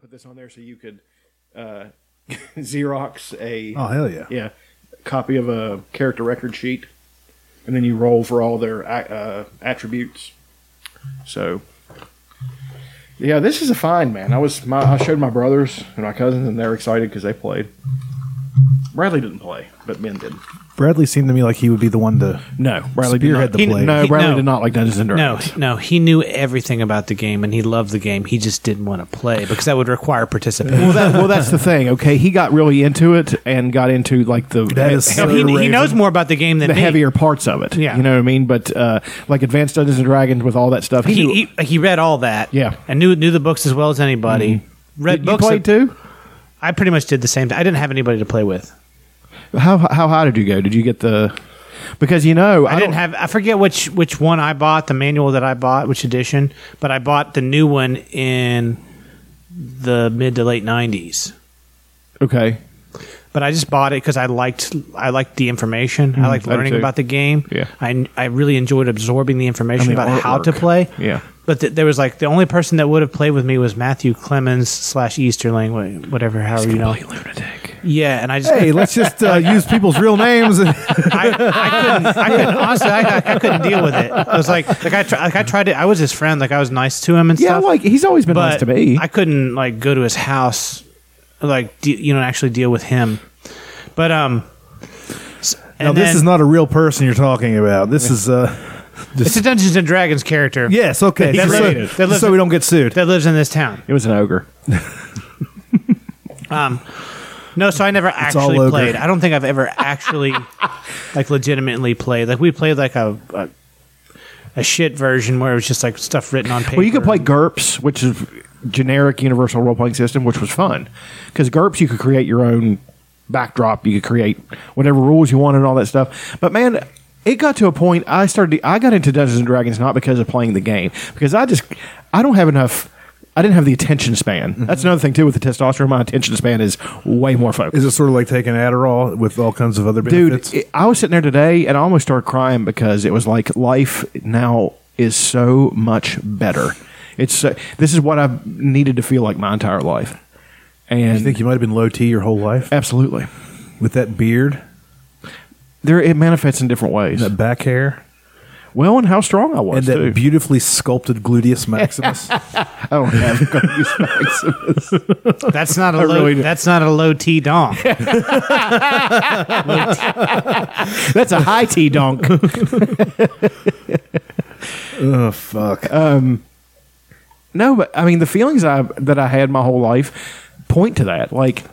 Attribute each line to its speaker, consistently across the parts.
Speaker 1: put this on there so you could uh, Xerox a
Speaker 2: Oh hell yeah!
Speaker 1: yeah copy of a character record sheet, and then you roll for all their a- uh, attributes. So, yeah, this is a find, man. I was my, I showed my brothers and my cousins, and they're excited because they played. Bradley didn't play, but Ben did.
Speaker 2: Bradley seemed to me like he would be the one to.
Speaker 1: No,
Speaker 2: Bradley did Spearhead not- the
Speaker 1: he-
Speaker 2: play.
Speaker 1: No,
Speaker 2: He-
Speaker 1: Bradley
Speaker 3: no.
Speaker 1: did not like Dungeons and
Speaker 3: No,
Speaker 1: Dragons.
Speaker 3: no, he knew everything about the game and he loved the game. He just didn't want to play because that would require participation.
Speaker 1: Well, that, well, that's the thing. Okay, he got really into it and got into like the
Speaker 2: That is
Speaker 3: No,
Speaker 2: so
Speaker 3: he, he
Speaker 2: Raven.
Speaker 3: knows more about the game than
Speaker 1: the
Speaker 3: me.
Speaker 1: heavier parts of it.
Speaker 3: Yeah.
Speaker 1: you know what I mean. But uh, like Advanced Dungeons and Dragons with all that stuff, he, knew-
Speaker 3: He, he he read all that.
Speaker 1: Yeah. Mm-hmm.
Speaker 3: and knew knew the books as well as anybody. Read
Speaker 1: Did you
Speaker 3: books.
Speaker 1: play too.
Speaker 3: I pretty much did the same. thing. I didn't have anybody to play with.
Speaker 1: How how high did you go? Did you get the? Because you know
Speaker 3: I, didn't
Speaker 1: don't-
Speaker 3: have. I forget which which one I bought. The manual that I bought, which edition? But I bought the new one in the mid to late nineties.
Speaker 1: Okay,
Speaker 3: But I just bought it because I liked I liked the information. I liked
Speaker 1: Mm-hmm. I do
Speaker 3: learning
Speaker 1: too.
Speaker 3: about the game.
Speaker 1: Yeah.
Speaker 3: I I really enjoyed absorbing the information
Speaker 1: And the
Speaker 3: about how to
Speaker 1: artwork.
Speaker 3: play.
Speaker 1: Yeah.
Speaker 3: But th- there was like the only person that would have played with me was Matthew Clemens slash Easterling, wha- whatever, however you know.
Speaker 1: lunatic.
Speaker 3: Yeah, and I just
Speaker 2: Hey, let's just uh, use people's real names. And
Speaker 3: I, I couldn't. I couldn't. Honestly, I, I couldn't deal with it. I was like, like I, try, like I tried to. I was his friend. Like I was nice to him and
Speaker 1: Yeah,
Speaker 3: stuff.
Speaker 1: like he's always been
Speaker 3: but
Speaker 1: nice to me.
Speaker 3: I couldn't like go to his house, like de- you know, actually deal with him. But um, s- and
Speaker 2: now, this
Speaker 3: then-
Speaker 2: is not a real person you're talking about. This is uh,
Speaker 3: It's a Dungeons and Dragons character.
Speaker 2: yes, okay.
Speaker 3: That
Speaker 2: just so,
Speaker 3: lives- that
Speaker 2: just so we don't get sued.
Speaker 3: that lives in this town.
Speaker 1: it was an ogre.
Speaker 3: No, so I never
Speaker 2: all
Speaker 3: actually
Speaker 2: ogre.
Speaker 3: played. I don't think I've ever actually like legitimately played. Like we played like a. a a shit version where it was just like stuff written on paper.
Speaker 1: Well, you could play GURPS, which is generic universal role playing system, which was fun because GURPS you could create your own backdrop, you could create whatever rules you wanted, and all that stuff. But man, it got to a point I started. I got into Dungeons and Dragons not because of playing the game, because I just I don't have enough. I didn't have the attention span. That's another thing too with the testosterone. My attention span is way more focused.
Speaker 2: Is it sort of like taking Adderall with all kinds of other benefits?
Speaker 1: Dude, it, I was sitting there today and I almost started crying because it was like life now is so much better. It's so, this is what I've needed to feel like my entire life, and
Speaker 2: you think you might have been low T your whole life
Speaker 1: absolutely
Speaker 2: with that beard,
Speaker 1: there it manifests in different ways.
Speaker 2: that back hair,
Speaker 1: well, and how strong I
Speaker 2: and
Speaker 1: was
Speaker 2: that
Speaker 1: too.
Speaker 2: beautifully sculpted gluteus maximus?
Speaker 1: I don't have gluteus maximus.
Speaker 3: That's not a low.
Speaker 1: really do.
Speaker 3: that's not a low T dong.
Speaker 1: That's a high T donk.
Speaker 2: oh fuck!
Speaker 1: Um, No, but I mean the feelings I that I had my whole life point to that. Like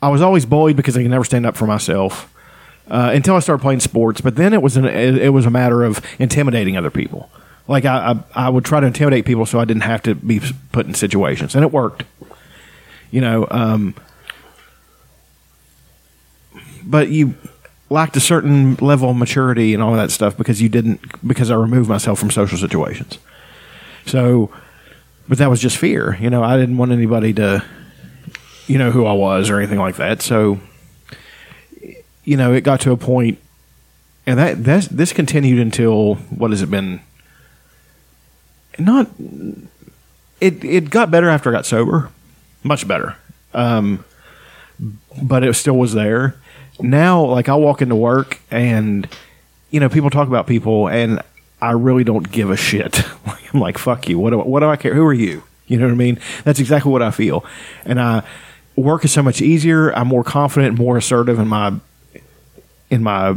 Speaker 1: I was always bullied because I could never stand up for myself uh, until I started playing sports. But then it was an it, it was a matter of intimidating other people. Like I, I I would try to intimidate people so I didn't have to be put in situations, and it worked. You know, um, but you lacked a certain level of maturity and all that stuff because you didn't because I removed myself from social situations. So, but that was just fear. You know, I didn't want anybody to, you know, who I was or anything like that. So, you know, it got to a point, and that that's, this continued until what has it been? Not. It it got better after I got sober, much better. Um, but it still was there. Now, like I walk into work and you know people talk about people, and I really don't give a shit. Like, I'm like, fuck you. What do I, what do I care? Who are you? You know what I mean? That's exactly what I feel. And I work is so much easier. I'm more confident, more assertive in my in my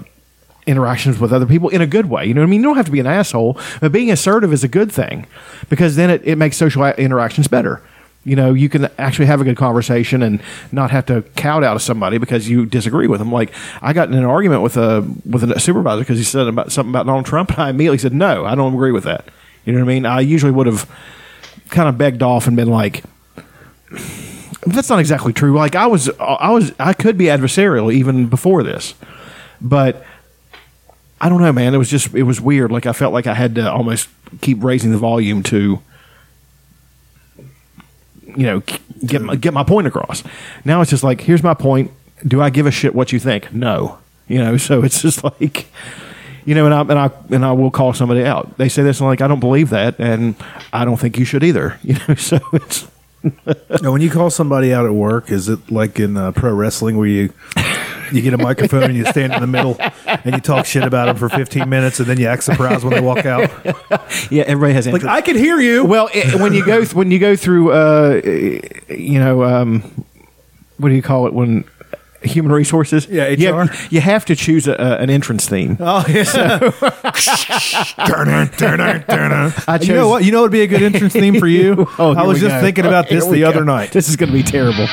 Speaker 1: interactions with other people in a good way. You know what I mean? You don't have to be an asshole, but being assertive is a good thing because then it, it makes social a- interactions better. You know, you can actually have a good conversation and not have to count out of somebody because you disagree with them. Like I got in an argument with a with a supervisor because he said about something about Donald Trump, and I immediately said, "No, I don't agree with that." You know what I mean? I usually would have kind of begged off and been like, "That's not exactly true." Like I was, I was, I could be adversarial even before this, but I don't know, man. It was just it was weird. Like I felt like I had to almost keep raising the volume to, you know, k- get my, get my point across. Now it's just like, here's my point. Do I give a shit what you think? No, you know. So it's just like, you know, and I and I and I will call somebody out. They say this and I'm like I don't believe that, and I don't think you should either. You know, so it's
Speaker 2: Now, when you call somebody out at work, is it like in uh, pro wrestling where you you get a microphone and you stand in the middle and you talk shit about them for 15 minutes and then you act surprised when they walk out?
Speaker 1: Yeah, everybody has
Speaker 2: Like, I can hear you.
Speaker 1: Well, it, when you go th- when you go through, uh, you know, um, what do you call it when human resources?
Speaker 2: Yeah,
Speaker 1: You have,
Speaker 2: HR.
Speaker 1: you have to choose a, a, an entrance theme.
Speaker 2: Oh, yeah. Turner, turner, turner.
Speaker 1: I
Speaker 2: you know
Speaker 1: chose-
Speaker 2: what? You know what would be a good entrance theme for you?
Speaker 1: Oh,
Speaker 2: I
Speaker 1: here we
Speaker 2: was just
Speaker 1: go.
Speaker 2: thinking about
Speaker 1: Here
Speaker 2: this
Speaker 1: we
Speaker 2: the
Speaker 1: go.
Speaker 2: other night.
Speaker 1: This is going to be terrible.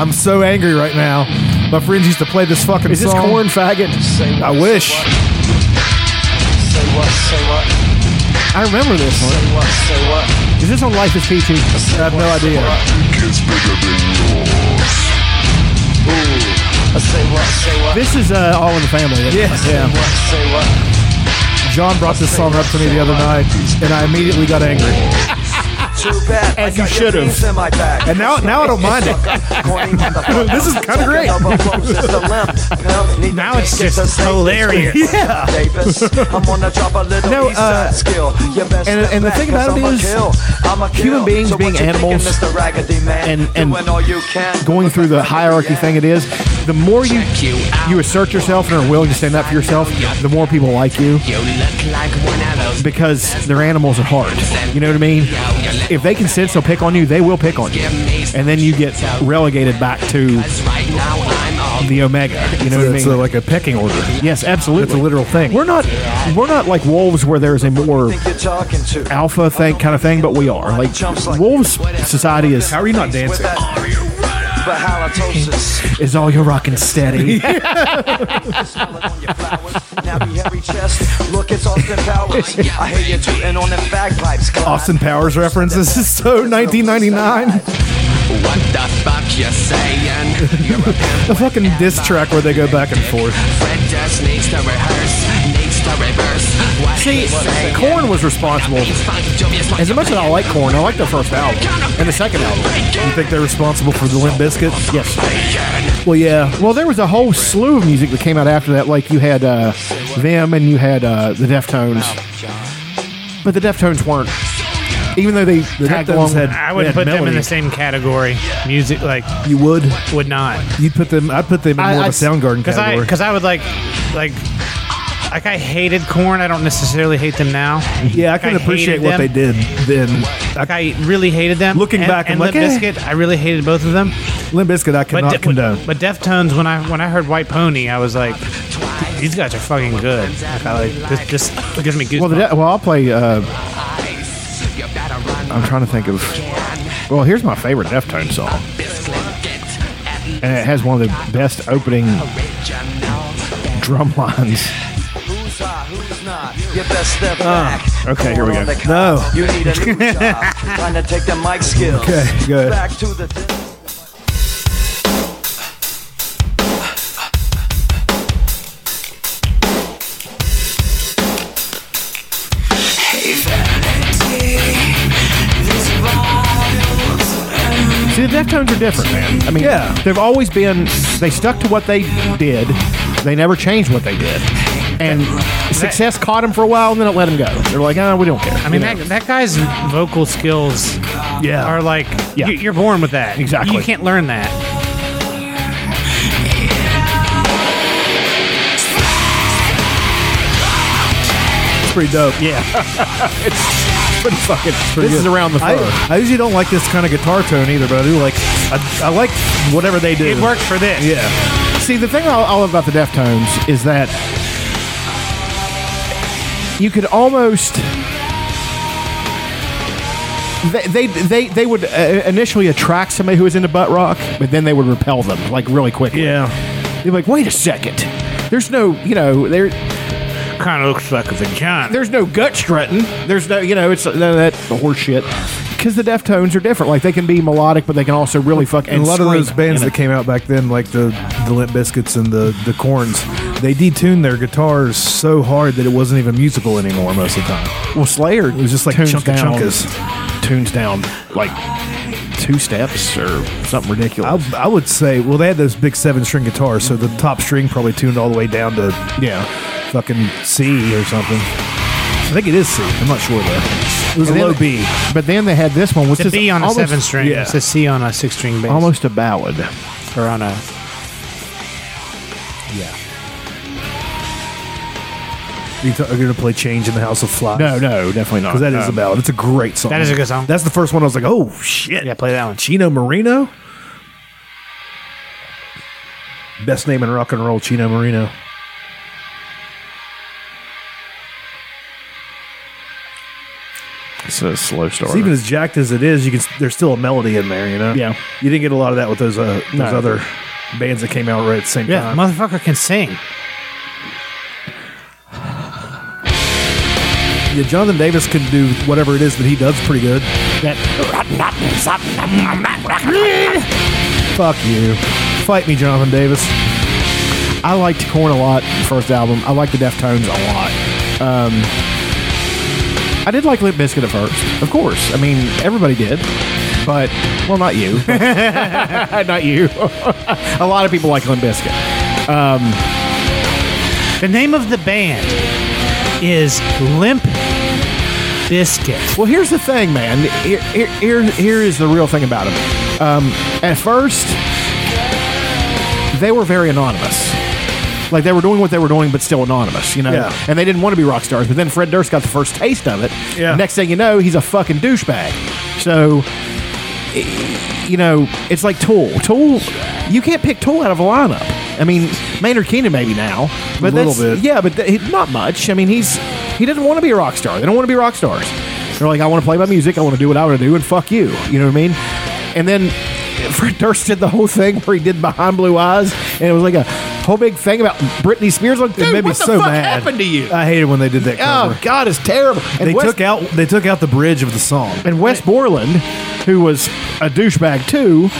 Speaker 2: I'm so angry right now. My friends used to play this fucking
Speaker 1: Is this
Speaker 2: song.
Speaker 1: corn faggot?
Speaker 4: Say what,
Speaker 2: I
Speaker 4: say
Speaker 2: wish.
Speaker 4: what. Say what, say what,
Speaker 1: I remember this one.
Speaker 4: say what, say what.
Speaker 1: Is this on Life is Peachy?
Speaker 4: say
Speaker 2: have
Speaker 4: what,
Speaker 2: no
Speaker 4: say
Speaker 2: idea.
Speaker 4: what. Ooh. I say what, say what.
Speaker 1: This is uh, All in the Family. isn't it?
Speaker 2: Yes.
Speaker 4: Say
Speaker 1: Yeah.
Speaker 4: what, say what.
Speaker 2: John brought this song up to me the other night, and I immediately got angry.
Speaker 4: Too bad. I
Speaker 1: As
Speaker 4: got
Speaker 1: you
Speaker 4: your
Speaker 1: should've.
Speaker 4: dreams in my bag.
Speaker 2: And now, now I don't mind it. This is kinda great.
Speaker 4: now
Speaker 3: Now it's just hilarious.
Speaker 4: Yeah. Davis, I'm on the job a little
Speaker 1: No,
Speaker 4: east side
Speaker 1: uh,
Speaker 4: skill. You best
Speaker 1: and-
Speaker 4: step
Speaker 1: and the
Speaker 4: back
Speaker 1: thing about
Speaker 4: 'cause
Speaker 1: it
Speaker 4: I'm a
Speaker 1: is
Speaker 4: kill. I'm a
Speaker 1: human
Speaker 4: kill.
Speaker 1: beings
Speaker 4: So what
Speaker 1: being
Speaker 4: you thinking,
Speaker 1: animals
Speaker 4: Mr. Raggedy Man?
Speaker 1: and- and
Speaker 4: Doing all you can.
Speaker 1: Going through the hierarchy thing, it is the more you you assert yourself and are willing to stand up for yourself, the more people like you.
Speaker 5: You look like one of those.
Speaker 1: because their animals at heart. You know what I mean? If they can sense they'll pick on you, they will pick on you. And then you get relegated back to
Speaker 5: Cause right now I'm all
Speaker 1: the Omega. You know what I
Speaker 2: It's uh,
Speaker 1: mean?
Speaker 2: like a pecking order.
Speaker 1: Yes,
Speaker 2: It's a
Speaker 1: absolutely.
Speaker 2: literal thing.
Speaker 1: We're not we're not like wolves where there's a more
Speaker 4: Think you're talking to.
Speaker 1: alpha thing kind of thing, but we are. Like wolves society is
Speaker 2: How are you not dancing?
Speaker 4: But halitosis.
Speaker 1: is all you're rocking steady.
Speaker 4: Now we hairy chest. Look, it's Austin Powers. I hear you tooting on them bagpipes. Clyde.
Speaker 2: Austin Powers reference. This is so 1999.
Speaker 5: what the fuck you saying? You're a pimp
Speaker 2: The fucking diss track where they go back and forth.
Speaker 5: Fred just needs to rehearse, needs to reverse. What
Speaker 1: See,
Speaker 5: he's saying.
Speaker 1: Corn was responsible.
Speaker 5: He's fucking dubious like
Speaker 1: As
Speaker 5: a
Speaker 1: much as I like Corn, I like their first album and the second album.
Speaker 2: You think they're responsible for the Limp Biscuit?
Speaker 1: Yes.
Speaker 5: bacon.
Speaker 1: Well, yeah. Well, there was a whole slew of music that came out after that. Like you had uh, them, and you had uh, the Deftones. But the Deftones weren't, even though they tagged
Speaker 2: Deftones
Speaker 1: along.
Speaker 2: had-
Speaker 3: I would
Speaker 2: Yeah,
Speaker 3: put them in
Speaker 2: melody.
Speaker 3: the same category. Music like
Speaker 2: You would.
Speaker 3: would not
Speaker 2: You'd put them. I'd put them in
Speaker 1: I-
Speaker 2: more
Speaker 1: I
Speaker 2: of a
Speaker 1: s-
Speaker 2: Soundgarden
Speaker 3: because I
Speaker 2: category.
Speaker 3: because I would like like like I hated corn. I don't necessarily hate them now.
Speaker 2: yeah, I
Speaker 3: Like,
Speaker 2: can
Speaker 3: hated
Speaker 2: appreciate what
Speaker 3: them.
Speaker 2: they did then.
Speaker 3: Like I really hated them.
Speaker 2: Looking
Speaker 3: and,
Speaker 2: back, I'm
Speaker 3: and
Speaker 2: like,
Speaker 3: Limp
Speaker 2: eh.
Speaker 3: Bizkit, I really hated both of them.
Speaker 2: Limp Biscuit, I cannot
Speaker 3: De-
Speaker 2: condone.
Speaker 3: but Deftones, when I when I heard White Pony, I was like, these guys are fucking good. Like, I like this. This gives me goosebumps.
Speaker 1: well, the de- well, I'll play. Uh,
Speaker 5: You better run
Speaker 1: I'm trying to think of. Well, here's my favorite Deftones song, and it has one of the best opening drum lines.
Speaker 4: Who's hot, who's not? You best step back.
Speaker 1: Ah, okay, here we
Speaker 4: Corn
Speaker 1: go.
Speaker 4: on the
Speaker 2: No.
Speaker 4: cob. You need a new job. Trying to take the mic skills.
Speaker 2: Okay, good.
Speaker 4: Back to the.
Speaker 1: See, the Deftones are different, man. I mean,
Speaker 2: Yeah.
Speaker 1: they've always been. They stuck to what they did. They never changed what they did. And success caught them for a while, and then it let them go. They're like, ah, we don't care.
Speaker 3: I mean, that, that guy's vocal skills
Speaker 1: yeah.
Speaker 3: are like,
Speaker 1: Yeah.
Speaker 3: you, you're born with that.
Speaker 1: Exactly.
Speaker 3: You can't learn that.
Speaker 2: It's pretty dope.
Speaker 1: pretty fucking.
Speaker 2: Pretty
Speaker 1: this is
Speaker 2: good.
Speaker 1: around the fur.
Speaker 2: I, I usually don't like this kind of guitar tone either, but I do like. I, I like whatever they do.
Speaker 3: It worked for this.
Speaker 2: Yeah.
Speaker 1: See, the thing I I love about the Deftones is that you could almost they they they, they would uh, initially attract somebody who was into butt rock, but then they would repel them like really quickly.
Speaker 2: Yeah.
Speaker 1: You're like, wait a second. There's no, you know, there
Speaker 3: Kind of looks like a vagina.
Speaker 1: there's no gut strutting. There's no, you know, it's none of that horse shit. Because the Deftones are different. Like they can be melodic, but they can also really fuck.
Speaker 2: And, a lot of
Speaker 1: scream,
Speaker 2: those bands
Speaker 1: you know?
Speaker 2: that came out back then, like the the Limp Biscuits and the the Corns, they detuned their guitars so hard that it wasn't even musical anymore most of the time.
Speaker 1: Well, Slayer it was
Speaker 2: just like
Speaker 1: tunes
Speaker 2: chunka
Speaker 1: down,
Speaker 2: chunkas.
Speaker 1: tunes down like two steps or something ridiculous.
Speaker 2: I, I would say, well, they had those big seven string guitars, so the top string probably tuned all the way down to
Speaker 1: yeah,
Speaker 2: fucking C or something. I think it is C. I'm not sure though. It was
Speaker 1: And
Speaker 2: a
Speaker 1: then-
Speaker 2: low B.
Speaker 1: But then they had this one, which
Speaker 3: It's a
Speaker 1: is
Speaker 3: B on a
Speaker 1: almost,
Speaker 3: seven string.
Speaker 2: yeah.
Speaker 3: It's a C on a six string bass.
Speaker 1: almost a ballad.
Speaker 3: or on a
Speaker 2: Yeah. You th- are going to play Change in the House of Flies?
Speaker 1: No, no, definitely not.
Speaker 2: Because that is
Speaker 1: Um,
Speaker 2: a ballad. It's a great song.
Speaker 3: That is a good song.
Speaker 2: That's the first one I was like, oh, shit.
Speaker 3: yeah. Play that one.
Speaker 2: Chino Marino? Best name in rock and roll, Chino Marino.
Speaker 1: It's a slow start.
Speaker 2: 'Cause Even as jacked as it is, you can s- there's still a melody in there, you know?
Speaker 1: Yeah.
Speaker 2: You didn't get a lot of that with those, uh, those
Speaker 1: No.
Speaker 2: other bands that came out right at the same
Speaker 1: Yeah,
Speaker 2: time.
Speaker 3: Motherfucker can sing.
Speaker 2: Yeah, Jonathan Davis can do whatever it is that he does pretty good. Fuck you. Fight me, Jonathan Davis.
Speaker 1: I liked Corn a lot. First album. I liked the Deftones a lot. Um, I did like Limp Bizkit at first, of course. I mean, everybody did, but well, not you, not you. a lot of people like Limp Bizkit.
Speaker 3: The name of the band is Limp Biscuit.
Speaker 1: Well, here's the thing, man. Here, here, here, here is the real thing about them. Um, at first, they were very anonymous. Like they were doing what they were doing, but still anonymous, you know.
Speaker 2: Yeah.
Speaker 1: And they didn't want to be rock stars. But then Fred Durst got the first taste of it.
Speaker 2: Yeah.
Speaker 1: Next thing you know, he's a fucking douchebag. So, i- you know, it's like Tool. Tool, you can't pick Tool out of a lineup. I mean, Maynard Keenan maybe now, but
Speaker 2: Little
Speaker 1: that's-
Speaker 2: bit.
Speaker 1: yeah, but th- he- not much. I mean, he's he doesn't want to be a rock star. They don't want to be rock stars. They're like, I want to play my music. I want to do what I want to do, and fuck you. You know what I mean? And then Fred Durst did the whole thing where he did Behind Blue Eyes, and it was like a whole big thing about Britney Spears. Like,
Speaker 2: It
Speaker 1: dude,
Speaker 2: made me
Speaker 1: what the
Speaker 2: so
Speaker 1: fuck
Speaker 2: mad.
Speaker 1: happened to you?
Speaker 2: I hated when they did that cover.
Speaker 1: Uh, Oh God, it's terrible. And
Speaker 2: they
Speaker 1: Wes-
Speaker 2: took out they took out the bridge of the song.
Speaker 1: and Wes Borland, who was a douchebag too,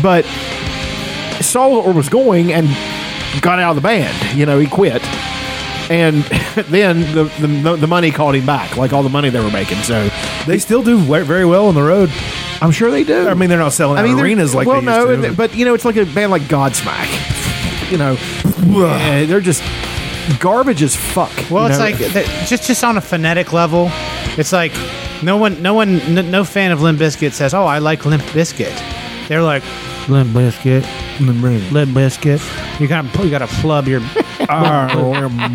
Speaker 1: but saw where it was going and got out of the band. You know, he quit. And then the, the the money called him back, like all the money they were making. So
Speaker 2: They still do we- very well on the road.
Speaker 1: I'm sure they do.
Speaker 2: I mean, they're not selling out
Speaker 1: they're-
Speaker 2: arenas like
Speaker 1: well,
Speaker 2: they
Speaker 1: no,
Speaker 2: used to.
Speaker 1: and- but you know, it's like a band like Godsmack. You know, eh, they're just garbage as fuck.
Speaker 3: Well,
Speaker 1: you
Speaker 3: it's
Speaker 1: know?
Speaker 3: like that, just just on a phonetic level, it's like no one, no one, no, no fan of Limp Bizkit says, "Oh, I like Limp Bizkit." They're like Limp Bizkit, Limp Bizkit. You kind of you got to flub your Limp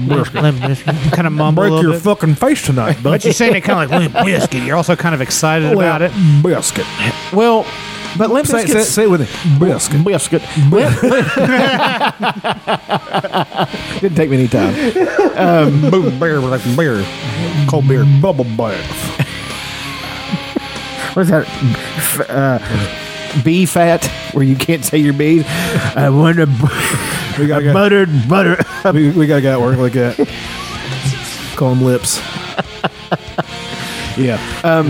Speaker 3: Bizkit, kind of mumble a
Speaker 2: Break
Speaker 3: little
Speaker 2: your
Speaker 3: bit.
Speaker 2: fucking face tonight, bud.
Speaker 3: but you're saying it kind of like Limp Bizkit. You're also kind of excited about it.
Speaker 2: Biscuit.
Speaker 1: well, but Limp
Speaker 2: Say, say,
Speaker 1: Bizkit-
Speaker 2: say it with me. Biscuit.
Speaker 1: Biscuit. Didn't take me any time.
Speaker 2: Boom, beer, like beer. Cold beer. Bubble bath.
Speaker 1: What's that? F- uh, bee fat, where you can't say your bees. I want a, bu-
Speaker 2: We got a
Speaker 1: a buttered butter.
Speaker 2: we, we got a guy at work like that. Call him lips. Uh,
Speaker 1: yeah. Um,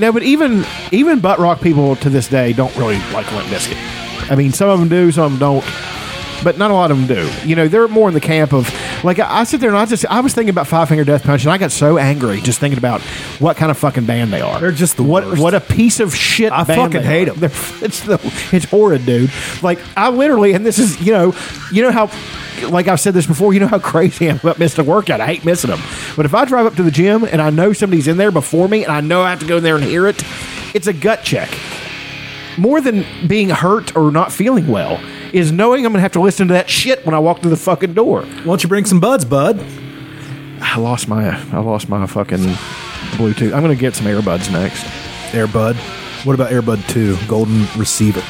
Speaker 1: no, but even even butt rock people to this day don't really like Limp Biscuit. I mean, some of them do, some of them don't. But not a lot of them do. You know, they're more in the camp of like I, I sit there and I just I was thinking about Five Finger Death Punch and I got so angry just thinking about what kind of fucking band they are.
Speaker 2: They're just the
Speaker 1: what
Speaker 2: worst.
Speaker 1: what a piece of shit.
Speaker 2: I
Speaker 1: band they
Speaker 2: fucking hate
Speaker 1: are.
Speaker 2: 'em.
Speaker 1: They're- It's the it's horrid, dude. Like I literally, and this is you know, you know how. Like I've said this before, you know how crazy I am about missing a workout. I hate missing them. But if I drive up to the gym and I know somebody's in there before me and I know I have to go in there and hear it, it's a gut check more than being hurt or not feeling well is knowing I'm gonna have to listen to that shit when I walk through the fucking door.
Speaker 2: Why don't you bring some buds, bud?
Speaker 1: I lost my I lost my fucking Bluetooth. I'm gonna get some earbuds next.
Speaker 2: Airbud. What about Airbud 2? Golden Receiver.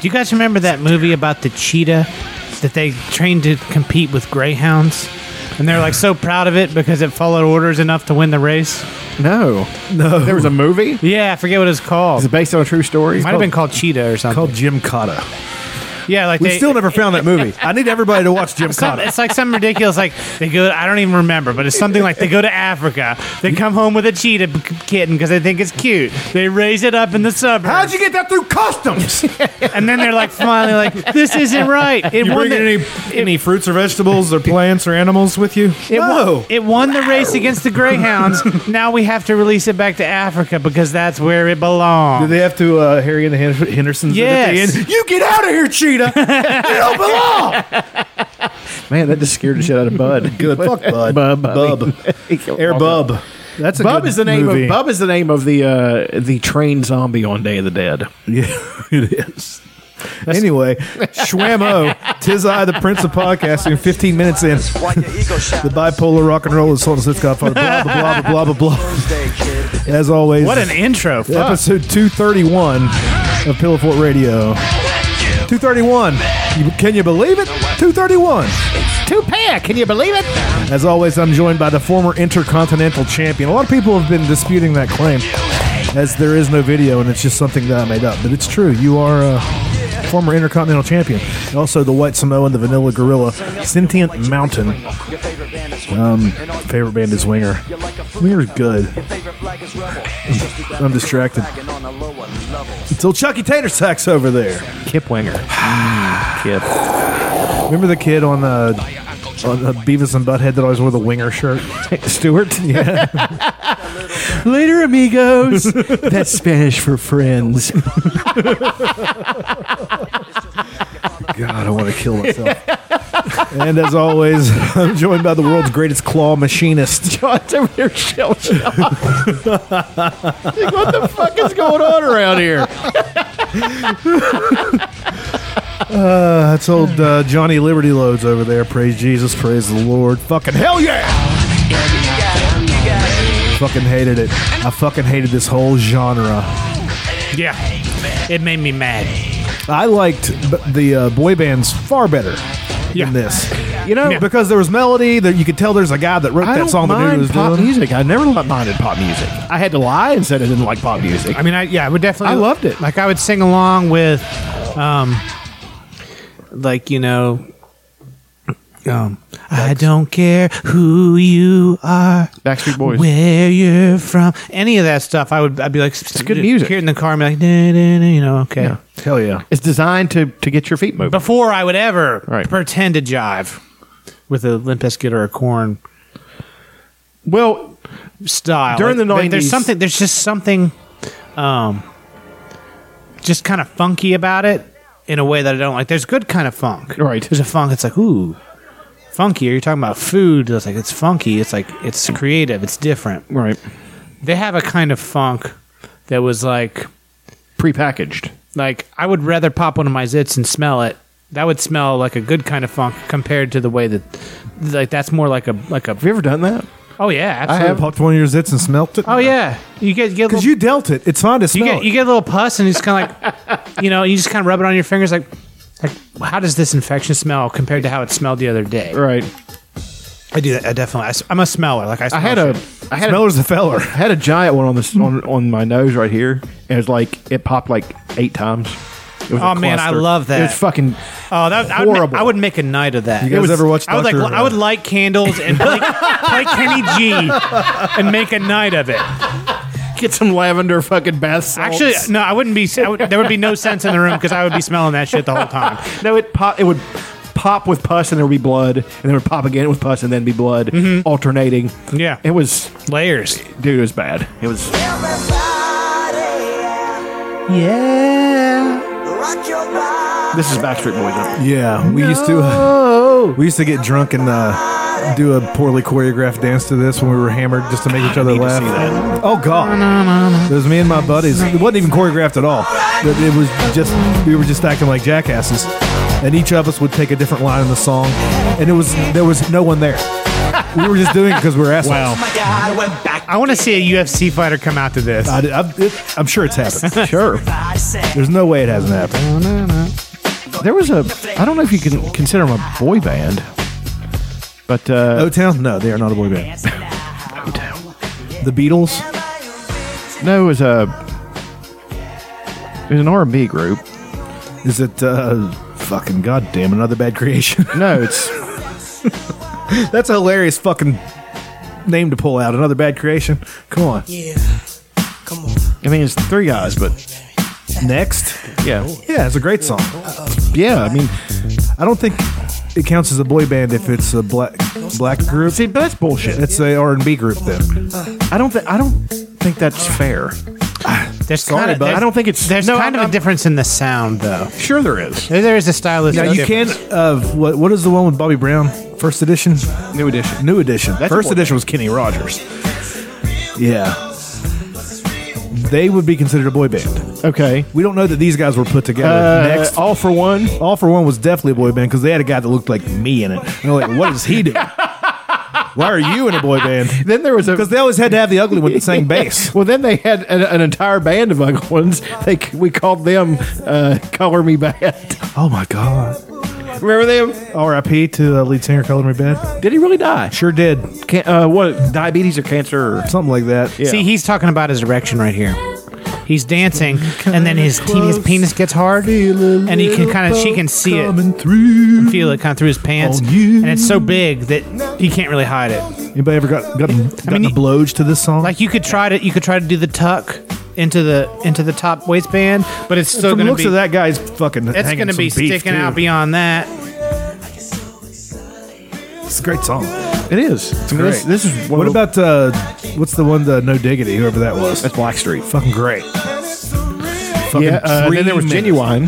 Speaker 3: Do you guys remember that movie about the cheetah that they trained to compete with greyhounds? And they're like so proud of it because it followed orders enough to win the race.
Speaker 1: No, no. There was a movie. Is
Speaker 3: Yeah, I forget what it's called.
Speaker 1: it based on a true story?
Speaker 3: Might have been called Cheetah or something.
Speaker 2: Called Jim Cotta.
Speaker 3: yeah, like
Speaker 2: We
Speaker 3: they,
Speaker 2: still never found that movie. I need everybody to watch Jim
Speaker 3: Some,
Speaker 2: Cotta.
Speaker 3: it's like some ridiculous like they go. I don't even remember, but it's something like they go to Africa. They come home with a cheetah b- kitten because they think it's cute. They raise it up in the
Speaker 1: Oh.
Speaker 3: suburbs,
Speaker 2: How'd you get that through customs?
Speaker 3: and then they're like finally like this isn't right. It won the,
Speaker 2: any fruits or vegetables or plants or animals with you?
Speaker 3: it won-
Speaker 2: no.
Speaker 1: Oh.
Speaker 3: it won the race against the greyhounds. now we have to release it back to Africa because that's where it belongs.
Speaker 2: they have to uh, Harry and the Hen- Hendersons?
Speaker 3: Yes.
Speaker 2: You get out of here, cheetah. you don't belong.
Speaker 1: Man, that just scared the shit out of Bud.
Speaker 2: Good. Fuck Bud.
Speaker 1: Bub, Bubby.
Speaker 2: Bub.
Speaker 1: He can't
Speaker 2: Air
Speaker 1: walk
Speaker 2: Bub. That's a
Speaker 1: Bub
Speaker 2: good
Speaker 1: is the name
Speaker 2: movie.
Speaker 1: of Bub is the name of the uh, the trained zombie on Day of the Dead.
Speaker 2: Yeah, it is. anyway, Schwammo, tis I, the Prince of Podcasting. Fifteen minutes in,
Speaker 4: Why your ego shatters
Speaker 2: the bipolar rock and roll is sold us its godfather. Blah blah blah blah blah blah.
Speaker 4: Thursday, kid.
Speaker 2: As always,
Speaker 3: What an intro. Fuck.
Speaker 2: episode two thirty one of Pillowfort Radio. Two thirty one. Can you believe it? Two thirty one.
Speaker 3: Two pair. Can you believe it?
Speaker 2: As always, I'm joined by the former Intercontinental Champion. A lot of people have been disputing that claim, as there is no video and it's just something that I made up. But it's true. You are a former Intercontinental Champion. And also the White Samoan, the Vanilla Gorilla, Sentient Mountain.
Speaker 4: Your favorite band is
Speaker 2: Um, favorite band is Winger. Winger's good.
Speaker 4: favorite flag is rebel.
Speaker 2: I'm distracted.
Speaker 4: Flagging on a lower level.
Speaker 2: Until Chucky Tater Sacks over there.
Speaker 1: Kip Winger. Kip.
Speaker 2: Remember the kid on the on the Beavis and Butthead that always wore the Winger shirt?
Speaker 1: Stewart. Yeah. Later, amigos. That's Spanish for friends.
Speaker 2: God, I want to kill myself. and as always, I'm joined by the world's greatest claw machinist.
Speaker 1: John's over here shell shocked. Like, what the fuck is going on around here?
Speaker 2: Uh, that's old uh, Johnny Liberty Loads over there. Praise Jesus, praise the Lord. Fucking hell yeah! Fucking hated it. I fucking hated this whole genre.
Speaker 3: Yeah. It made me mad.
Speaker 2: I liked b- the uh, boy bands far better
Speaker 3: Yeah.
Speaker 2: than this.
Speaker 1: You know,
Speaker 3: Yeah.
Speaker 2: Because there was melody that you could tell there's a guy that wrote
Speaker 1: I
Speaker 2: that
Speaker 1: don't
Speaker 2: song that knew what he
Speaker 1: mind
Speaker 2: was
Speaker 1: pop
Speaker 2: doing.
Speaker 1: music. I never li- minded pop music. I had to lie and said I didn't like pop music.
Speaker 3: I mean, I yeah, I would definitely.
Speaker 1: I loved it.
Speaker 3: Like I would sing along with, um, like you know, um, I don't care who you are,
Speaker 1: Backstreet Boys.
Speaker 3: where you're from, any of that stuff. I would I'd be like, it's
Speaker 1: good music.
Speaker 3: Here in the car, and be like, "Da, da, da," you know, okay.
Speaker 2: Hell yeah.
Speaker 1: It's designed to, to get your feet moving.
Speaker 3: Before I would ever
Speaker 1: Right.
Speaker 3: pretend to jive with a Limp Bizkit or a Corn
Speaker 1: well,
Speaker 3: style
Speaker 1: During
Speaker 3: Like,
Speaker 1: the
Speaker 3: there- There's
Speaker 1: 90s.
Speaker 3: something. There's just something, um, just kind of funky about it in a way that I don't like. There's good kind of funk.
Speaker 1: Right.
Speaker 3: There's a funk that's like ooh, funky. Or you're talking about food. It's like it's funky. It's like it's creative. It's different.
Speaker 1: right.
Speaker 3: They have a kind of funk that was like
Speaker 1: Prepackaged.
Speaker 3: like I would rather pop one of my zits and smell it. That would smell like a good kind of funk compared to the way that like that's more like a like a
Speaker 1: Have you ever done that?
Speaker 3: oh yeah
Speaker 2: I
Speaker 3: absolutely
Speaker 2: have popped one of your zits and smelt it.
Speaker 3: oh yeah you get you get a
Speaker 2: Because
Speaker 3: little-
Speaker 2: you dealt it. It's fine to
Speaker 3: you
Speaker 2: smell
Speaker 3: get you get a little pus and it's kind of like you know you just kind of rub it on your fingers like like how does this infection smell compared to how it smelled the other day
Speaker 1: Right.
Speaker 3: i do that i definitely I s- i'm a smeller like i,
Speaker 1: I
Speaker 3: smell
Speaker 2: Oh,
Speaker 1: had a
Speaker 3: shit.
Speaker 1: I had
Speaker 2: Smeller's the feller.
Speaker 1: a, had a giant one on this on, on my nose right here, and it's like it popped like eight times. It was a
Speaker 3: Oh, man, I
Speaker 1: cluster.
Speaker 3: love that.
Speaker 1: It was fucking
Speaker 3: oh that I would, ma-
Speaker 1: horrible.
Speaker 3: I would make a night of that
Speaker 2: You guys
Speaker 3: It was-
Speaker 2: ever watch
Speaker 3: i would like
Speaker 2: Dr.,
Speaker 3: li- i would
Speaker 2: uh,
Speaker 3: light candles and play, play kenny g and make a night of it
Speaker 1: get some lavender fucking bath salts.
Speaker 3: actually no i wouldn't be I would, there would be no sense in the room because i would be smelling that shit the whole time
Speaker 1: no, it pop. It would pop with pus, and there would be blood, and then it would pop again with pus, and then be blood,
Speaker 3: Mm-hmm.
Speaker 1: alternating.
Speaker 3: Yeah.
Speaker 1: it was
Speaker 3: layers
Speaker 1: dude. It was bad. It was this is Backstreet Boys. Right?
Speaker 2: Yeah, we used to uh, we used to get drunk and uh, do a poorly choreographed dance to this when we were hammered just to make each other
Speaker 1: need to
Speaker 2: laugh.
Speaker 1: see that.
Speaker 2: Oh god, it was me and my buddies. It wasn't even choreographed at all. It, it was just we were just acting like jackasses, and each of us would take a different line in the song, and it was there was no one there. We were just doing it because we were assholes.
Speaker 3: i want to see a ufc fighter come out to this
Speaker 2: I, am I'm sure it's happened. sure. There's no way it hasn't happened.
Speaker 1: There was a. I don't know if you can consider them a boy band, but uh,
Speaker 2: O Town? No, they are not a boy band. The Beatles?
Speaker 1: no, it was a. It was an R and B group.
Speaker 2: Is it uh, fucking goddamn another bad creation?
Speaker 1: No, it's
Speaker 2: That's a hilarious fucking name to pull out. Another bad creation. Come on.
Speaker 1: I mean, it's three guys, but
Speaker 2: Next.
Speaker 1: yeah,
Speaker 2: Yeah, it's a great song.
Speaker 1: yeah. I mean,
Speaker 2: I don't think it counts as a boy band if it's a black black group.
Speaker 1: see, but that's bullshit.
Speaker 2: It's a R and B group then.
Speaker 1: I don't think I don't think that's fair.
Speaker 3: There's
Speaker 2: Sorry,
Speaker 3: kinda,
Speaker 2: bud.
Speaker 3: there's-
Speaker 1: I don't think it's-
Speaker 3: There's
Speaker 1: no,
Speaker 3: kind
Speaker 1: I'm-
Speaker 3: of
Speaker 1: I'm-
Speaker 3: a difference in the sound, though.
Speaker 1: Sure, there is
Speaker 3: There, there is a stylistic.
Speaker 2: Now you
Speaker 3: difference.
Speaker 2: can't. Uh, what what is the one with Bobby Brown? First edition,
Speaker 1: new edition.
Speaker 2: new edition.
Speaker 1: That's
Speaker 2: First
Speaker 1: important.
Speaker 2: edition was Kenny Rogers. Yeah, they would be considered a boy band.
Speaker 1: Okay.
Speaker 2: We don't know that these guys were put together.
Speaker 1: Uh,
Speaker 2: Next,
Speaker 1: all for one.
Speaker 2: All for One was definitely a boy band because they had a guy that looked like me in it. And they're like, what does he do? Why are you in a boy band?
Speaker 1: Then there was a
Speaker 2: Because they always had to have the ugly one that sang bass.
Speaker 1: Well, then they had an, an entire band of ugly ones. They we called them uh, "Color Me Bad."
Speaker 2: Oh my God.
Speaker 1: Remember them?
Speaker 2: RIP to uh, lead singer Color Me Bad.
Speaker 1: Did he really die?
Speaker 2: Sure did.
Speaker 1: Can, uh, what diabetes or cancer? Or,
Speaker 2: Something like that.
Speaker 1: Yeah.
Speaker 3: See, he's talking about his erection right here. He's dancing, and then his, teen, his penis gets hard, and he can kind of she can see it,
Speaker 2: Coming through.
Speaker 3: feel it kind of through his pants,
Speaker 2: On you.
Speaker 3: and it's so big that he can't really hide it.
Speaker 2: Anybody ever got gotten, gotten
Speaker 3: mean,
Speaker 2: a bloge to this song?
Speaker 3: Like you could try to you could try to do the tuck into the into the top waistband, but it's still
Speaker 2: From the
Speaker 3: going to
Speaker 2: looks
Speaker 3: be
Speaker 2: of that guy's fucking.
Speaker 3: it's going to be sticking out beyond that.
Speaker 2: It's a great song.
Speaker 1: it is. It's
Speaker 2: great.
Speaker 1: This, this is one
Speaker 2: What
Speaker 1: of-
Speaker 2: about uh, what's the one the No Diggity? Whoever that was.
Speaker 1: that's Blackstreet?
Speaker 2: fucking great. Fucking
Speaker 1: Yeah. Uh,
Speaker 2: three
Speaker 1: then there was
Speaker 2: minutes.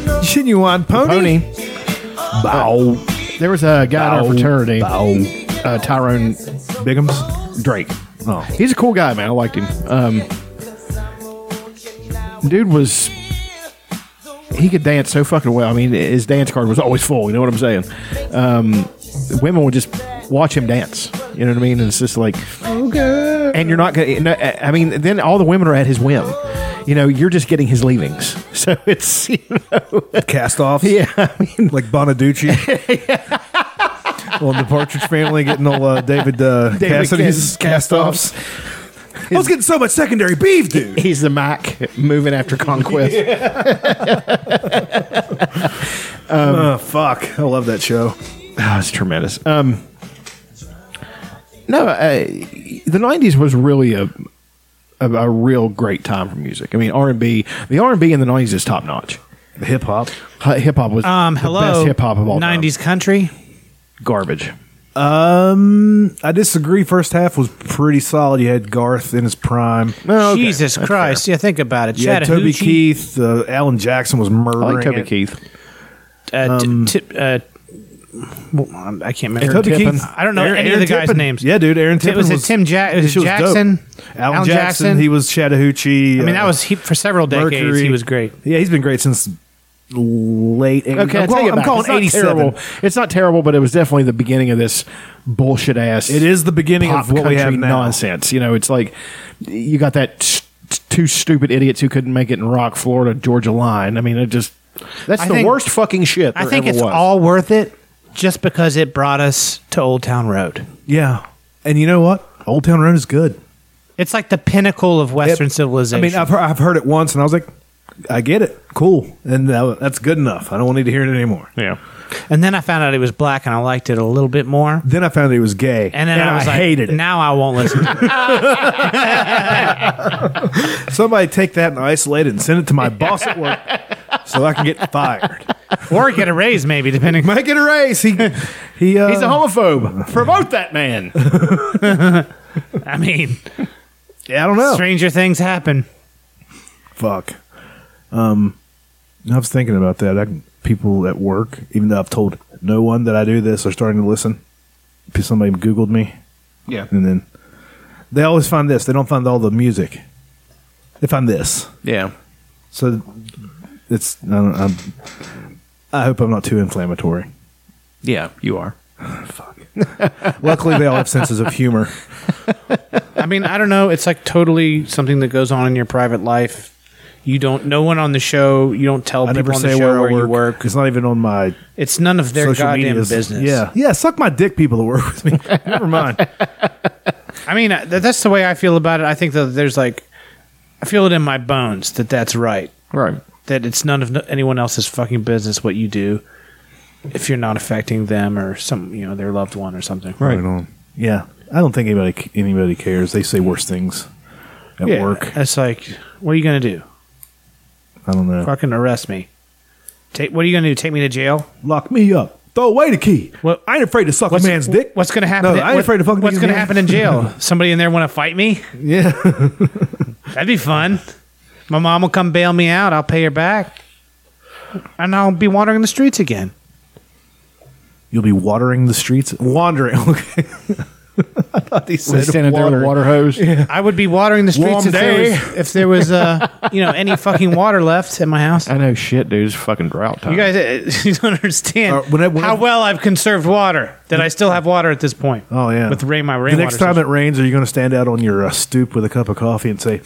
Speaker 1: Genuine
Speaker 2: Genuine pony.
Speaker 1: Pony.
Speaker 2: Bow.
Speaker 1: There was a guy in our
Speaker 2: Bow.
Speaker 1: fraternity,
Speaker 2: Bow.
Speaker 1: uh, Tyrone
Speaker 2: Biggums.
Speaker 1: Drake.
Speaker 2: Oh.
Speaker 1: He's a cool guy, man. I liked him. Um, dude was he could dance so fucking well. I mean, his dance card was always full. You know what I'm saying? Um, women would just watch him dance. You know what I mean? And it's just like, okay. And you're not gonna. no, I mean, then all the women are at his whim. You know, you're just getting his leavings. So it's you know,
Speaker 2: Cast offs.
Speaker 1: yeah. I mean,
Speaker 2: Like Bonaducci. On the Partridge Family, getting all uh, David, uh, Cassidy's cast offs. I was getting so much secondary beef, dude.
Speaker 1: He's the Mac moving after conquest.
Speaker 3: Um,
Speaker 2: oh, fuck. I love that show.
Speaker 1: Oh, it's tremendous. Um, no, uh, the '90s was really a, a a real great time for music. I mean, R and B, the R and B in the '90s is top notch.
Speaker 2: Hip hop.
Speaker 1: Hip hop was
Speaker 3: Um,
Speaker 1: the
Speaker 3: hello,
Speaker 1: best hip hop of all time.
Speaker 3: '90s country.
Speaker 1: garbage.
Speaker 2: Um, I disagree. First half was pretty solid. You had Garth in his prime.
Speaker 1: Oh, okay.
Speaker 3: Jesus
Speaker 1: That's
Speaker 3: Christ! Yeah, think about it.
Speaker 2: You had Toby
Speaker 3: Uh, Chattahoochee,
Speaker 2: Keith. Uh, Alan Jackson was murdering.
Speaker 1: I like Toby
Speaker 2: it.
Speaker 1: Keith.
Speaker 3: uh, t- t- uh, well, I'm- I can't remember.
Speaker 2: um, Toby
Speaker 1: Tippin.
Speaker 2: Keith.
Speaker 3: I don't know any of the guys' names.
Speaker 2: Yeah, dude. Aaron Tippin
Speaker 3: It was,
Speaker 2: was
Speaker 3: a Tim Jack. It was
Speaker 2: she was dope.
Speaker 3: Jackson.
Speaker 2: Alan, Jackson, He was Chattahoochee. uh,
Speaker 3: I mean, that was he, for several decades. He was great.
Speaker 2: Yeah, he's been great since late. 80s.
Speaker 1: Okay,
Speaker 2: I'm,
Speaker 1: I'll tell
Speaker 2: calling,
Speaker 1: you
Speaker 2: I'm
Speaker 1: about it.
Speaker 2: calling
Speaker 1: It's not
Speaker 2: 87.
Speaker 1: terrible. It's not terrible, but it was definitely the beginning of this bullshit ass.
Speaker 2: It is the beginning of what we have now.
Speaker 1: nonsense. You know, it's like you got that st- two stupid idiots who couldn't make it in Rock, Florida, Georgia line. I mean, it just that's
Speaker 3: I
Speaker 1: the
Speaker 3: think-
Speaker 1: worst fucking shit.
Speaker 3: I
Speaker 1: there
Speaker 3: think
Speaker 1: ever
Speaker 3: it's
Speaker 1: was.
Speaker 3: all worth it just because it brought us to Old Town Road.
Speaker 2: Yeah, and you know what? Old Town Road is good.
Speaker 3: It's like the pinnacle of Western
Speaker 2: It- I
Speaker 3: civilization.
Speaker 2: mean, I've heard, I've heard it once, and I was like, I get it, cool, and that, that's good enough. I don't need to hear it anymore.
Speaker 1: Yeah.
Speaker 3: and then I found out he was black, and I liked it a little bit more.
Speaker 2: Then I found that he was gay,
Speaker 3: And then I was like,
Speaker 2: hated it.
Speaker 3: now I won't listen. to it.
Speaker 2: Somebody take that and isolate it and send it to my boss at work, so I can get fired.
Speaker 3: or get a raise, maybe, depending.
Speaker 2: Might get a raise. He he. Uh,
Speaker 1: He's a homophobe. Promote that man.
Speaker 3: I mean,
Speaker 2: Yeah, I don't know.
Speaker 3: stranger things happen.
Speaker 2: Fuck. Um, I was thinking about that. I can, people at work, even though I've told no one that I do this, are starting to listen. Because Somebody Googled me,
Speaker 1: yeah.
Speaker 2: and then they always find this. They don't find all the music. They find this.
Speaker 1: Yeah.
Speaker 2: So it's. I, don't, I'm, I hope I'm not too inflammatory.
Speaker 1: Yeah, you are.
Speaker 2: Luckily, they all have senses of humor.
Speaker 3: I mean, I don't know. It's like totally something that goes on in your private life. You don't. No one on the show. You don't tell
Speaker 2: I
Speaker 3: people
Speaker 2: never
Speaker 3: on the
Speaker 2: say
Speaker 3: show
Speaker 2: where,
Speaker 3: where,
Speaker 2: I work.
Speaker 3: you work.
Speaker 2: It's not even on my
Speaker 3: It's none of their
Speaker 2: social
Speaker 3: goddamn
Speaker 2: medias.
Speaker 3: business.
Speaker 2: Yeah, yeah. Suck my dick, people that work with me. Never mind.
Speaker 3: I mean, uh, th- that's the way I feel about it. I think that there's like, I feel it in my bones that that's right.
Speaker 1: Right.
Speaker 3: That it's none of no- anyone else's fucking business what you do, if you're not affecting them or some, you know, their loved one or something.
Speaker 2: Right on. Yeah, I don't think anybody anybody cares. They say worse things at
Speaker 1: Yeah.
Speaker 2: work.
Speaker 3: It's like, what are you gonna do?
Speaker 2: I don't know.
Speaker 3: Fucking arrest me. Take. What are you gonna do? Take me to jail?
Speaker 2: Lock me up. Throw away the key.
Speaker 3: What-
Speaker 2: I ain't afraid to suck a
Speaker 3: What's
Speaker 2: man's dick.
Speaker 3: What's gonna happen?
Speaker 2: No, I ain't
Speaker 3: what-
Speaker 2: afraid to fucking.
Speaker 3: What's
Speaker 2: dick
Speaker 3: gonna
Speaker 2: man.
Speaker 3: happen in jail? Somebody in there want to fight me?
Speaker 2: Yeah,
Speaker 3: That'd be fun. My mom will come bail me out. I'll pay her back, and I'll be wandering the streets again.
Speaker 2: You'll be watering the streets. Wandering. Okay. I thought they said
Speaker 1: standing there with a
Speaker 2: water.
Speaker 1: water hose.
Speaker 3: I would be watering the streets
Speaker 2: Warm
Speaker 3: if there,
Speaker 2: day.
Speaker 3: was, if there was, uh, you know, any fucking water left at my house.
Speaker 1: I know shit, dude. It's fucking drought time.
Speaker 3: You guys, uh, you don't understand
Speaker 2: Uh, when I- when
Speaker 3: how
Speaker 2: I-
Speaker 3: well I've conserved water. That I still have water at this point.
Speaker 2: Oh yeah.
Speaker 3: with rain, my
Speaker 2: The
Speaker 3: rainwater.
Speaker 2: next time it
Speaker 3: system.
Speaker 2: rains, are you going to stand out on your uh, stoop with a cup of coffee and say,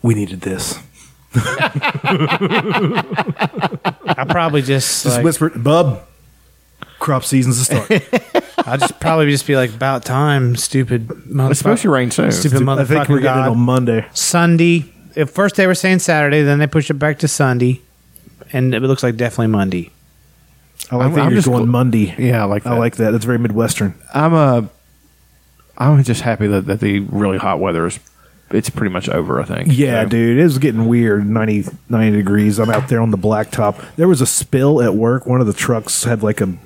Speaker 2: "We needed this"?
Speaker 3: I'll probably just,
Speaker 2: Just
Speaker 3: like,
Speaker 2: whisper, it, "Bub, crop season's a start."
Speaker 3: I'll just probably just be like, "About time, stupid."
Speaker 1: it's supposed to rain soon.
Speaker 3: Stupid motherfucker.
Speaker 2: I think we're getting it on Monday.
Speaker 3: Sunday. At first they were saying Saturday, then they pushed it back to Sunday, and it looks like definitely Monday.
Speaker 2: I like
Speaker 1: I'm-
Speaker 2: that
Speaker 1: I'm
Speaker 2: you're
Speaker 1: just
Speaker 2: going
Speaker 1: gl-
Speaker 2: Monday.
Speaker 1: Yeah, I like
Speaker 2: I
Speaker 1: that.
Speaker 2: like that. That's very midwestern.
Speaker 1: I'm a. I'm just happy that, that the really hot weather is. It's pretty much over. I think.
Speaker 2: Yeah,
Speaker 1: So-
Speaker 2: dude, it was getting weird. 90, 90 degrees. I'm out there on the blacktop. There was a spill at work. One of the trucks had like a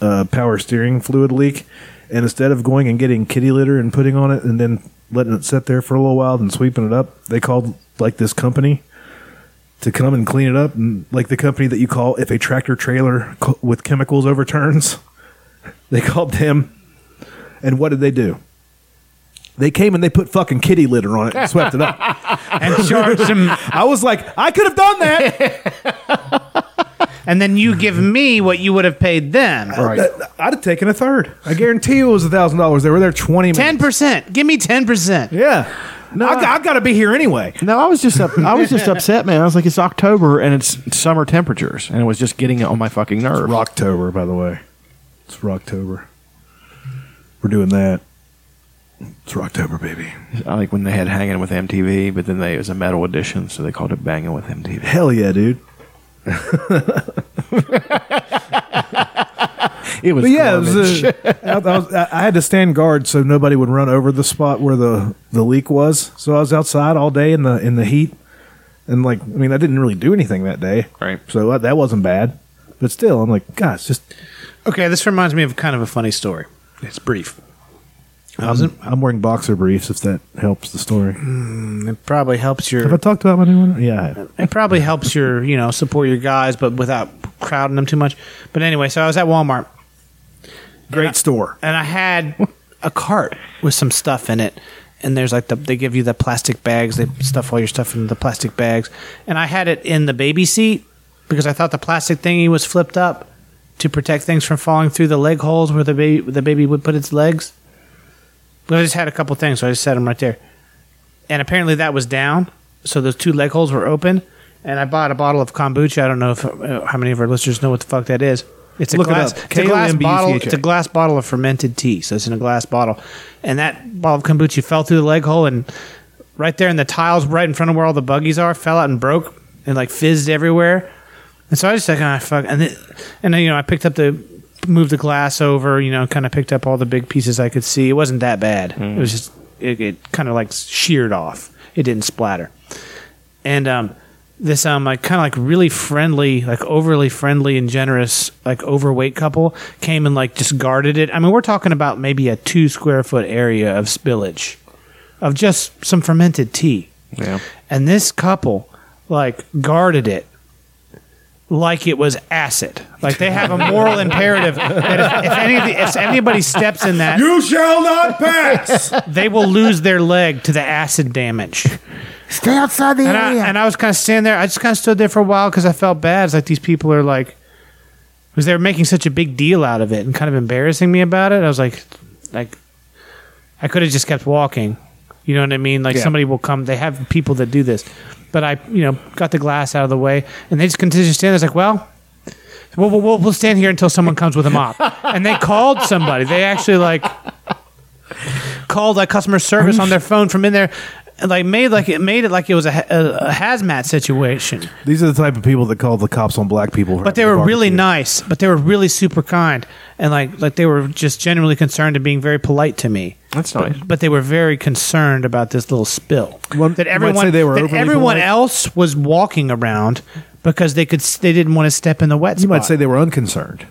Speaker 2: uh, power steering fluid leak, and instead of going and getting kitty litter and putting on it and then letting it sit there for a little while and sweeping it up, they called like this company to come and clean it up. And like the company that you call if a tractor trailer co- with chemicals overturns, they called them. And what did they do? They came and they put fucking kitty litter on it and swept it up.
Speaker 3: And charge them,
Speaker 2: I was like, I could have done that.
Speaker 3: and then you give me what you would have paid them.
Speaker 1: Right.
Speaker 2: I'd have taken a third. I guarantee you it was a thousand dollars. They were there twenty
Speaker 3: Ten
Speaker 2: minutes.
Speaker 3: percent. Give me ten percent.
Speaker 2: Yeah. No, I, got to be here anyway.
Speaker 1: No, I was just up, I was just upset, man. I was like, it's October and it's summer temperatures, and it was just getting on my fucking nerves.
Speaker 2: Rocktober, by the way. It's Rocktober. We're doing that. It's Rocktober, baby.
Speaker 1: I like when they had Hanging with MTV, but then they it was a metal edition, so they called it Banging with MTV.
Speaker 2: Hell yeah, dude.
Speaker 1: It was
Speaker 2: But yeah, it was,
Speaker 1: garbage.
Speaker 2: uh, I, I was, I I had to stand guard so nobody would run over the spot where the, the leak was. So I was outside all day in the in the heat, and like I mean, I didn't really do anything that day,
Speaker 1: Right.
Speaker 2: So that, that wasn't bad, but still, I'm like, gosh, just
Speaker 3: Okay, this reminds me of kind of a funny story. It's brief. I was in-
Speaker 2: I'm wearing boxer briefs if that helps the story.
Speaker 3: Mm-hmm. It probably helps
Speaker 2: Have I
Speaker 3: your.
Speaker 2: talked about my new one? Yeah, I have.
Speaker 3: It probably helps your you know support your guys, but without crowding them too much. But anyway, so I was at Walmart.
Speaker 2: great store.
Speaker 3: and I had a cart with some stuff in it. And there's like the they give you the plastic bags. They stuff all your stuff in the plastic bags. And I had it in the baby seat because I thought the plastic thingy was flipped up to protect things from falling through the leg holes where the baby the baby would put its legs. But I just had a couple things, so I just set them right there. And apparently that was down, so those two leg holes were open. And I bought a bottle of kombucha. I don't know if uh, how many of our listeners know what the fuck that is. It's a
Speaker 2: Look it
Speaker 3: glass.
Speaker 2: up.
Speaker 3: It's a glass bottle.
Speaker 2: K-O-M-B-U-C-H-A.
Speaker 3: It's a glass bottle of fermented tea. So it's in a glass bottle, and that bottle of kombucha fell through the leg hole and right there in the tiles, right in front of where all the buggies are, fell out and broke and like fizzed everywhere. And so I just like, ah, fuck. And then, and then, you know, I picked up the, moved the glass over, you know, kind of picked up all the big pieces I could see. It wasn't that bad. It was just, it, it kind of like sheared off. It didn't splatter. And, um, this um like kind of like really friendly like overly friendly and generous like overweight couple came and like just guarded it i mean we're talking about maybe a two square foot area of spillage of just some fermented tea
Speaker 1: yeah.
Speaker 3: and this couple like guarded it like it was acid. Like they have a moral imperative that if, if, any of the, if anybody steps in that,
Speaker 2: You shall not pass.
Speaker 3: they will lose their leg to the acid damage. Stay outside the and area. I, and I was kind of standing there. I just kind of stood there for a while because I felt bad. It's like these people are like, because they were making such a big deal out of it and kind of embarrassing me about it. I was like, like, I could have just kept walking. You know what I mean? Like somebody will come. They have people that do this, but I, you know, got the glass out of the way, and they just continue to stand. there. It's like, well. We'll, we'll, we'll stand here until someone comes with a mop. And they called somebody. They actually like called like customer service on their phone from in there, and, like made like it made it like it was a, ha- a, a hazmat situation.
Speaker 2: These are the type of people that call the cops on black people.
Speaker 3: But they were really nice. But they were really super kind, and like like they were just genuinely concerned and being very polite to me.
Speaker 1: That's nice.
Speaker 3: But they were very concerned about this little spill
Speaker 2: One-
Speaker 3: that
Speaker 2: you might
Speaker 3: everyone
Speaker 2: say they were
Speaker 3: that
Speaker 2: overly
Speaker 3: everyone
Speaker 2: polite.
Speaker 3: else was walking around because they could s- they didn't want to step in the wet
Speaker 2: You might
Speaker 3: spot.
Speaker 2: say they were unconcerned.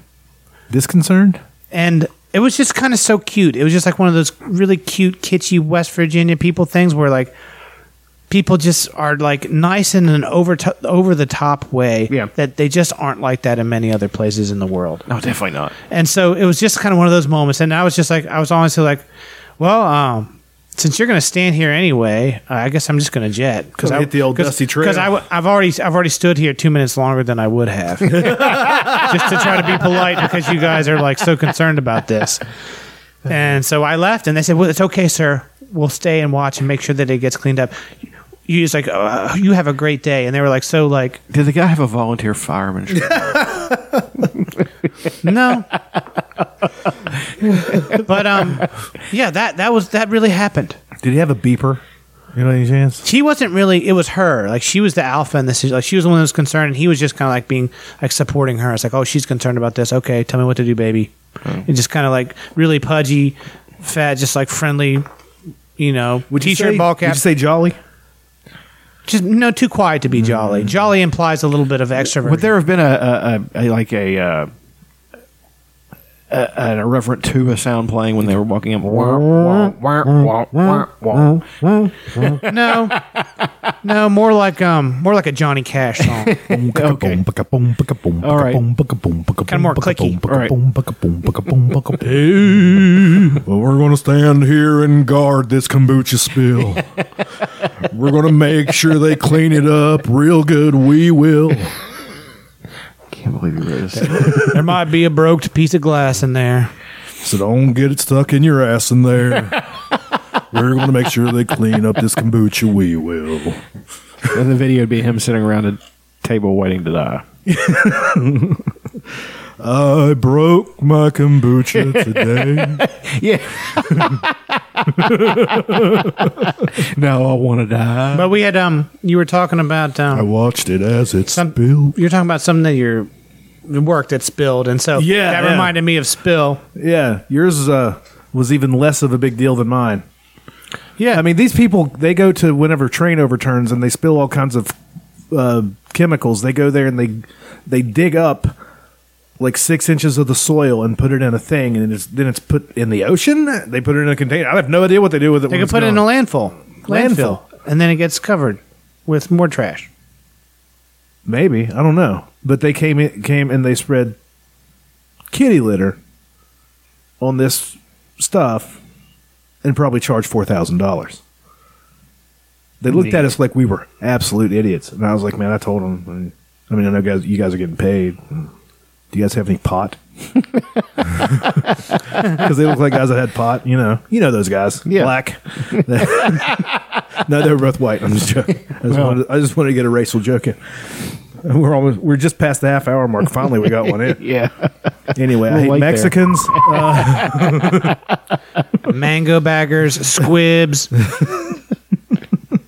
Speaker 2: Disconcerted?
Speaker 3: and it was just kind of so cute. It was just like one of those really cute, kitschy West Virginia people things where like people just are like nice in an over over the top way
Speaker 1: Yeah.
Speaker 3: that they just aren't like that in many other places in the world.
Speaker 1: No, definitely not.
Speaker 3: And so it was just kind of one of those moments. And I was just like, I was honestly like, well, um, since you're going to stand here anyway, uh, I guess I'm just going to jet because
Speaker 2: Gonna hit the old dusty trail.
Speaker 3: Because I've already I've already stood here two minutes longer than I would have, just to try to be polite because you guys are like so concerned about this. And so I left, and they said, "Well, it's okay, sir. We'll stay and watch and make sure that it gets cleaned up." You just like, uh, "You have a great day," and they were like, "So like,
Speaker 1: Did the guy have a volunteer fireman? shirt?
Speaker 3: No. but um, yeah, that that was that really happened.
Speaker 2: Did he have a beeper? You know any chance?
Speaker 3: She wasn't really. It was her. Like she was the alpha in this. Like she was the one that was concerned, and he was just kind of like being like supporting her. It's like, oh, she's concerned about this. Okay, tell me what to do, baby.
Speaker 2: Hmm.
Speaker 3: And just kind of like really pudgy, fat, just like friendly. You know,
Speaker 2: Would you
Speaker 3: t-shirt,
Speaker 2: say-
Speaker 3: ball cap.
Speaker 2: Would you say Hmm. jolly?
Speaker 3: just no, too quiet to be jolly. Jolly implies a little bit of extrovert.
Speaker 1: Would there have been a, a, a, a like a, uh, a an irreverent tuba sound playing when they were walking up? Wah, wah, wah, wah, wah, wah.
Speaker 3: no, no, more like um, more like a Johnny Cash song.
Speaker 1: Okay. All right.
Speaker 2: Kind
Speaker 3: Kinda more clicky.
Speaker 1: All right.
Speaker 2: Well, we're going to stand here and guard this kombucha spill. we're going to make sure they clean it up real good. We will.
Speaker 1: Can't believe you read this.
Speaker 3: there might be a broke piece of glass in there.
Speaker 2: So don't get it stuck in your ass in there. we're going to make sure they clean up this kombucha. We will.
Speaker 1: and the video would be him sitting around a table waiting to die.
Speaker 2: I broke my kombucha today.
Speaker 1: Yeah. now I want to die.
Speaker 3: But we had um, you were talking about
Speaker 2: I
Speaker 3: um,
Speaker 2: watched it as it
Speaker 3: Some-
Speaker 2: spilled.
Speaker 3: you're talking about something that your work that spilled, and so
Speaker 2: Yeah,
Speaker 3: that
Speaker 2: yeah.
Speaker 3: reminded me of spill.
Speaker 2: Yeah, yours uh, was even less of a big deal than mine. Yeah, I mean these people they go to whenever train overturns and they spill all kinds of uh, chemicals. They go there and they they dig up like six inches of the soil and put it in a thing, and it's, then it's put in the ocean. They put it in a container. I have no idea what they do with it.
Speaker 3: They
Speaker 2: when
Speaker 3: could
Speaker 2: it's
Speaker 3: put it in a
Speaker 2: gone.
Speaker 3: landfill,
Speaker 2: Landfill.
Speaker 3: and then it gets covered with more trash.
Speaker 2: Maybe I don't know, but they came in, came and they spread kitty litter on this stuff, and probably charged four thousand dollars. They looked at us like we were absolute idiots, and I was like, "Man, I told them. I mean, I know guys, you guys are getting paid. Do you guys have any pot? Because they look like guys that had pot. You know, you know those guys.
Speaker 1: Yeah.
Speaker 2: Black. no, they were both white. I'm just joking. I just, wanted, I just wanted to get a racial joke in. And We're almost we're just past the half hour mark. Finally, we got one in.
Speaker 1: Yeah.
Speaker 2: Anyway, I
Speaker 1: We're
Speaker 2: hate
Speaker 1: late there.
Speaker 2: Mexicans. Uh,
Speaker 3: Mango baggers, squibs.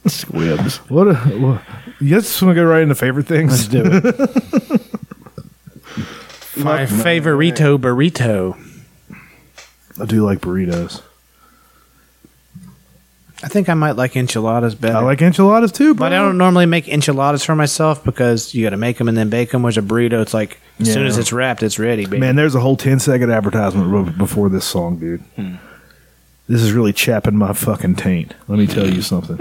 Speaker 1: Squibs.
Speaker 2: what? A, what you just want to go right into favorite things.
Speaker 1: Do it.
Speaker 3: my favorito burrito.
Speaker 2: I do like burritos.
Speaker 3: I think I might like enchiladas better.
Speaker 2: I like enchiladas too,
Speaker 3: but I don't normally make enchiladas for myself because you got to make them and then bake them. Whereas a burrito, it's like as soon
Speaker 2: Yeah.
Speaker 3: as it's wrapped, it's ready. Baby.
Speaker 2: Man, there's a whole 10 second advertisement b- before this song, dude.
Speaker 3: Hmm.
Speaker 2: This is really chapping my fucking taint. Let me tell you something.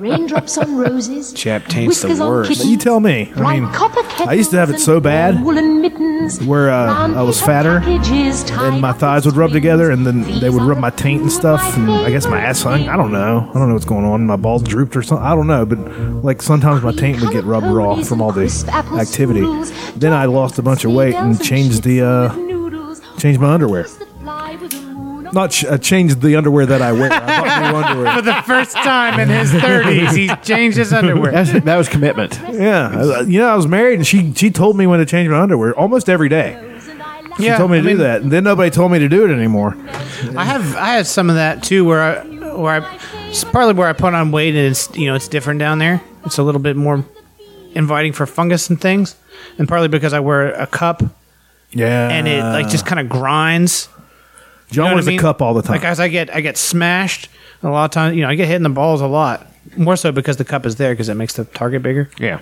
Speaker 6: Raindrops on roses.
Speaker 3: Chap taints the
Speaker 6: whiskers on
Speaker 3: worst.
Speaker 6: kittens,
Speaker 2: you tell me. I
Speaker 6: white
Speaker 2: mean,
Speaker 6: copper kettles
Speaker 2: I used to have it
Speaker 6: and
Speaker 2: so bad
Speaker 6: Woolen mittens.
Speaker 2: where uh, I was fatter and my thighs would rub together and then they would rub my taint and stuff and I guess my ass hung. I don't know. I don't know what's going on. My balls drooped or something. I don't know. But like sometimes my taint would get rubbed raw from all the activity. Then I lost a bunch of weight and changed the uh, changed my underwear. Not ch- I changed the underwear that I wear. I bought new underwear.
Speaker 3: For the first time in his 30s, he's changed his underwear.
Speaker 1: That's, that was commitment.
Speaker 2: Yeah, I- you know I was married, and she she told me when to change my underwear almost every day. She told me to
Speaker 3: I
Speaker 2: do
Speaker 3: mean,
Speaker 2: that, and then nobody told me to do it anymore.
Speaker 3: I have I had some of that too, where I where I it's partly where I put on weight and it's you know it's different down there. It's a little bit more inviting for fungus and things, and partly because I wear a cup
Speaker 2: Yeah,
Speaker 3: and it like just kind of grinds. You know
Speaker 2: John
Speaker 3: what
Speaker 2: wears
Speaker 3: I mean?
Speaker 2: a cup all the time.
Speaker 3: Like as I get I get smashed a lot of times. You know I get hit in the balls a lot, more so because the cup is there because it makes the target bigger.
Speaker 1: Yeah.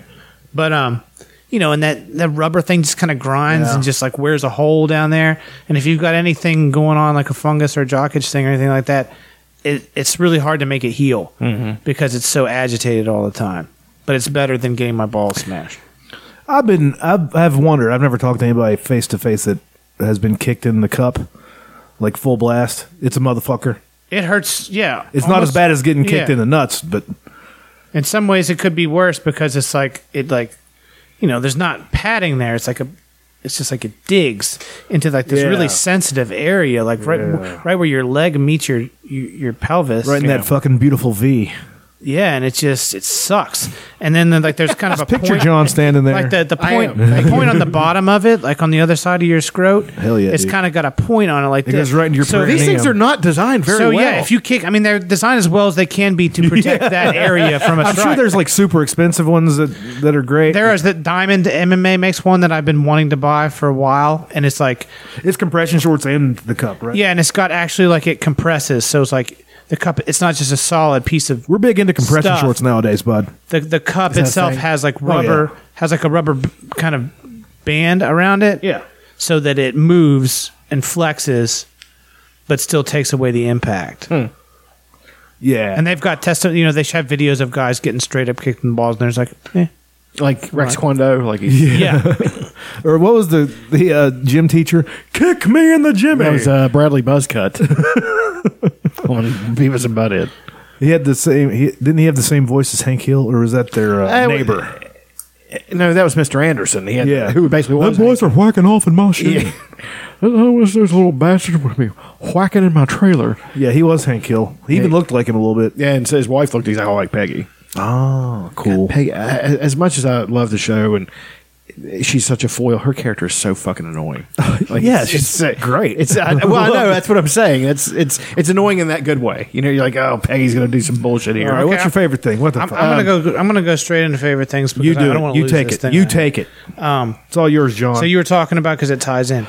Speaker 3: But um, you know, and that that rubber thing just kind of grinds
Speaker 2: Yeah.
Speaker 3: and just like wears a hole down there. And if you've got anything going on like a fungus or a jock itch thing or anything like that, it, it's really hard to make it heal
Speaker 2: Mm-hmm.
Speaker 3: because it's so agitated all the time. But it's better than getting my balls smashed.
Speaker 2: I've been I've, I've wondered. I've never talked to anybody face to face that has been kicked in the cup like full blast. It's a motherfucker.
Speaker 3: It hurts. Yeah,
Speaker 2: It's not as
Speaker 3: almost-
Speaker 2: bad as getting kicked
Speaker 3: yeah.
Speaker 2: in the nuts, but
Speaker 3: in some ways it could be worse because it's like it like you know there's not padding there it's like a it's just like it digs into like this
Speaker 2: Yeah.
Speaker 3: really sensitive area like right right where your leg meets your your, your pelvis
Speaker 2: right in that fucking beautiful V.
Speaker 3: yeah and it just it sucks and then, then like there's kind of a
Speaker 2: Picture
Speaker 3: point-
Speaker 2: John standing there.
Speaker 3: like the, the point the point on the bottom of it like on the other side of your scrot
Speaker 2: Hell yeah,
Speaker 3: it's
Speaker 2: dude.
Speaker 3: kind of got a point on it like
Speaker 2: It
Speaker 3: this
Speaker 2: goes right into your
Speaker 3: so
Speaker 2: perineum.
Speaker 1: These things are not designed very
Speaker 3: so
Speaker 1: well.
Speaker 3: yeah if you kick i mean they're designed as well as they can be to protect that area from a
Speaker 2: I'm sure
Speaker 3: strike.
Speaker 2: there's like super expensive ones that that are great.
Speaker 3: There is that Diamond MMA makes one that I've been wanting to buy for a while, and it's like,
Speaker 2: it's compression shorts and the cup, right?
Speaker 3: yeah, and it's got actually like it compresses, so it's like the cup. It's not just a solid piece of
Speaker 2: We're big into compression
Speaker 3: Stuff.
Speaker 2: shorts nowadays, bud.
Speaker 3: the the cup
Speaker 2: that a
Speaker 3: itself
Speaker 2: thing?
Speaker 3: has like
Speaker 2: Oh, yeah.
Speaker 3: rubber, has like a rubber b- kind of band around it, so that it moves and flexes, but still takes away the impact.
Speaker 2: Hmm. Yeah.
Speaker 3: And they've got test, you know, they have videos of guys getting straight up kicked in the balls, and there's like, eh,
Speaker 1: like Rex Kwando, like he's,
Speaker 3: yeah,
Speaker 2: or what was the the uh, gym teacher? Kick me in the gym. eh?
Speaker 1: that was uh, Bradley Buzzcut on Beavis and Butthead.
Speaker 2: he had the same. He, didn't he have the same voice as Hank Hill, or was that their uh,
Speaker 1: Uh,
Speaker 2: neighbor?
Speaker 1: No, that was Mr. Anderson. He had,
Speaker 2: Yeah.
Speaker 1: who basically was
Speaker 2: Them boys are whacking off in my shit.
Speaker 1: Yeah. I wish those little bastards would be whacking in my trailer.
Speaker 2: Yeah, he was Hank Hill. He even looked like him a little bit.
Speaker 1: Yeah, and so his wife looked exactly like Peggy.
Speaker 2: Oh, cool.
Speaker 1: Peggy, I- as much as I love the show and she's such a foil, her character is so fucking annoying. Like,
Speaker 2: Yeah,
Speaker 1: it's,
Speaker 2: she's
Speaker 1: it's, uh,
Speaker 2: great.
Speaker 1: It's I, well, I know that's what I'm saying. It's it's it's annoying in that good way. You know, you're like, oh, Peggy's gonna do some bullshit here.
Speaker 2: All right,
Speaker 3: Okay,
Speaker 2: what's your
Speaker 3: I'm-
Speaker 2: favorite thing? What the uh,
Speaker 3: I'm,
Speaker 2: fuck?
Speaker 3: I'm gonna go. I'm gonna go straight into favorite things. Because
Speaker 2: Um, you
Speaker 3: I don't
Speaker 2: do
Speaker 3: wanna
Speaker 2: it. You
Speaker 3: lose
Speaker 2: take
Speaker 3: this
Speaker 2: it.
Speaker 3: thing
Speaker 2: You
Speaker 3: right now.
Speaker 2: take it. Um, it's all yours, John.
Speaker 3: So you were talking about because it ties in.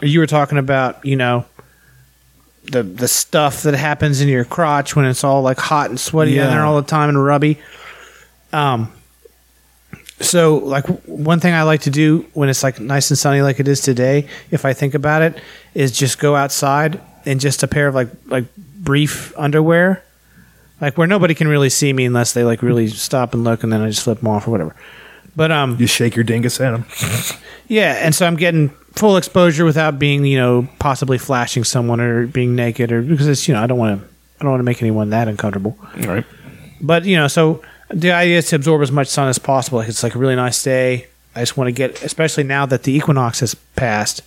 Speaker 3: You were talking about you know the the stuff that happens in your crotch when it's all like hot and sweaty in
Speaker 2: Yeah.
Speaker 3: there all the time and rubby. Um. So like w- one thing I like to do when it's like nice and sunny like it is today, if I think about it, is just go outside in just a pair of like like brief underwear, like where nobody can really see me unless they like really stop and look, and then I just flip them off or whatever. But um,
Speaker 2: you shake your dingus at him.
Speaker 3: yeah, and so I'm getting full exposure without being, you know, possibly flashing someone or being naked or because it's, you know, I don't want to I don't want to make anyone that uncomfortable.
Speaker 1: Right.
Speaker 3: But, you know, so the idea is to absorb as much sun as possible. Like it's like a really nice day. I just want to get especially now that the equinox has passed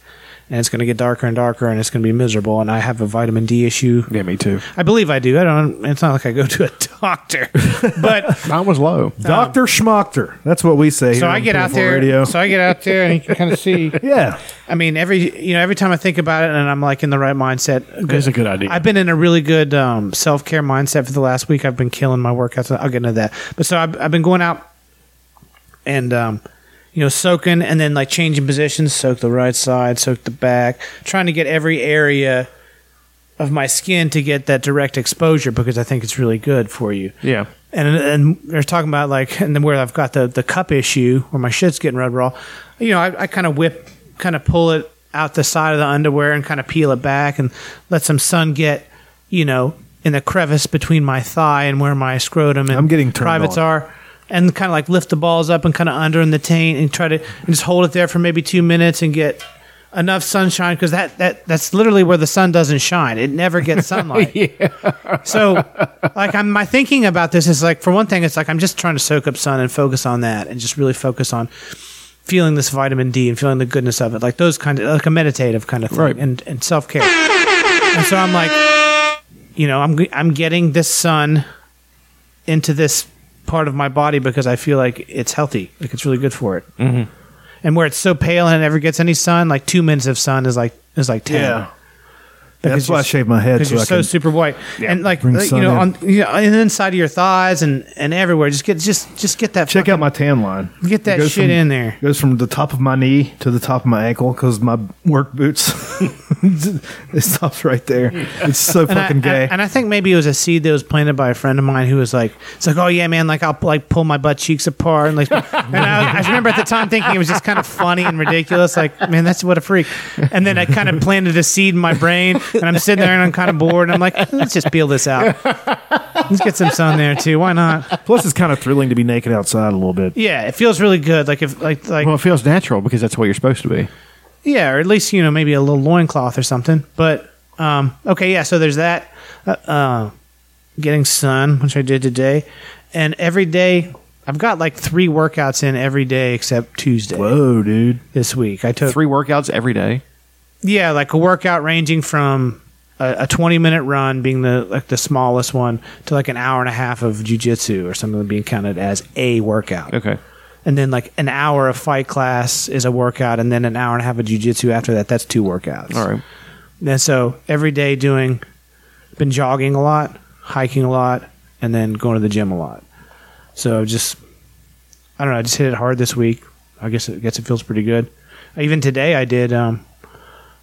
Speaker 3: and it's going to get darker and darker and it's going to be miserable and I have a vitamin D issue.
Speaker 1: Yeah, me too.
Speaker 3: I believe I do. I don't it's not like I go to a doctor. But
Speaker 1: Mine was low.
Speaker 2: Doctor Schmockter. That's what we say.
Speaker 3: so
Speaker 2: here
Speaker 3: I
Speaker 2: on
Speaker 3: get out
Speaker 2: Pinafore
Speaker 3: there
Speaker 2: Radio.
Speaker 3: so I get out there and you can kind of see
Speaker 2: yeah.
Speaker 3: I mean, every you know, every time I think about it, and I'm like in the right mindset.
Speaker 1: That's a good idea.
Speaker 3: I've been in a really good um, self care mindset for the last week. I've been killing my workouts. I'll get into that. But so I've, I've been going out and um, you know soaking, and then like changing positions, soak the right side, soak the back, trying to get every area of my skin to get that direct exposure because I think it's really good for you
Speaker 1: yeah.
Speaker 3: and and they're talking about like and then where I've got the the cup issue where my shit's getting red raw. You know, I, I kind of whip, kind of pull it out the side of the underwear and kind of peel it back and let some sun get, you know, in the crevice between my thigh and where my scrotum and
Speaker 2: I'm getting turned
Speaker 3: privates
Speaker 2: on.
Speaker 3: are. And kind of like lift the balls up and kind of under in the taint and try to and just hold it there for maybe two minutes and get enough sunshine because that, that that's literally where the sun doesn't shine. It never gets sunlight. So, like, I'm my thinking about this is like, for one thing, it's like I'm just trying to soak up sun and focus on that, and just really focus on feeling this vitamin D and feeling the goodness of it, like those kind of like a meditative kind of thing,
Speaker 1: Right.
Speaker 3: and and self care. and so I'm like, you know, I'm I'm getting this sun into this part of my body because I feel like it's healthy, like it's really good for it. Mm-hmm. And where it's so pale and it never gets any sun, like two minutes of sun is like is like ten.
Speaker 2: Yeah.
Speaker 3: Because
Speaker 2: That's why I
Speaker 3: you're-
Speaker 2: shave my head
Speaker 3: because
Speaker 2: so
Speaker 3: you're
Speaker 2: I
Speaker 3: so
Speaker 2: can.
Speaker 3: super white and like,
Speaker 2: Bring
Speaker 3: like, you
Speaker 2: sun
Speaker 3: know
Speaker 2: in.
Speaker 3: on you know, on the inside of your thighs and and everywhere just get just just get that
Speaker 2: Check out my tan line.
Speaker 3: Get that
Speaker 2: It goes
Speaker 3: shit
Speaker 2: from-
Speaker 3: in there.
Speaker 2: Goes from the top of my knee to the top of my ankle because my work boots. it stops right there. It's so
Speaker 3: and I,
Speaker 2: fucking gay.
Speaker 3: and I think maybe it was a seed that was planted by a friend of mine who was like, "It's like, oh yeah, man, like I'll like pull my butt cheeks apart." And like, and I, I remember at the time thinking it was just kind of funny and ridiculous. Like, man, that's what a freak. And then I kind of planted a seed in my brain And I'm sitting there and I'm kind of bored. And I'm like, let's just peel this out. Let's get some sun there too. Why not?
Speaker 2: Plus, it's kind of thrilling to be naked outside a little bit.
Speaker 3: Yeah, it feels really good. Like if like like
Speaker 1: Well, it feels natural because that's what you're supposed to be.
Speaker 3: yeah, or at least you know maybe a little loincloth or something. But um, okay, yeah. So there's that. Uh, uh, getting sun, which I did today, and every day I've got like three workouts in every day except Tuesday
Speaker 2: Whoa, dude.
Speaker 3: this week. I took
Speaker 1: Three workouts every day.
Speaker 3: yeah, like a workout ranging from a, a 20 minute run being the like the smallest one to like an hour and a half of jujitsu or something being counted as a workout.
Speaker 1: Okay.
Speaker 3: And then like an hour of fight class is a workout, and then an hour and a half of jujitsu after that. That's two workouts.
Speaker 1: All right.
Speaker 3: And so every day doing, been jogging a lot, hiking a lot, and then going to the gym a lot. So just, I don't know. I just hit it hard this week. I guess it, I guess it feels pretty good. Even today, I did, um,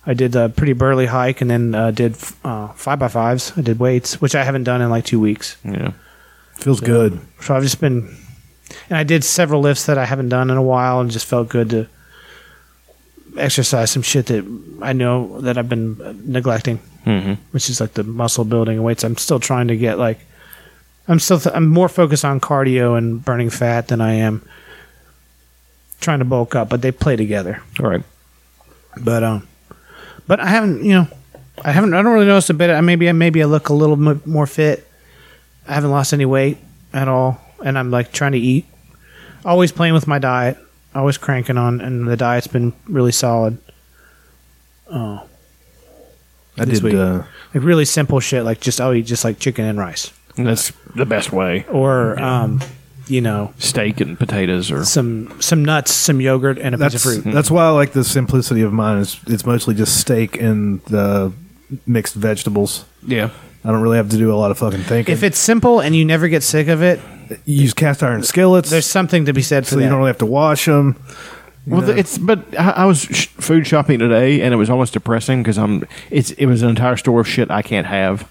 Speaker 3: I did a pretty burly hike, and then uh, did uh, five by fives. I did weights, which I haven't done in like two weeks.
Speaker 1: Yeah.
Speaker 2: Feels good.
Speaker 3: So I've just been, and I did several lifts that I haven't done in a while, and just felt good to exercise some shit that I know that I've been uh, neglecting, mm-hmm. which is like the muscle building and weights. I'm still trying to get like, I'm still th- I'm more focused on cardio and burning fat than I am trying to bulk up, but they play together.
Speaker 1: All right.
Speaker 3: But um, but I haven't, you know, I haven't. I don't really notice a bit. I maybe I maybe I look a little m- more fit. I haven't lost any weight at all, and I'm like trying to eat. Always playing with my diet. Always cranking on, and the diet's been really solid.
Speaker 2: I
Speaker 3: This
Speaker 2: did.
Speaker 3: week.
Speaker 2: Uh,
Speaker 3: Like really simple shit, like just I'll eat just like chicken and rice,
Speaker 1: That's the best way.
Speaker 3: or um, you know,
Speaker 1: Steak and potatoes or
Speaker 3: some some nuts, some yogurt, and a
Speaker 2: that's
Speaker 3: piece of fruit.
Speaker 2: that's why I like the simplicity of mine. Is it's mostly just steak and the mixed vegetables.
Speaker 1: yeah.
Speaker 2: I don't really have to do a lot of fucking thinking.
Speaker 3: If it's simple and you never get sick of it,
Speaker 2: you use cast iron skillets,
Speaker 3: there's something to be said for
Speaker 2: so you
Speaker 3: that.
Speaker 2: don't really have to wash them.
Speaker 1: Well, th it's but I, I was sh- food shopping today, and it was almost depressing because I'm. It's it was an entire store of shit I can't have.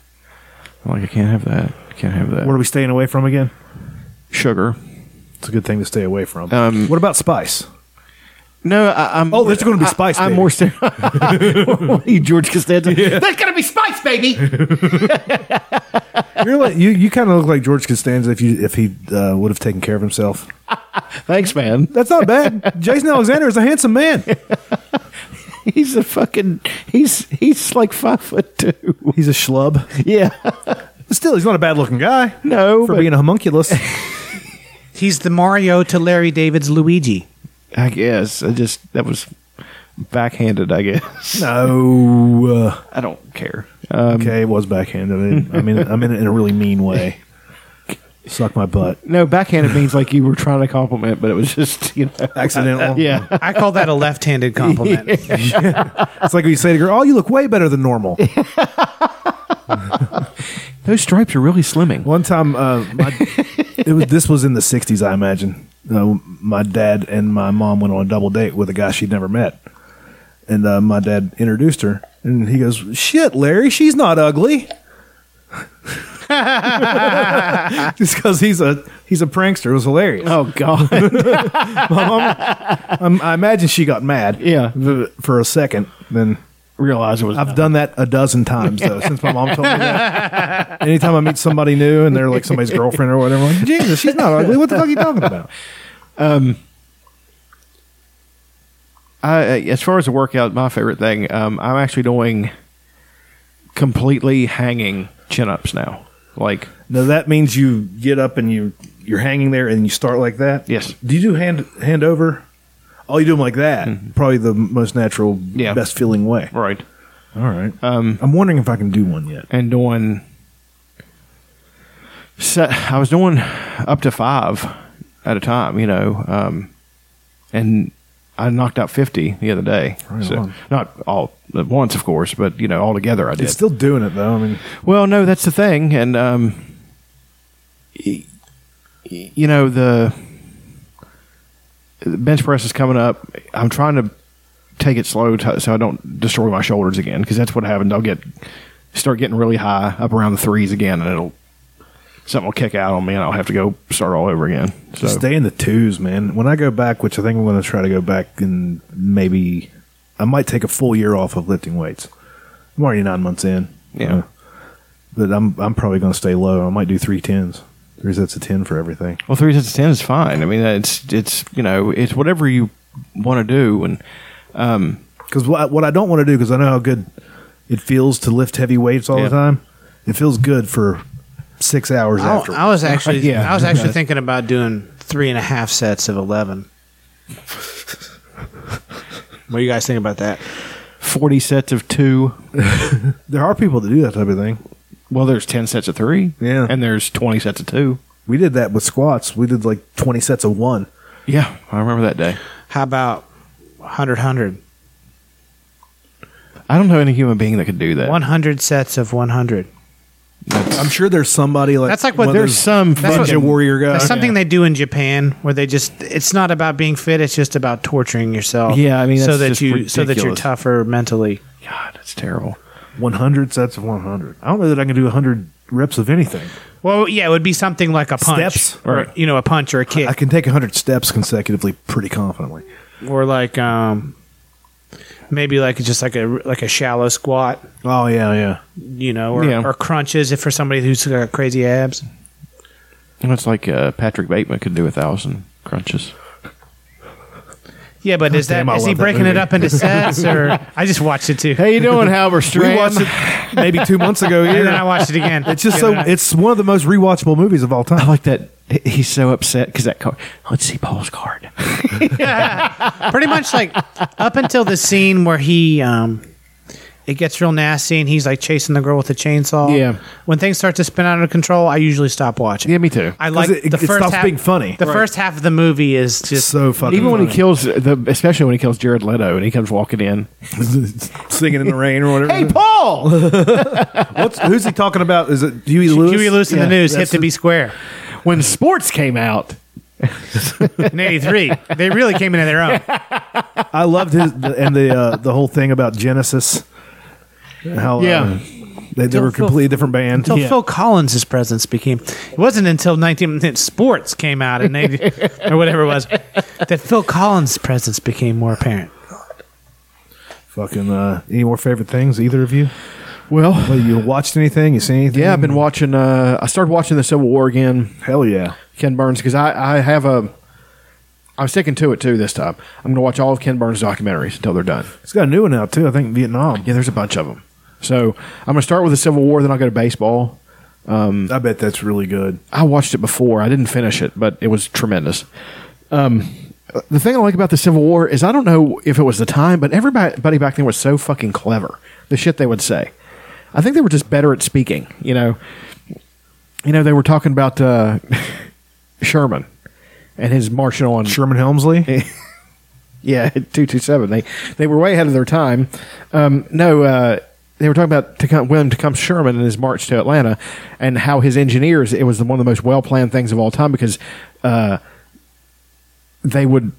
Speaker 1: I'm like I can't have that. I can't have that.
Speaker 2: What are we staying away from again?
Speaker 1: Sugar.
Speaker 2: It's a good thing to stay away from.
Speaker 1: Um,
Speaker 2: what about spice?
Speaker 1: No, I, I'm.
Speaker 2: Oh, there's gonna be
Speaker 1: I-
Speaker 2: spice,
Speaker 1: I'm
Speaker 2: baby.
Speaker 1: more. Ser- What are you, George Costanza. There's gonna be spice, baby.
Speaker 2: You're like you. You kind of look like George Costanza if you if he uh, would have taken care of himself.
Speaker 1: Thanks, man.
Speaker 2: That's not bad. Jason Alexander is a handsome man.
Speaker 1: He's a fucking. He's he's like five foot two.
Speaker 2: He's a schlub.
Speaker 1: Yeah.
Speaker 2: But still, he's not a bad looking guy
Speaker 1: No.
Speaker 2: for
Speaker 1: but-
Speaker 2: being a homunculus.
Speaker 3: He's the Mario to Larry David's Luigi.
Speaker 1: I guess I just that was backhanded. I guess
Speaker 2: no. Uh,
Speaker 1: I don't care.
Speaker 2: okay, it was backhanded. I mean, I mean, I mean it in a really mean way. Suck my butt.
Speaker 1: No, backhanded means like you were trying to compliment, but it was just you know.
Speaker 2: Accidental.
Speaker 1: Yeah,
Speaker 3: I call that a left-handed compliment.
Speaker 2: It's like when you say to a girl, "Oh, you look way better than normal."
Speaker 1: those stripes are really slimming.
Speaker 2: One time, uh, my, it was this was in the '60s, I imagine. Uh, my dad and my mom went on a double date with a guy she'd never met, and uh, my dad introduced her, and he goes, "Shit, Larry, she's not ugly." Just because he's a he's a prankster it was hilarious.
Speaker 1: Oh God!
Speaker 2: Um, I imagine she got mad,
Speaker 1: Yeah.
Speaker 2: v- for a second. Then
Speaker 1: Realize it was.
Speaker 2: I've done that a dozen times though since my mom told me that. Anytime I meet somebody new and they're like somebody's girlfriend or whatever, I'm like, Jesus, she's not ugly. What the fuck are you talking about?
Speaker 1: I, as far as a workout, my favorite thing. Um, I'm actually doing completely hanging chin ups now. Like
Speaker 2: No, that means you get up and you you're hanging there and you start like that.
Speaker 1: Yes.
Speaker 2: Do you do hand hand over? Oh, you do them like that. Probably the most natural,
Speaker 1: Mm-hmm. Yeah.
Speaker 2: best feeling way.
Speaker 1: right,
Speaker 2: All right. Um, I'm wondering if I can do one yet.
Speaker 1: and doing. Set. I was doing up to five at a time. You know, um, and I knocked out fifty the other day.
Speaker 2: Right
Speaker 1: so
Speaker 2: on.
Speaker 1: not all at once, of course, but you know, all together I did.
Speaker 2: It's still doing it though. I mean,
Speaker 1: Well, no, that's the thing, and um, y- y- you know the the bench press is coming up. I'm trying to take it slow t- so I don't destroy my shoulders again because that's what happened. I'll get start getting really high up around the threes again, and it'll something will kick out on me, and I'll have to go start all over again. So
Speaker 2: stay in the twos, man. When I go back, which I think I'm going to try to go back and maybe I might take a full year off of lifting weights. I'm already nine months in. Uh,
Speaker 1: Yeah.
Speaker 2: but I'm I'm probably going to stay low. I might do three tens. Three sets of ten for everything.
Speaker 1: Well, three sets of ten is fine. I mean, it's it's you know it's whatever you want to do, and
Speaker 2: Because what, I- what I don't want to do, because I know how good it feels to lift heavy weights all
Speaker 1: Yeah.
Speaker 2: the time. It feels good for six hours
Speaker 3: I,
Speaker 2: after.
Speaker 3: I was actually,
Speaker 1: Yeah.
Speaker 3: I was actually thinking about doing three and a half sets of eleven. what do you guys think about that?
Speaker 1: forty sets of two.
Speaker 2: there are people that do that type of thing.
Speaker 1: Well, there's ten sets of three.
Speaker 2: Yeah.
Speaker 1: and there's twenty sets of two.
Speaker 2: We did that with squats. We did like twenty sets of one.
Speaker 1: Yeah, I remember that day.
Speaker 3: How about 100, 100?
Speaker 1: I don't know any human being that could do that.
Speaker 3: 100 sets of 100.
Speaker 2: I'm sure there's somebody like
Speaker 3: That's like
Speaker 2: one
Speaker 3: what
Speaker 2: of
Speaker 3: there's
Speaker 1: There's some
Speaker 3: That's
Speaker 1: fucking
Speaker 3: what-
Speaker 1: warrior guy.
Speaker 3: That's something they do in Japan where they just it's not about being fit, it's just about torturing yourself.
Speaker 1: Yeah, I mean, that's
Speaker 3: so that
Speaker 1: just
Speaker 3: you so that you're
Speaker 1: ridiculous.
Speaker 3: tougher mentally.
Speaker 1: God, that's terrible.
Speaker 2: 100 sets of 100. I don't know that I can do 100 reps of anything.
Speaker 3: Well, yeah, it would be something like a punch
Speaker 2: Steps?
Speaker 3: or
Speaker 1: Right.
Speaker 3: you know, a punch or a kick
Speaker 2: I can take 100 steps consecutively pretty confidently.
Speaker 3: or like um maybe like just like a like a shallow squat,
Speaker 2: Oh, yeah, yeah.
Speaker 3: you know, or,
Speaker 1: Yeah.
Speaker 3: or crunches if for somebody who's got crazy abs.
Speaker 1: It's like uh, Patrick Bateman could do a thousand crunches.
Speaker 3: Yeah, but is that
Speaker 2: damn, I
Speaker 3: is he
Speaker 2: love that
Speaker 3: breaking it
Speaker 2: movie.
Speaker 3: up into sets or I just watched it too.
Speaker 1: How you doing, Halbert Stram?
Speaker 2: We watched it maybe two months ago
Speaker 3: and
Speaker 2: here.
Speaker 3: then I watched it again.
Speaker 2: it's just so, it's one of the most rewatchable movies of all
Speaker 1: I
Speaker 2: time.
Speaker 1: like that. he- He's so upset because that card. Let's see Paul's card.
Speaker 3: pretty much like up until the scene where he um it gets real nasty and he's like chasing the girl with a chainsaw.
Speaker 1: Yeah.
Speaker 3: When things start to spin out of control, I usually stop watching.
Speaker 1: Yeah, me too.
Speaker 3: I like
Speaker 2: 'Cause it-
Speaker 3: the
Speaker 2: it
Speaker 3: first
Speaker 2: stops
Speaker 3: half,
Speaker 2: being funny.
Speaker 3: The
Speaker 2: Right.
Speaker 3: first half of the movie is just
Speaker 2: so fucking
Speaker 1: Even when he
Speaker 2: funny.
Speaker 1: kills the, especially when he kills Jared Leto and he comes walking in.
Speaker 2: singing in the rain or whatever.
Speaker 1: Hey, Paul!
Speaker 2: What's, who's he talking about? Is it Huey Lewis?
Speaker 3: Huey Lewis in the
Speaker 1: Yeah.
Speaker 3: news hit
Speaker 2: That's
Speaker 3: to be square
Speaker 1: when sports came out,
Speaker 3: in '83. they really came into their own.
Speaker 2: I loved his the, and the uh, the whole thing about Genesis. How uh,
Speaker 1: Yeah.
Speaker 2: they, they were a completely different band.
Speaker 3: Until
Speaker 2: Yeah.
Speaker 3: Phil Collins' presence became. It wasn't until 19 Sports came out in '80 or whatever it was that Phil Collins' presence became more apparent.
Speaker 2: Fucking uh, any more favorite things? Either of you?
Speaker 1: well,
Speaker 2: Well, you watched anything? You seen anything?
Speaker 1: yeah, I've been watching. Uh, I started watching the Civil War again.
Speaker 2: Hell yeah!
Speaker 1: Ken Burns because I, I have a. I'm sticking to it too this time. I'm going to watch all of Ken Burns' documentaries until they're done.
Speaker 2: It's got a new one out too. I think Vietnam.
Speaker 1: Yeah, there's a bunch of them. So I'm going to start with the Civil War, then I'll go to baseball.
Speaker 2: I bet that's really good.
Speaker 1: I watched it before. I didn't finish it, but it was tremendous. Um, the thing I like about the Civil War is I don't know if it was the time, but everybody back then was so fucking clever. The shit they would say. I think they were just better at speaking. You know, you know they were talking about uh, Sherman and his marching on
Speaker 2: Sherman Helmsley.
Speaker 1: Yeah, two two seven. They they were way ahead of their time. Um, no, uh, they were talking about Tecum, William Tecumseh Sherman and his march to Atlanta, and how his engineers. It was one of the most well planned things of all time because uh, they would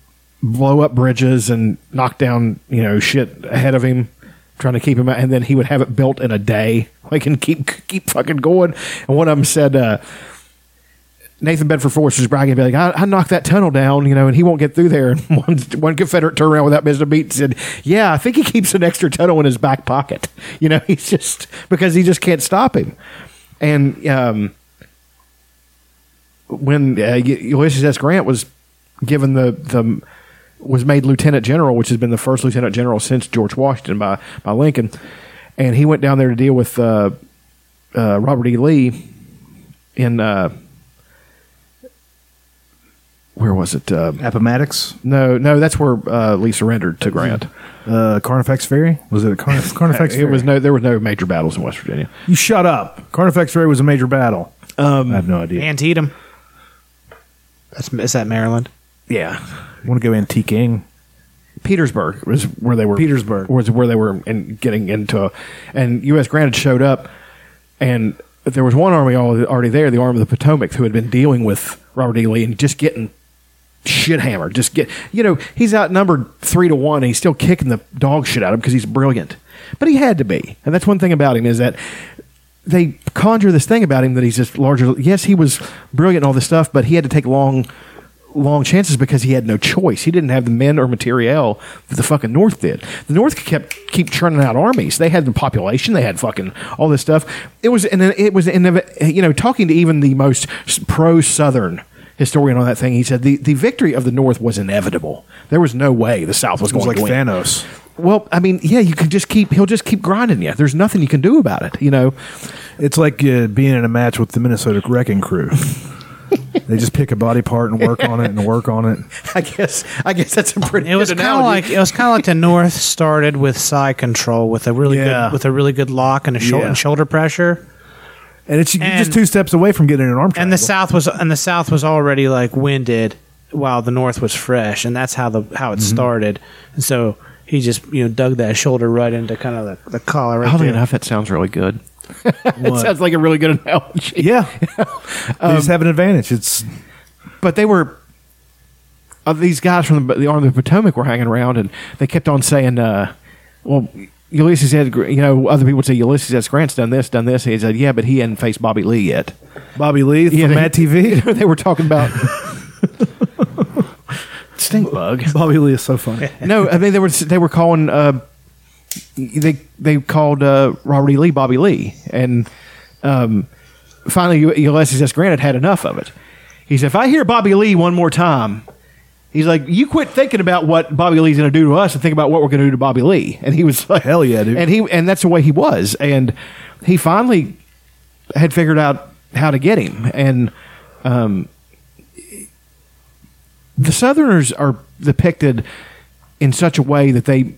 Speaker 1: blow up bridges and knock down you know shit ahead of him, trying to keep him out, and then he would have it built in a day. Like and keep keep fucking going. And one of them said. Uh, Nathan Bedford Forrest was bragging, be like, I, I knocked that tunnel down, you know, and he won't get through there. And one, one Confederate turned around without missing a beat and said, Yeah, I think he keeps an extra tunnel in his back pocket. You know, he's just because he just can't stop him. And um, when uh, U- Ulysses S. Grant was given the, the was made lieutenant general, which has been the first lieutenant general since George Washington by, by Lincoln, and he went down there to deal with uh, uh, Robert E. Lee in. Uh, where was it? Um,
Speaker 2: Appomattox.
Speaker 1: no, no, that's where uh, Lee surrendered to Grant.
Speaker 2: Uh, Carnifex Ferry. Was it a Carnif- Carnifex?
Speaker 1: It
Speaker 2: Ferry?
Speaker 1: was no, there was no major battles in West Virginia.
Speaker 2: You shut up. Carnifex Ferry was a major battle. Um, I have no idea.
Speaker 3: Antietam. That's is that Maryland?
Speaker 1: Yeah,
Speaker 2: I want to go antiquing.
Speaker 1: Petersburg was where they were.
Speaker 2: Petersburg.
Speaker 1: was where they were in, getting into, a, and U.S. Grant had showed up, and there was one army al- already there, the Army of the Potomac, who had been dealing with Robert E. Lee and just getting shit hammered. Just get, you know, he's outnumbered three to one, and he's still kicking the dog shit out of him because he's brilliant. But he had to be, and that's one thing about him is that they conjure this thing about him that he's just larger. Yes, he was brilliant and all this stuff, but he had to take long long chances because he had no choice. He didn't have the men or materiel that the fucking North did. The North kept keep churning out armies. They had the population. They had fucking all this stuff. It was and it was and you know talking to even the most pro Southern historian on that thing. He said the, the victory of the North was inevitable. There was no way the South was
Speaker 2: It was
Speaker 1: going
Speaker 2: like
Speaker 1: to win.
Speaker 2: Thanos.
Speaker 1: Well, I mean, yeah, you could just keep. He'll just keep grinding you. There's nothing you can do about it. You know,
Speaker 2: It's like uh, being in a match with the Minnesota Wrecking Crew. they just pick a body part and work on it and work on it.
Speaker 1: I guess. I guess that's a pretty.
Speaker 3: It was
Speaker 1: good
Speaker 3: kind of
Speaker 1: analogy.
Speaker 3: like it was kind of like the North started with side control with a really
Speaker 2: Yeah.
Speaker 3: good with a really good lock and a short
Speaker 2: Yeah.
Speaker 3: and shoulder pressure,
Speaker 2: And it's you're just
Speaker 3: And-
Speaker 2: two steps away from getting an arm.
Speaker 3: and the
Speaker 2: triangle.
Speaker 3: South was and the South was already like winded while the North was fresh, and that's how the how it
Speaker 2: Mm-hmm.
Speaker 3: started. And so he just you know dug that shoulder right into kind of the, the collar. Right
Speaker 1: Oddly
Speaker 3: there.
Speaker 1: enough, that sounds really good. it sounds like Um, a really good analogy.
Speaker 2: Yeah, they just have an advantage. It's
Speaker 1: But they were uh, these guys from the, the Army of the Potomac were hanging around, and they kept on saying, uh, "Well, Ulysses had gr- you know other people would say Ulysses S. Grant's done this, done this." And he said, "Yeah, but he hadn't faced Bobby Lee yet."
Speaker 2: Bobby Lee from
Speaker 1: Yeah, they-
Speaker 2: Mad TV.
Speaker 1: they were talking about stink bug.
Speaker 2: Bobby Lee is so funny.
Speaker 1: no, I mean they were they were calling uh, they they called uh, Robert E. Lee Bobby Lee, and um, finally U- Ulysses S. Grant had had enough of it. He said, "If I hear Bobby Lee one more time." He's like, you quit thinking about what Bobby Lee's going to do to us, and think about what we're going to do to Bobby Lee. And he was like,
Speaker 2: Hell yeah, dude.
Speaker 1: And he and that's the way he was. And he finally had figured out how to get him. And um, the Southerners are depicted in such a way that they,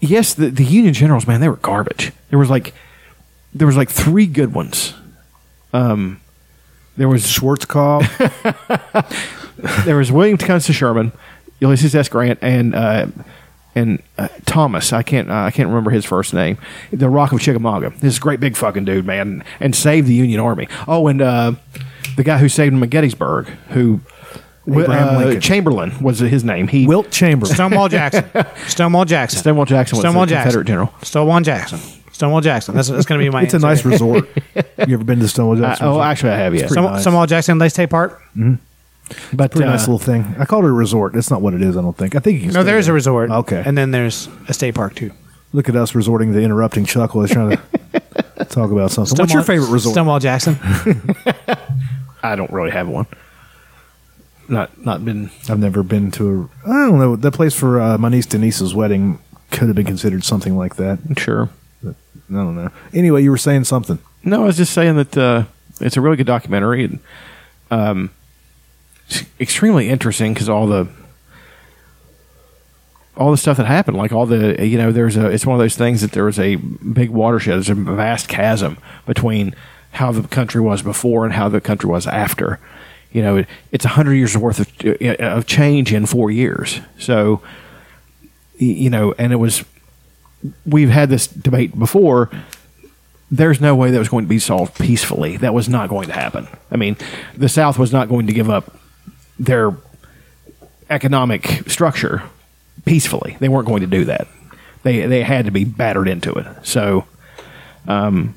Speaker 1: yes, the, the Union generals, man, they were garbage. There was like, there was like three good ones. Um, there was
Speaker 2: Schwarzkopf.
Speaker 1: there was William Tecumseh Sherman, Ulysses S. Grant, and uh, and uh, Thomas. I can't uh, I can't remember his first name. The Rock of Chickamauga. This great big fucking dude, man, and saved the Union Army. Oh, and uh, the guy who saved him at Gettysburg, who uh,
Speaker 2: Abraham Lincoln.
Speaker 1: Chamberlain was his name. He
Speaker 2: Wilt Chamberlain.
Speaker 3: Stonewall Jackson, Stonewall Jackson,
Speaker 1: Stonewall Jackson was
Speaker 3: Stonewall
Speaker 1: the Confederate general.
Speaker 3: Stonewall Jackson, Stonewall Jackson. That's that's going to be my.
Speaker 2: It's a
Speaker 3: answer.
Speaker 2: nice resort. you ever been to Stonewall
Speaker 1: I,
Speaker 2: Jackson?
Speaker 1: oh,
Speaker 2: Resort?
Speaker 1: actually, I have yet.
Speaker 3: Stonewall,
Speaker 2: nice.
Speaker 3: Stonewall Jackson. Let's take part.
Speaker 1: but
Speaker 2: pretty
Speaker 1: uh,
Speaker 2: nice little thing. I called it a resort. That's not what it is. I don't think. I think you can
Speaker 3: No,
Speaker 2: stay
Speaker 3: there is a resort.
Speaker 2: Okay,
Speaker 3: and then there's a state park too.
Speaker 2: Look at us resorting to interrupting Chuck while he's trying to talk about something. What's your
Speaker 3: Stonewall-
Speaker 2: favorite resort?
Speaker 3: Stonewall Jackson.
Speaker 1: I don't really have one. Not not been.
Speaker 2: I've never been to a. I don't know. The place for uh, my niece Denise's wedding could have been considered something like that.
Speaker 1: Sure.
Speaker 2: I don't know. Anyway, you were saying something.
Speaker 1: No, I was just saying that uh, it's a really good documentary and um, it's extremely interesting because all the all the stuff that happened, like all the you know, there's a it's one of those things that there was a big watershed, there's a vast chasm between how the country was before and how the country was after. You know, it, it's a hundred years worth of uh, of change in four years. So, y- you know, and it was we've had this debate before there's no way that was going to be solved peacefully. That was not going to happen. I mean, the South was not going to give up their economic structure peacefully. They weren't going to do that. They they had to be battered into it. So, um,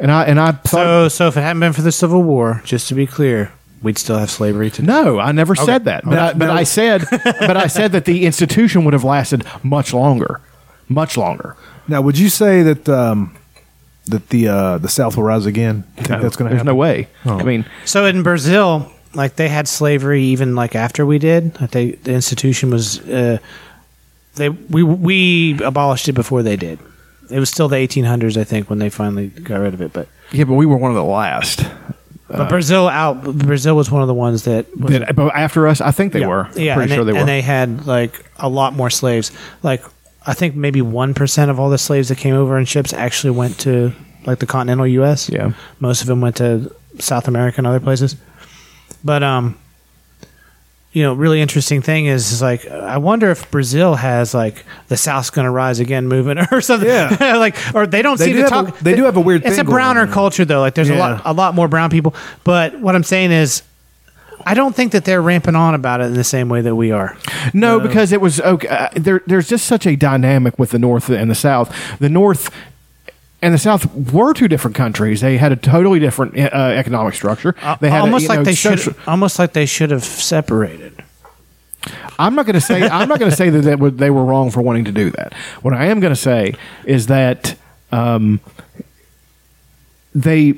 Speaker 1: and I and I thought,
Speaker 3: So, so if it hadn't been for the Civil War, just to be clear, we'd still have slavery today.
Speaker 1: no, I never said that. But I, but I said but I said that the institution would have lasted much longer, much longer.
Speaker 2: Now, would you say that um, that the uh, the South will rise again? You think that's going to
Speaker 1: There's
Speaker 2: happen?
Speaker 1: no way. I mean,
Speaker 3: So in Brazil, like they had slavery even like after we did. Like they, the institution was, uh, they we we abolished it before they did. It was still the 1800s, I think, when they finally got rid of it. But
Speaker 1: yeah, but we were one of the last.
Speaker 3: but Brazil out. Brazil was one of the ones that was
Speaker 1: That, but after us, I think they
Speaker 3: yeah,
Speaker 1: were.
Speaker 3: Yeah,
Speaker 1: pretty
Speaker 3: and
Speaker 1: sure
Speaker 3: they,
Speaker 1: they were.
Speaker 3: And they had like a lot more slaves. Like I think maybe one percent of all the slaves that came over in ships actually went to like the continental U.S.
Speaker 1: Yeah.
Speaker 3: most of them went to South America and other places. But um, you know, really interesting thing is, is like I wonder if Brazil has like the South's going to rise again movement or something.
Speaker 2: Yeah.
Speaker 3: like or they don't
Speaker 2: They
Speaker 3: seem
Speaker 2: do
Speaker 3: to
Speaker 2: have a-
Speaker 3: talk.
Speaker 2: they do have a weird
Speaker 3: It's
Speaker 2: thing
Speaker 3: a
Speaker 2: going
Speaker 3: browner
Speaker 2: on.
Speaker 3: culture though. Like there's a
Speaker 2: Yeah.
Speaker 3: lot a lot more brown people. But what I'm saying is. I don't think that they're ramping on about it in the same way that we are.
Speaker 1: No, because it uh, was okay. Uh, there, there's just such a dynamic with the North and the South. The North and the South were two different countries. They had a totally different uh, economic structure. They had a,
Speaker 3: Uh, almost
Speaker 1: you
Speaker 3: like
Speaker 1: know,
Speaker 3: they
Speaker 1: social-
Speaker 3: should. Almost like they should have separated.
Speaker 1: I'm not going to say I'm not going to say that they were, they were wrong for wanting to do that. What I am going to say is that um, they.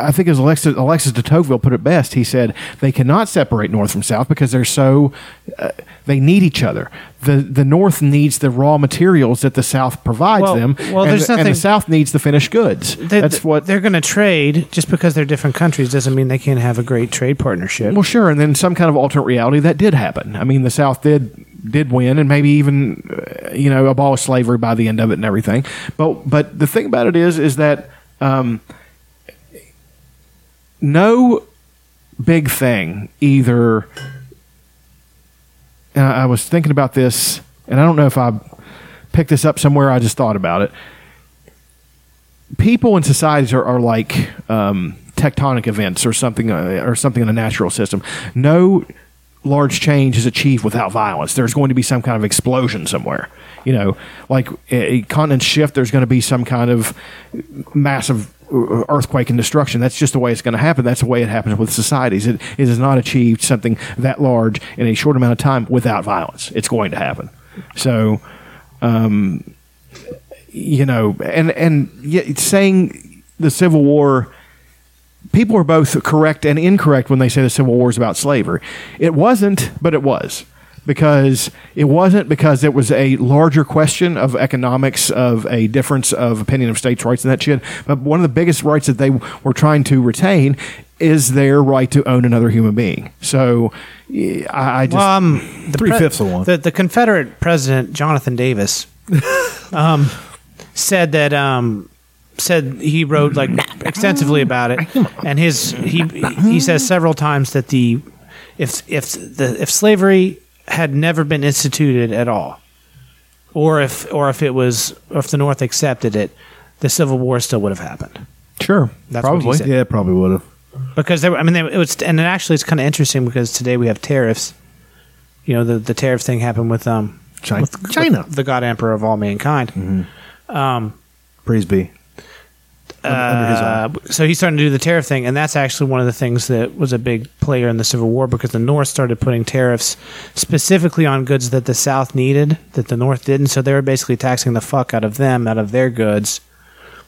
Speaker 1: I think as Alexis, Alexis de Tocqueville put it best, he said they cannot separate North from South because they're so uh, they need each other. the The North needs the raw materials that the South provides
Speaker 3: Well-
Speaker 1: them,
Speaker 3: well,
Speaker 1: and,
Speaker 3: there's
Speaker 1: the, and the
Speaker 3: nothing-
Speaker 1: South needs the finished goods.
Speaker 3: They-
Speaker 1: That's what
Speaker 3: they're going to trade. Just because they're different countries doesn't mean they can't have a great trade partnership.
Speaker 1: Well, sure, and then some kind of alternate reality that did happen. I mean, the South did did win, and maybe even uh, you know abolish slavery by the end of it and everything. But but the thing about it is is that um, no big thing either. Uh, I was thinking about this, and I don't know if I picked this up somewhere. I just thought about it people in societies are, are like um, tectonic events or something uh, or something in a natural system. No large change is achieved without violence. There's going to be some kind of explosion somewhere. You know, like a, a continent shift. There's going to be some kind of massive uh, earthquake and destruction. That's just the way it's going to happen. That's the way it happens with societies. It, it is not achieved something that large in a short amount of time without violence. It's going to happen. So you know, and and yet saying the Civil War, people are both correct and incorrect when they say the Civil War is about slavery. It wasn't, but it was because it wasn't because it was a larger question of economics of a difference of opinion of states' rights and that shit. But one of the biggest rights that they were trying to retain is their right to own another human being. So y- I, I just
Speaker 3: Well, um, the
Speaker 2: Three-fifths of one.
Speaker 3: The, the Confederate president Jonathan Davis um, said that um, said he wrote like extensively about it, and his he he says several times that the if if the if slavery had never been instituted at all, or if or if it was or if the North accepted it, the Civil War still would have happened
Speaker 1: sure
Speaker 3: That's what he
Speaker 1: probably
Speaker 3: said.
Speaker 2: Yeah, it probably would have.
Speaker 3: because there, were- I mean, there, it was, and it actually it's kind of interesting because today we have tariffs. You know, the the tariff thing happened with um
Speaker 2: China.
Speaker 3: with- with the God Emperor of all mankind. Um,
Speaker 2: Praise be.
Speaker 3: Uh, so he's starting to do the tariff thing, and that's actually one of the things that was a big player in the Civil War because the North started putting tariffs specifically on goods that the South needed that the North didn't. So they were basically taxing the fuck out of them, out of their goods,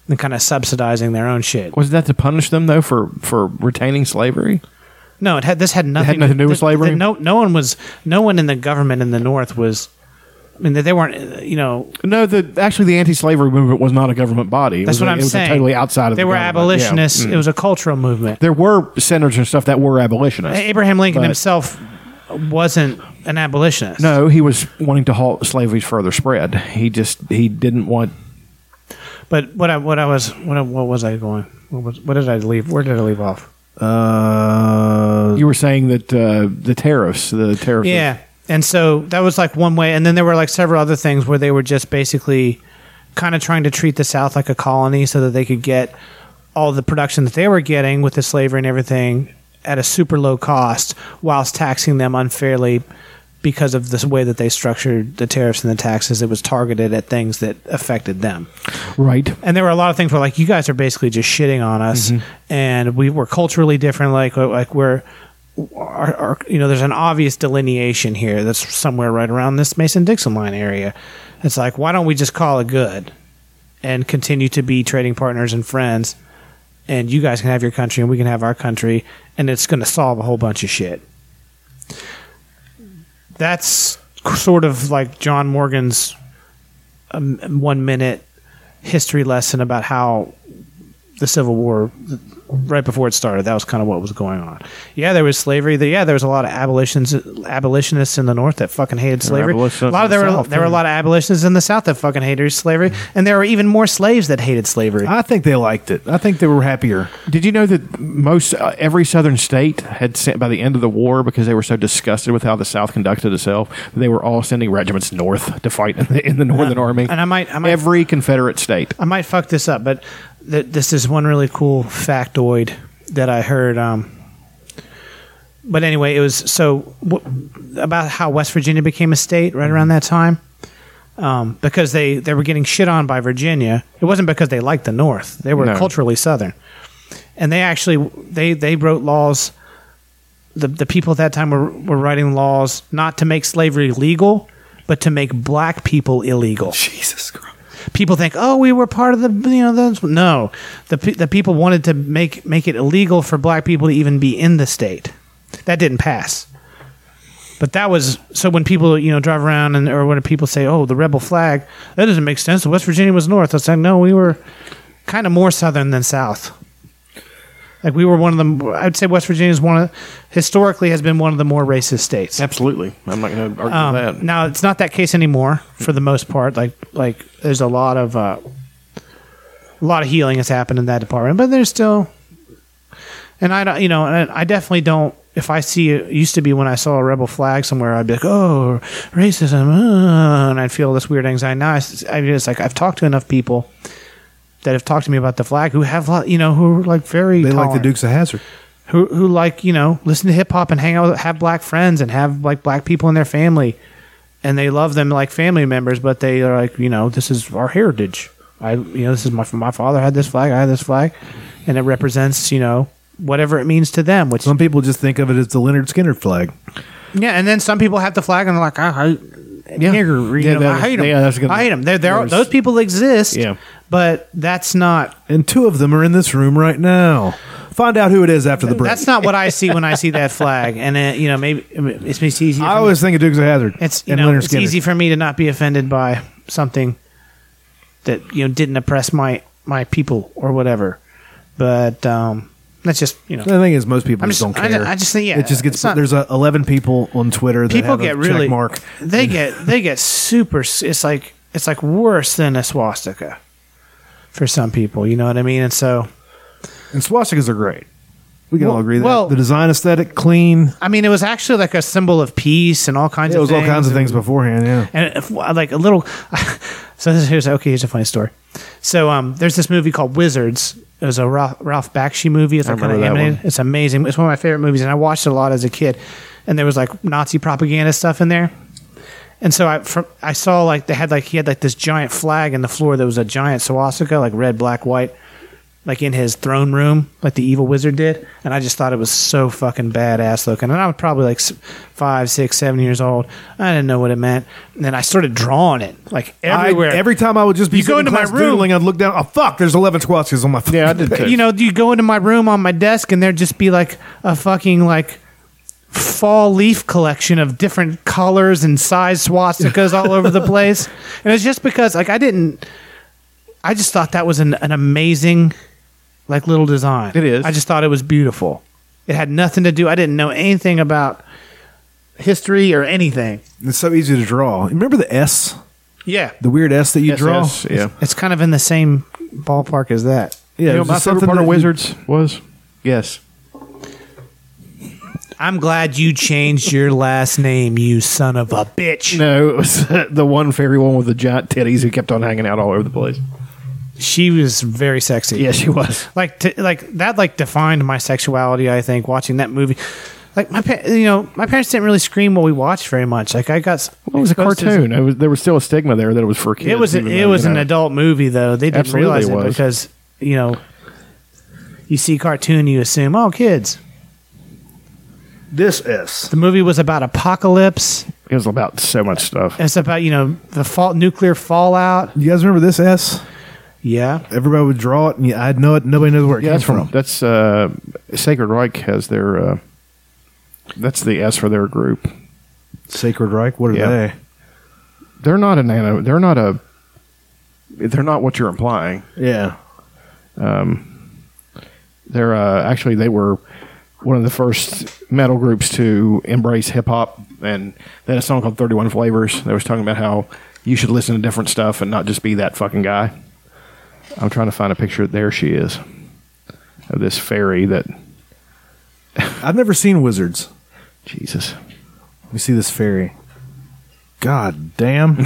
Speaker 3: and kind of subsidizing their own shit.
Speaker 1: was that to punish them though for for retaining slavery?
Speaker 3: No, it had this had nothing,
Speaker 1: nothing to do with
Speaker 3: th-
Speaker 1: slavery?
Speaker 3: th- No, no one was no one in the government in the North was. I mean, they they weren't. uh, You know,
Speaker 1: No, the actually the anti-slavery movement was not a government body. It
Speaker 3: that's
Speaker 1: was
Speaker 3: what
Speaker 1: a-
Speaker 3: I'm
Speaker 1: it was a
Speaker 3: saying.
Speaker 1: totally outside of.
Speaker 3: They
Speaker 1: the
Speaker 3: were
Speaker 1: government. Yeah.
Speaker 3: abolitionists.
Speaker 1: Mm.
Speaker 3: It was a cultural movement.
Speaker 1: There were senators and stuff that were abolitionists.
Speaker 3: Abraham Lincoln
Speaker 1: But-
Speaker 3: himself wasn't an abolitionist.
Speaker 1: No, he was wanting to halt slavery's further spread. He just he didn't want.
Speaker 3: But what I what I was what I, what was I going? What was what did I leave? Where did I leave off?
Speaker 2: Uh,
Speaker 1: You were saying that uh, the tariffs, the tariffs.
Speaker 3: Yeah, and so that was like one way, and then there were like several other things where they were just basically kind of trying to treat the South like a colony so that they could get all the production that they were getting with the slavery and everything at a super low cost, whilst taxing them unfairly because of this way that they structured the tariffs and the taxes. It was targeted at things that affected them
Speaker 1: right.
Speaker 3: and there were a lot of things where like you guys are basically just shitting on us and we were culturally different like uh, like we're our, our, you know there's an obvious delineation here that's somewhere right around this mason-dixon line area it's like why don't we just call it good and continue to be trading partners and friends and you guys can have your country and we can have our country and it's going to solve a whole bunch of shit that's sort of like john morgan's um, one minute history lesson about how the Civil War, right before it started, that was kind of what was going on. Yeah, there was slavery. There, yeah, there was a lot of abolitionists, abolitionists in the North that fucking hated slavery. A
Speaker 1: abolitionists
Speaker 3: lot
Speaker 1: in
Speaker 3: of
Speaker 1: the
Speaker 3: there were
Speaker 1: South,
Speaker 3: there were a
Speaker 1: too.
Speaker 3: lot of abolitionists in the South that fucking hated slavery, and there were even more slaves that hated slavery.
Speaker 2: I think they liked it. I think they were happier.
Speaker 1: Did you know that most uh, every southern state had sent by the end of the war because they were so disgusted with how the South conducted itself, they were all sending regiments north to fight in the, in the Northern Army.
Speaker 3: and I might- I might-
Speaker 1: every Confederate state.
Speaker 3: I might fuck this up, but th- this is one really cool factoid that I heard. Um, but anyway, it was so w- about how West Virginia became a state right around that time. um, because they, they were getting shit on by Virginia. It wasn't because they liked the North; they were
Speaker 1: No.
Speaker 3: culturally Southern, and they actually they they wrote laws. The the people at that time were were writing laws not to make slavery legal, but to make black people illegal
Speaker 1: Jesus Christ.
Speaker 3: people think, oh, we were part of the you know those. No, the pe- the people wanted to make make it illegal for black people to even be in the state. That didn't pass. But that was so when people you know drive around and or when people say, oh, the rebel flag, that doesn't make sense. West Virginia was north. I was like, no, we were kind of more southern than south. Like we were one of the, I'd say West Virginia is one of, historically has been one of the more racist states.
Speaker 1: Absolutely. I'm not going to argue
Speaker 3: Um,
Speaker 1: that.
Speaker 3: Now it's not that case anymore for the most part. Like like there's a lot of uh, a lot of healing has happened in that department, but there's still. And I don't, you know, and I definitely don't. If I see it used to be when I saw a rebel flag somewhere, I'd be like, "Oh, racism," uh, and I'd feel this weird anxiety. Now I, s- I mean, it's like I've talked to enough people that have talked to me about the flag who have, lot, you know, who are like very
Speaker 2: They like
Speaker 3: tolerant
Speaker 2: the Dukes of Hazard.
Speaker 3: who who like you know listen to hip hop and hang out with, have black friends and have like black people in their family, and they love them like family members, but they are like you know this is our heritage. I you know this is my my father had this flag, I had this flag, and it represents you know whatever it means to them. Which
Speaker 2: Some people just think of it as the Leonard Skinner flag.
Speaker 3: yeah, and then some people have the flag and they're like I hate nigger, you
Speaker 1: Yeah,
Speaker 3: know,
Speaker 1: that
Speaker 3: I hate
Speaker 1: was-
Speaker 3: them.
Speaker 1: yeah, that's gonna-
Speaker 3: I hate them. They're, they're,
Speaker 1: there's-
Speaker 3: those people exist.
Speaker 1: Yeah.
Speaker 3: but that's not
Speaker 2: And two of them are in this room right now. Find out who it is after the break.
Speaker 3: that's not what I see when I see that flag. And it, you know maybe it's it's easy.
Speaker 2: I always think of Dukes of Hazard.
Speaker 3: It's you know, it's easy for me to not be offended by something that you know didn't oppress my my people or whatever. But um, that's just you know
Speaker 2: The thing is, most people
Speaker 3: I'm
Speaker 2: just,
Speaker 3: just-
Speaker 2: don't
Speaker 3: I-
Speaker 2: care.
Speaker 3: I just think, yeah,
Speaker 2: it just gets.
Speaker 3: it's not-
Speaker 2: there's uh, 11 people on Twitter that
Speaker 3: people
Speaker 2: have a
Speaker 3: get really
Speaker 2: check mark.
Speaker 3: They get they get super. s- It's like it's like worse than a swastika for some people. You know what I mean? And so
Speaker 2: And swastikas are great. We can all
Speaker 3: Well-
Speaker 2: agree that
Speaker 3: well-
Speaker 2: the design aesthetic, clean.
Speaker 3: I mean, it was actually like a symbol of peace and all kinds
Speaker 2: It
Speaker 3: of
Speaker 2: was all
Speaker 3: things.
Speaker 2: kinds of things beforehand. Yeah,
Speaker 3: and if, like a little. so this, here's okay. Here's a funny story. So um, there's this movie called Wizards. It was a Ralph, Ralph Bakshi movie. It's like kind of
Speaker 1: remember that
Speaker 3: animated.
Speaker 1: one.
Speaker 3: It's amazing. It's one of my favorite movies, and I watched it a lot as a kid. And there was like Nazi propaganda stuff in there. And so I from, I saw like they had like he had like this giant flag in the floor that was a giant swastika like red black white like in his throne room like the evil wizard did and I just thought it was so fucking badass looking and I was probably like s- five six seven years old I didn't know what it meant and then I started drawing it like everywhere
Speaker 2: I, every time I would just be
Speaker 3: You go
Speaker 2: sitting in
Speaker 3: into my
Speaker 2: class
Speaker 3: room-
Speaker 2: doodling, I'd look down. Oh fuck! There's 11 swastikas on my.
Speaker 1: Yeah, I did too.
Speaker 3: you know, you go into my room on my desk and there'd just be like a fucking like fall leaf collection of different colors and size swastikas all over the place. And it's just because like I didn't I just thought that was an, an amazing like little design.
Speaker 1: It is.
Speaker 3: I just thought it was beautiful. It had nothing to do I didn't know anything about history or anything.
Speaker 2: It's so easy to draw. Remember the S,
Speaker 3: Yeah.
Speaker 2: the weird S that you draw.
Speaker 1: Yes, yeah.
Speaker 3: It's kind of in the same ballpark as that.
Speaker 2: Yeah,
Speaker 1: You know,
Speaker 2: it was
Speaker 1: my
Speaker 2: just
Speaker 1: favorite
Speaker 2: something
Speaker 1: part of
Speaker 2: that-
Speaker 1: Wizards was yes.
Speaker 3: I'm glad you changed your last name, you son of a bitch.
Speaker 1: No, it was the one fairy one with the giant titties who kept on hanging out all over the place.
Speaker 3: she was very sexy.
Speaker 1: Yeah, she was.
Speaker 3: like t- like that like defined my sexuality. I think watching that movie, like my pa- you know my parents didn't really scream what we watched very much. Like I got s-
Speaker 1: It was a
Speaker 3: exposed to-
Speaker 1: cartoon. It was, there was still a stigma there that it was for kids.
Speaker 3: It was
Speaker 1: even
Speaker 3: it
Speaker 1: though,
Speaker 3: was
Speaker 1: you
Speaker 3: an
Speaker 1: know.
Speaker 3: adult movie though. They didn't
Speaker 1: Absolutely
Speaker 3: realize
Speaker 1: it
Speaker 3: it,
Speaker 1: was.
Speaker 3: because you know you see cartoon, you assume oh kids.
Speaker 2: This S.
Speaker 3: The movie was about apocalypse.
Speaker 1: It was about so much stuff.
Speaker 3: It's about you know the fall, nuclear fallout.
Speaker 2: You guys remember this S?
Speaker 3: Yeah,
Speaker 2: Everybody would draw it, and I know it. Nobody knows where it
Speaker 1: Yeah,
Speaker 2: came
Speaker 1: that's
Speaker 2: from.
Speaker 1: from that's uh, Sacred Reich has their. Uh, that's the S for their group.
Speaker 2: Sacred Reich. What are
Speaker 1: Yeah. They're not a nano. They're not a. They're not what you're implying.
Speaker 2: they? Yeah.
Speaker 1: They're uh, actually they were one of the first metal groups to embrace hip hop, and they had a song called Thirty One Flavors. They was talking about how you should listen to different stuff and not just be that fucking guy. I'm trying to find a picture. There she is, of this fairy that
Speaker 2: I've never seen Wizards.
Speaker 1: Jesus.
Speaker 2: We see this fairy. God damn!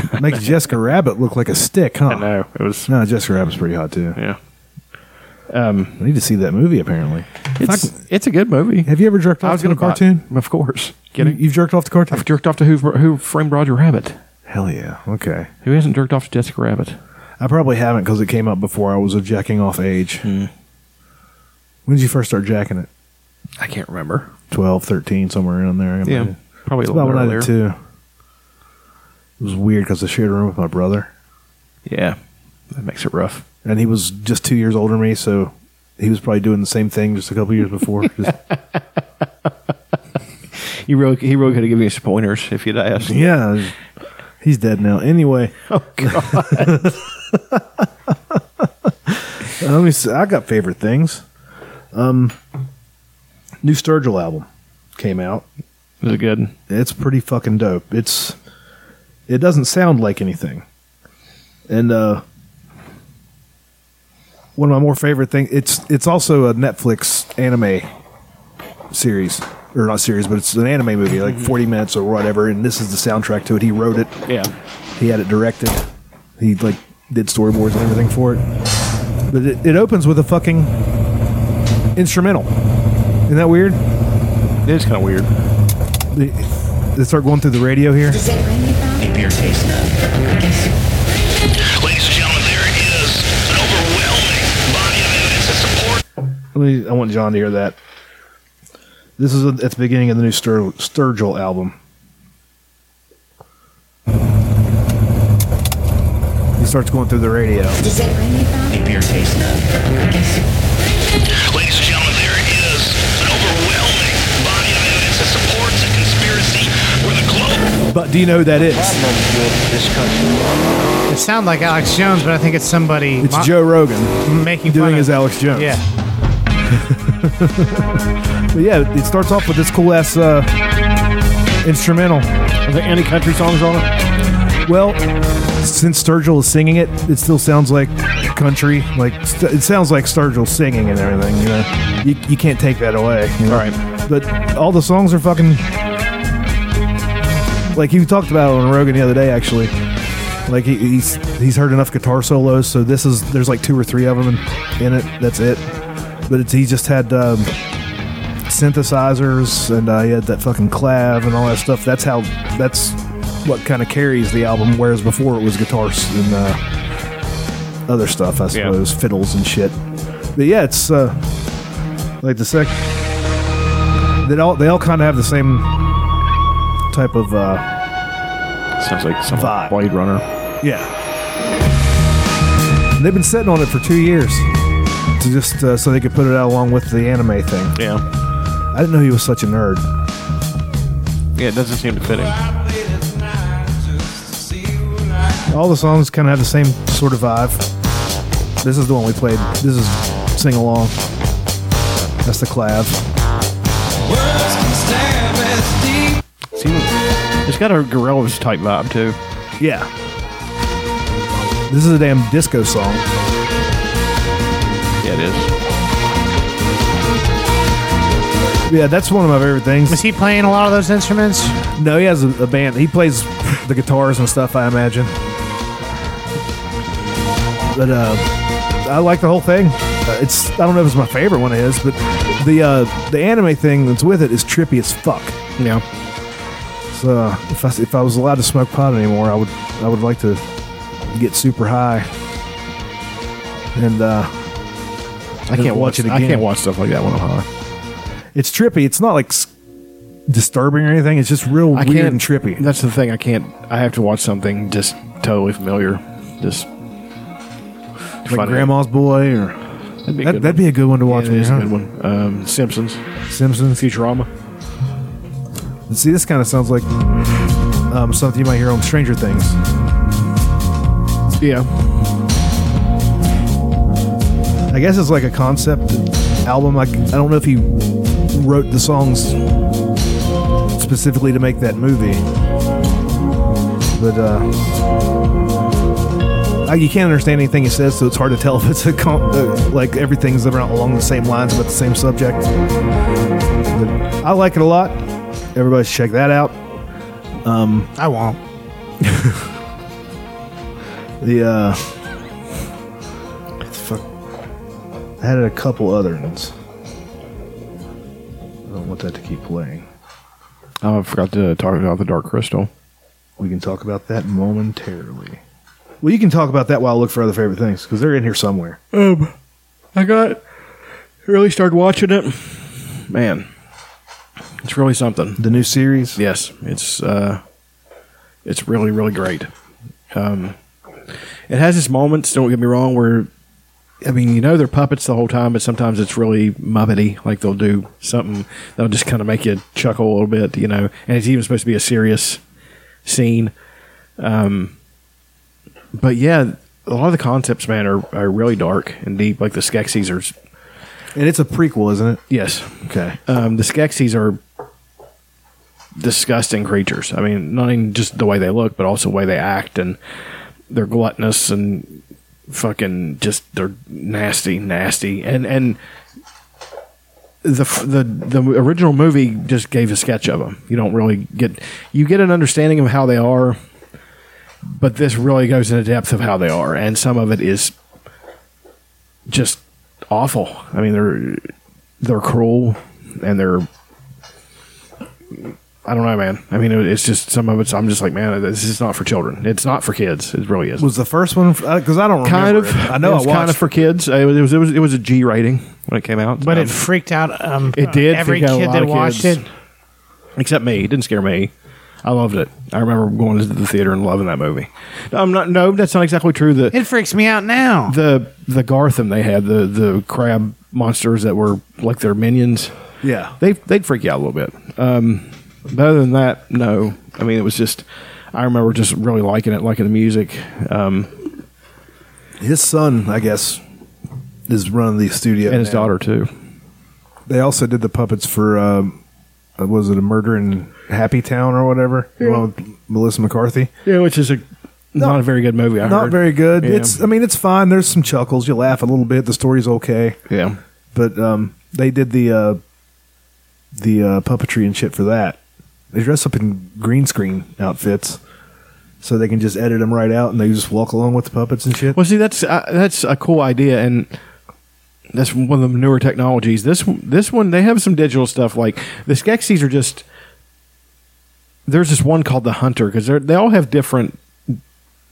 Speaker 2: Makes Jessica Rabbit look like a stick, huh?
Speaker 1: I know it was.
Speaker 2: No, Jessica Rabbit's pretty hot too.
Speaker 1: Yeah,
Speaker 2: I need to see that movie. Apparently,
Speaker 1: it's it's a good movie.
Speaker 2: have you ever jerked
Speaker 1: I
Speaker 2: off
Speaker 1: was
Speaker 2: to
Speaker 1: going to
Speaker 2: a cartoon?
Speaker 1: of course.
Speaker 2: You,
Speaker 1: Kidding.
Speaker 2: have jerked off the cartoon.
Speaker 1: I've jerked off to Who Who Framed Roger Rabbit.
Speaker 2: Hell yeah. Okay.
Speaker 1: Who hasn't jerked off to Jessica Rabbit?
Speaker 2: I probably haven't because it came up before I was of jacking off age.
Speaker 1: Hmm.
Speaker 2: When did you first start jacking it?
Speaker 1: I can't remember.
Speaker 2: 12, 13, somewhere around there.
Speaker 1: Yeah, probably
Speaker 2: It's
Speaker 1: a
Speaker 2: about
Speaker 1: little
Speaker 2: when
Speaker 1: bit
Speaker 2: I
Speaker 1: earlier.
Speaker 2: did too. It was weird because I shared a room with my brother,
Speaker 1: Yeah, that makes it rough.
Speaker 2: and he was just two years older than me, so he was probably doing the same thing just a couple years before. Just,
Speaker 1: He really, he really could have given you some pointers if you'd asked.
Speaker 2: yeah, he's dead now. Anyway,
Speaker 1: Oh God.
Speaker 2: Uh, Let me see. I got favorite things. Um, new Sturgill album came out.
Speaker 1: Is it good?
Speaker 2: It's pretty fucking dope. It's it doesn't sound like anything, and uh, one of my more favorite things. It's it's also a Netflix anime series or not series, but it's an anime movie, like forty minutes or whatever. And this is the soundtrack to it. He wrote it.
Speaker 1: Yeah.
Speaker 2: He had it directed. He like did storyboards and everything for it. But it, it opens with a fucking instrumental. Isn't that weird?
Speaker 1: It is kind of weird.
Speaker 2: They, they start going through the radio here.
Speaker 7: Ladies and gentlemen, there is an overwhelming body of evidence that supports.
Speaker 2: Let me- I want John to hear that. This is at the beginning of the new Stur- Sturgill album. He starts going through the radio.
Speaker 7: Ladies and gentlemen, there is an overwhelming body of evidence that supports a conspiracy where the globe.
Speaker 2: But do you know who that is?
Speaker 3: It sounds like Alex Jones, but I think it's somebody
Speaker 2: It's
Speaker 3: mo-
Speaker 2: Joe Rogan
Speaker 3: making fun
Speaker 2: doing
Speaker 3: of-
Speaker 2: his Alex Jones.
Speaker 3: Yeah,
Speaker 2: But yeah, it starts off with this cool ass uh, instrumental.
Speaker 1: Are there any country songs on it?
Speaker 2: Well, since Sturgill is singing it, it still sounds like country. Like st- it sounds like Sturgill singing and everything. You know, you, you can't take that away. You know?
Speaker 1: Right.
Speaker 2: But all the songs are fucking. Like you talked about it on Rogan the other day, actually. Like he, he's he's heard enough guitar solos, so this is there's like two or three of them in, in it. That's it. But it's, he just had um, synthesizers and uh, he had that fucking clav and all that stuff. That's how that's what kind of carries the album. Whereas before it was guitars and uh, other stuff, I
Speaker 1: Yeah.
Speaker 2: suppose, fiddles and shit. But yeah, it's uh, like the sec. They all they all kind of have the same type of uh,
Speaker 1: Sounds like some
Speaker 2: Vibe.
Speaker 1: Blade Runner.
Speaker 2: yeah. And they've been sitting on it for two years to just uh, so they could put it out along with the anime thing.
Speaker 1: Yeah.
Speaker 2: I didn't know he was such a nerd.
Speaker 1: Yeah, it doesn't seem to fit him.
Speaker 2: All the songs kind of have the same sort of vibe. This is the one we played. This is sing along. That's the clav.
Speaker 1: See, it's got a Gorillaz type vibe too.
Speaker 2: Yeah. This is a damn disco song.
Speaker 1: Yeah, it is.
Speaker 2: Yeah, that's one of my favorite
Speaker 3: was
Speaker 2: things.
Speaker 3: he playing a lot of those instruments?
Speaker 2: No, he has a, a band. He plays the guitars and stuff, I imagine. But uh, I like the whole thing. Uh, it's I don't know if it's my favorite one of his, but the uh, the anime thing that's with it is trippy as fuck.
Speaker 1: Yeah.
Speaker 2: So if I, if I was allowed to smoke pot anymore, I would I would like to get super high. And uh,
Speaker 1: I can't watch it again. I can't watch stuff like that when I'm high.
Speaker 2: it's trippy. It's not like s- disturbing or anything. It's just real
Speaker 1: I
Speaker 2: weird
Speaker 1: can't
Speaker 2: and trippy.
Speaker 1: That's the thing. I can't. I have to watch something just totally familiar. Just
Speaker 2: Like Grandma's Boy, or
Speaker 1: That'd be a
Speaker 2: that,
Speaker 1: good
Speaker 2: that'd be a good one to watch.
Speaker 1: Yeah,
Speaker 2: when
Speaker 1: it is
Speaker 2: you're
Speaker 1: a good
Speaker 2: high.
Speaker 1: one. Um, Simpsons,
Speaker 2: Simpsons.
Speaker 1: Futurama.
Speaker 2: See, this kind of sounds like um, something you might hear on Stranger Things.
Speaker 1: Yeah.
Speaker 2: I guess it's like a concept album. I, I don't know if he wrote the songs specifically to make that movie, but uh, I, you can't understand anything he says, so it's hard to tell if it's a con- uh, like everything's around along the same lines about the same subject. But I like it a lot. Everybody should check that out.
Speaker 3: I won't.
Speaker 2: The uh, fuck, I had a couple other ones. I don't want that to keep playing.
Speaker 1: Oh, I forgot to talk about the Dark Crystal.
Speaker 2: We can talk about that momentarily. Well, you can talk about that while I look for other favorite things because they're in here somewhere.
Speaker 1: I got really started watching it. Man, it's really something.
Speaker 2: The new series.
Speaker 1: Yes, it's uh, it's really really great. Um, it has its moments. Don't get me wrong. Where I mean, you know, they're puppets the whole time, but sometimes it's really muppety. Like they'll do something that'll just kind of make you chuckle a little bit, you know. And it's even supposed to be a serious scene. Um, but yeah, a lot of the concepts, man, are, are really dark and deep. Like the Skeksis are.
Speaker 2: And it's a prequel, isn't it?
Speaker 1: Yes,
Speaker 2: Okay.
Speaker 1: um, the Skeksis are disgusting creatures. I mean, not even just the way they look, but also the way they act, and they're gluttonous and fucking just they're nasty, nasty, and and the f- the the original movie just gave a sketch of them. You don't really get you get an understanding of how they are, but this really goes into depth of how they are, and some of it is just awful. I mean, they're they're cruel and they're I don't know, man. I mean, it- it's just some of it's. I'm just like, man, this is not for children. It's not for kids. It really is.
Speaker 2: Was the first one because I don't remember
Speaker 1: kind of.
Speaker 2: it. I know
Speaker 1: it
Speaker 2: I
Speaker 1: was
Speaker 2: watched.
Speaker 1: kind of for kids. It was. It was. It was, it was a G rating when it came out.
Speaker 3: But
Speaker 1: Um,
Speaker 3: it freaked out um,
Speaker 1: it did
Speaker 3: every
Speaker 1: freak out a
Speaker 3: kid
Speaker 1: lot
Speaker 3: that
Speaker 1: of
Speaker 3: watched
Speaker 1: kids.
Speaker 3: it.
Speaker 1: except me. It didn't scare me. I loved it. I remember going to the theater and loving that movie. I'm not. No, that's not exactly true. The
Speaker 3: It freaks me out now.
Speaker 1: the the Gartham they had the the crab monsters that were like their minions.
Speaker 2: Yeah.
Speaker 1: they they'd freak you out a little bit. Um, but other than that, no. I mean, it was just I remember just really liking it, liking the music. Um,
Speaker 2: His son, I guess, is running the studio.
Speaker 1: and his
Speaker 2: now.
Speaker 1: daughter too.
Speaker 2: They also did the puppets for um, uh, was it a murder in Happy Town or whatever? The one with Melissa McCarthy.
Speaker 1: Yeah, which is a not a very good movie. I
Speaker 2: Not
Speaker 1: heard.
Speaker 2: very good.
Speaker 1: Yeah.
Speaker 2: It's I mean it's fine. There's some chuckles. You laugh a little bit. The story's okay.
Speaker 1: yeah.
Speaker 2: But um, they did the uh, the uh, puppetry and shit for that. They dress up in green screen outfits, so they can just edit them right out, and they just walk along with the puppets and shit.
Speaker 1: Well, see, that's uh, that's a cool idea, and that's one of the newer technologies. This this one they have some digital stuff like the Skeksis are just. There's this one called the Hunter because they they all have different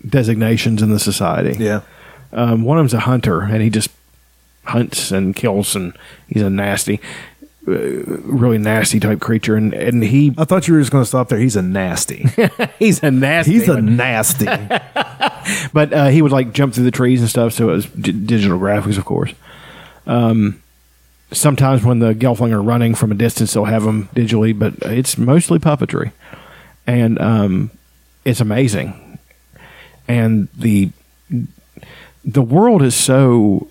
Speaker 1: designations in the society.
Speaker 2: Yeah,
Speaker 1: Um, one of them's a hunter, and he just hunts and kills, and he's a nasty, uh, really nasty type creature. And and he
Speaker 2: I thought you were just going to stop there. He's a nasty.
Speaker 1: he's a nasty.
Speaker 2: He's a nasty.
Speaker 1: but uh, he would like jump through the trees and stuff. So it was d- digital graphics, of course. Um, sometimes when the Gelfling are running from a distance, they'll have them digitally, but it's mostly puppetry, and um, it's amazing. And the the world is so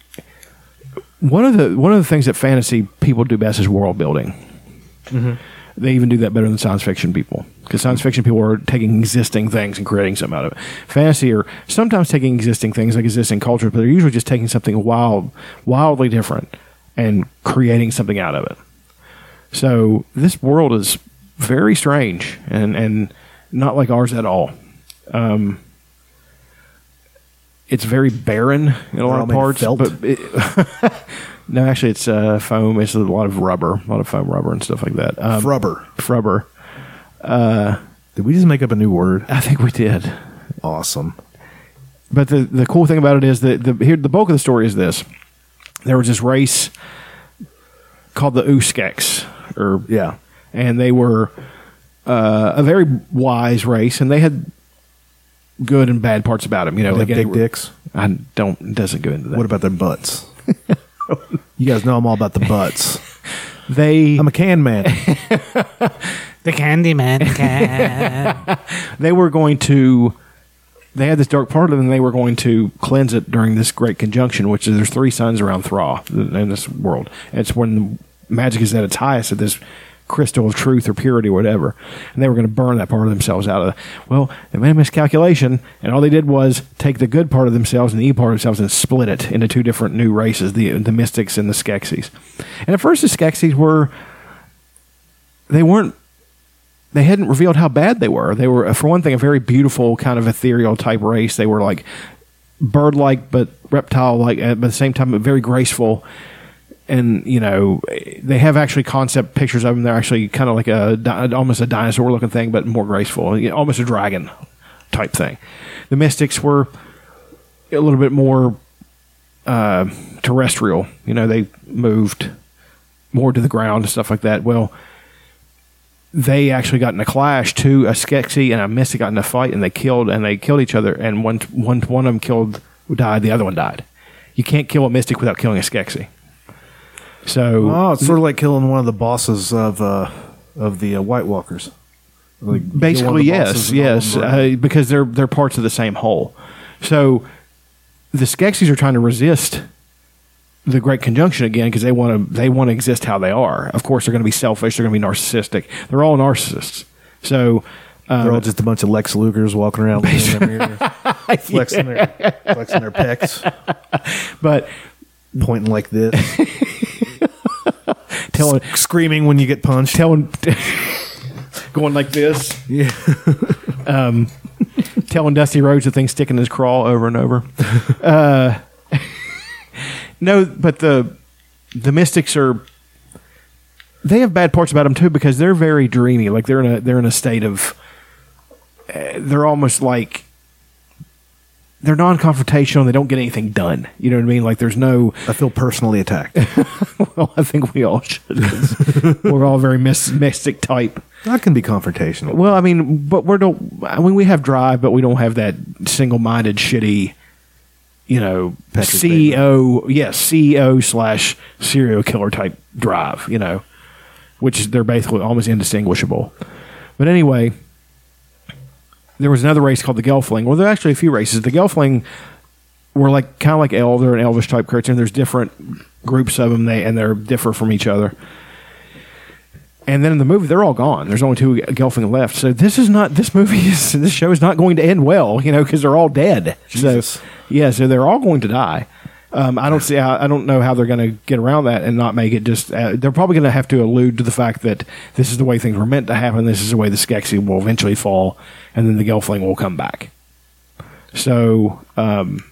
Speaker 1: one of the one of the things that fantasy people do best is world building.
Speaker 2: Mm-hmm.
Speaker 1: They even do that better than science fiction people because science fiction people are taking existing things and creating something out of it. Fantasy are sometimes taking existing things like existing culture, but they're usually just taking something wild, wildly different, and creating something out of it. So this world is very strange and and not like ours at all. Um, it's very barren in a lot
Speaker 2: all
Speaker 1: of
Speaker 2: made of
Speaker 1: parts,
Speaker 2: felt.
Speaker 1: but it, no, actually, it's uh, foam. It's a lot of rubber, a lot of foam rubber and stuff like that. Um,
Speaker 2: Rubber.
Speaker 1: rubber.
Speaker 2: Did we just make up a new word?
Speaker 1: I think we did.
Speaker 2: Awesome.
Speaker 1: But the the cool thing about it is that the here the bulk of the story is this: there was this race called the Uskeks, or
Speaker 2: Yeah.
Speaker 1: and they were uh, a very wise race, and they had good and bad parts about them. You know,
Speaker 2: Like
Speaker 1: they
Speaker 2: big
Speaker 1: were-
Speaker 2: dicks.
Speaker 1: I don't it doesn't go into that.
Speaker 2: What about their butts? you guys know I'm all about the butts.
Speaker 1: they?
Speaker 2: I'm a can man.
Speaker 3: The Candyman. Can.
Speaker 1: they were going to they had this dark part of them and they were going to cleanse it during this great conjunction which is there's three suns around Thra in this world it's when magic is at its highest at this crystal of truth or purity or whatever and they were going to burn that part of themselves out of the, well they made a miscalculation and all they did was take the good part of themselves and the evil part of themselves and split it into two different new races the the mystics and the skeksis and at first the skeksis were they weren't they hadn't revealed how bad they were. They were, for one thing, a very beautiful kind of ethereal type race. They were like bird like, but reptile like, but at the same time, very graceful. And you know, they have actually concept pictures of them. They're actually kind of like a di- almost a dinosaur looking thing, but more graceful, almost a dragon type thing. The Mystics were a little bit more uh, terrestrial. You know, they moved more to the ground and stuff like that. Well, they actually got in a clash too. A Skeksis and a Mystic got in a fight, and they killed and they killed each other. And one one one of them killed died, the other one died. You can't kill a Mystic without killing a Skeksis. So
Speaker 2: Oh, it's sort of like killing one of the bosses of uh, of the uh, White Walkers. Like, kill one of the
Speaker 1: basically
Speaker 2: bosses
Speaker 1: yes
Speaker 2: and all
Speaker 1: yes
Speaker 2: of them are-
Speaker 1: uh, because they're they're parts of the same whole so the skeksis are trying to resist the great conjunction again because they want to they want to exist how they are of course they're going to be selfish they're going to be narcissistic they're all narcissists so uh,
Speaker 2: They're all just a bunch of Lex Lugers walking around, looking in the mirror, flexing their flexing their pecs,
Speaker 1: but
Speaker 2: pointing like this,
Speaker 1: telling
Speaker 2: screaming when you get punched.
Speaker 1: telling going like this yeah um telling dusty rhodes the thing sticking his craw over and over uh no but the the mystics are they have bad parts about them too because they're very dreamy like they're in a they're in a state of uh, they're almost like they're non-confrontational they don't get anything done you know what i mean like there's no
Speaker 2: I feel personally attacked.
Speaker 1: well i think we all should 'cause we're all very mys- mystic type
Speaker 2: That can be confrontational.
Speaker 1: well, I mean, but we're don't. I mean, we have drive, but we don't have that single-minded, shitty, you know, E
Speaker 2: Patrick
Speaker 1: CEO. Yes, CEO E slash serial killer type drive. You know, which is- they're basically almost indistinguishable. But anyway, there was another race called the Gelfling. Well, there are actually a few races. The Gelfling were like kind of like elves or an elvish type creature, and there's different groups of them. They and they're differ from each other. And then in the movie, they're all gone. There's only two Gelfing left. So this is not this movie is this show is not going to end well, you know, because they're all dead.
Speaker 2: Jesus.
Speaker 1: So yeah, so they're all going to die. Um, I don't see. How, I don't know how they're going to get around that and not make it just. Uh, they're probably going to have to allude to the fact that this is the way things were meant to happen. This is the way the Skeksis will eventually fall, and then the Gelfling will come back. So um,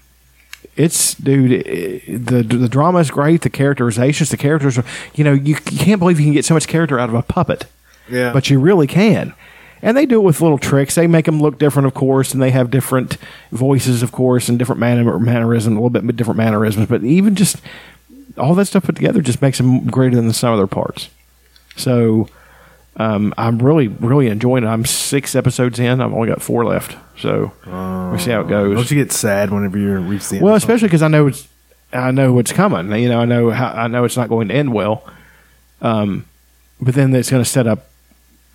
Speaker 1: it's dude, it, the the drama is great. The characterizations, the characters, are, you know, you, you can't believe you can get so much character out of a puppet.
Speaker 2: Yeah.
Speaker 1: but you really can. And they do it with little tricks. They make them look different, of course, and they have different voices, of course, and different manner, mannerisms, a little bit different mannerisms. But even just all that stuff put together just makes them greater than the sum of their parts. So um, I'm really, really enjoying it. I'm six episodes in. I've only got four left. So we'll see how it goes.
Speaker 2: Uh, Don't you get sad whenever you reach the end?
Speaker 1: Well,
Speaker 2: of something?
Speaker 1: especially because I know it's I know what's coming. You know, I know how I know it's not going to end well. Um, but then it's going to set up,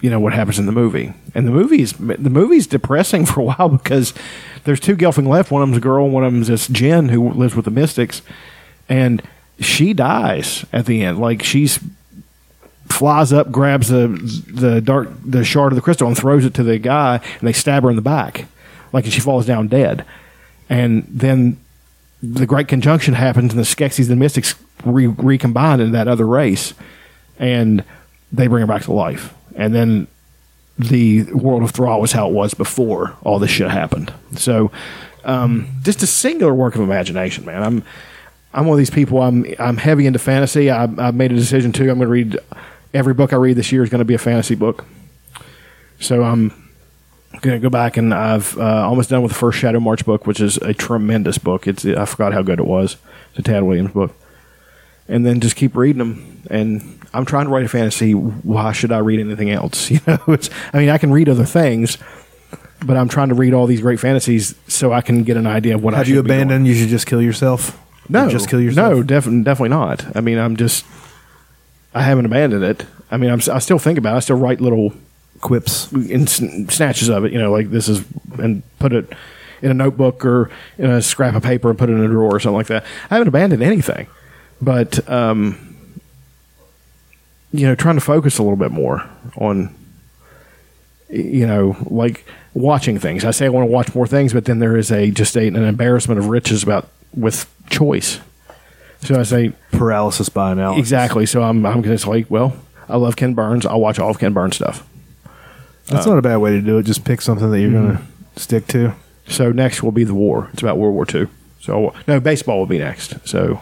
Speaker 1: you know, what happens in the movie. And the movie's the movie's depressing for a while because there's two Gelfing left. One of them's a girl. One of them's this Jen who lives with the Mystics, and she dies at the end. Like she's flies up, grabs the the dark the shard of the crystal and throws it to the guy, and they stab her in the back, like and she falls down dead. And then the Great Conjunction happens, and the Skeksis and Mystics re- recombine into that other race, and they bring her back to life. And then the world of Thrall was how it was before all this shit happened. So, um, just a singular work of imagination, man. I'm I'm one of these people. I'm I'm heavy into fantasy. I, I made a decision too. I'm going to read every book I read this year is going to be a fantasy book. So um, I'm going to go back and I've uh, almost done with the first Shadow March book, which is a tremendous book. It's I forgot how good it was. It's a Tad Williams book, and then just keep reading them. And I'm trying to write a fantasy. Why should I read anything else? You know, it's I mean I can read other things, but I'm trying to read all these great fantasies so I can get an idea of what I
Speaker 2: have
Speaker 1: should
Speaker 2: you
Speaker 1: be doing.
Speaker 2: abandoned? You should just kill yourself.
Speaker 1: No,
Speaker 2: just kill yourself.
Speaker 1: No, definitely, definitely not. I mean, I'm just, I haven't abandoned it. I mean, I'm, si still think about. it. I still write little
Speaker 2: quips.
Speaker 1: in sn- snatches of it. You know, like this is, and put it in a notebook or in a scrap of paper and put it in a drawer or something like that. I haven't abandoned anything, but um, you know, trying to focus a little bit more on, you know, like watching things. I say I want to watch more things, but then there is a just a, an embarrassment of riches about with choice. So I say,
Speaker 2: Paralysis by analysis.
Speaker 1: exactly. So I'm, I'm just like, well, I love Ken Burns. I'll watch all of Ken Burns stuff.
Speaker 2: That's not a bad way to do it. Just pick something that you're gonna stick to.
Speaker 1: So next will be the war. It's about World War II. So no, baseball will be next. So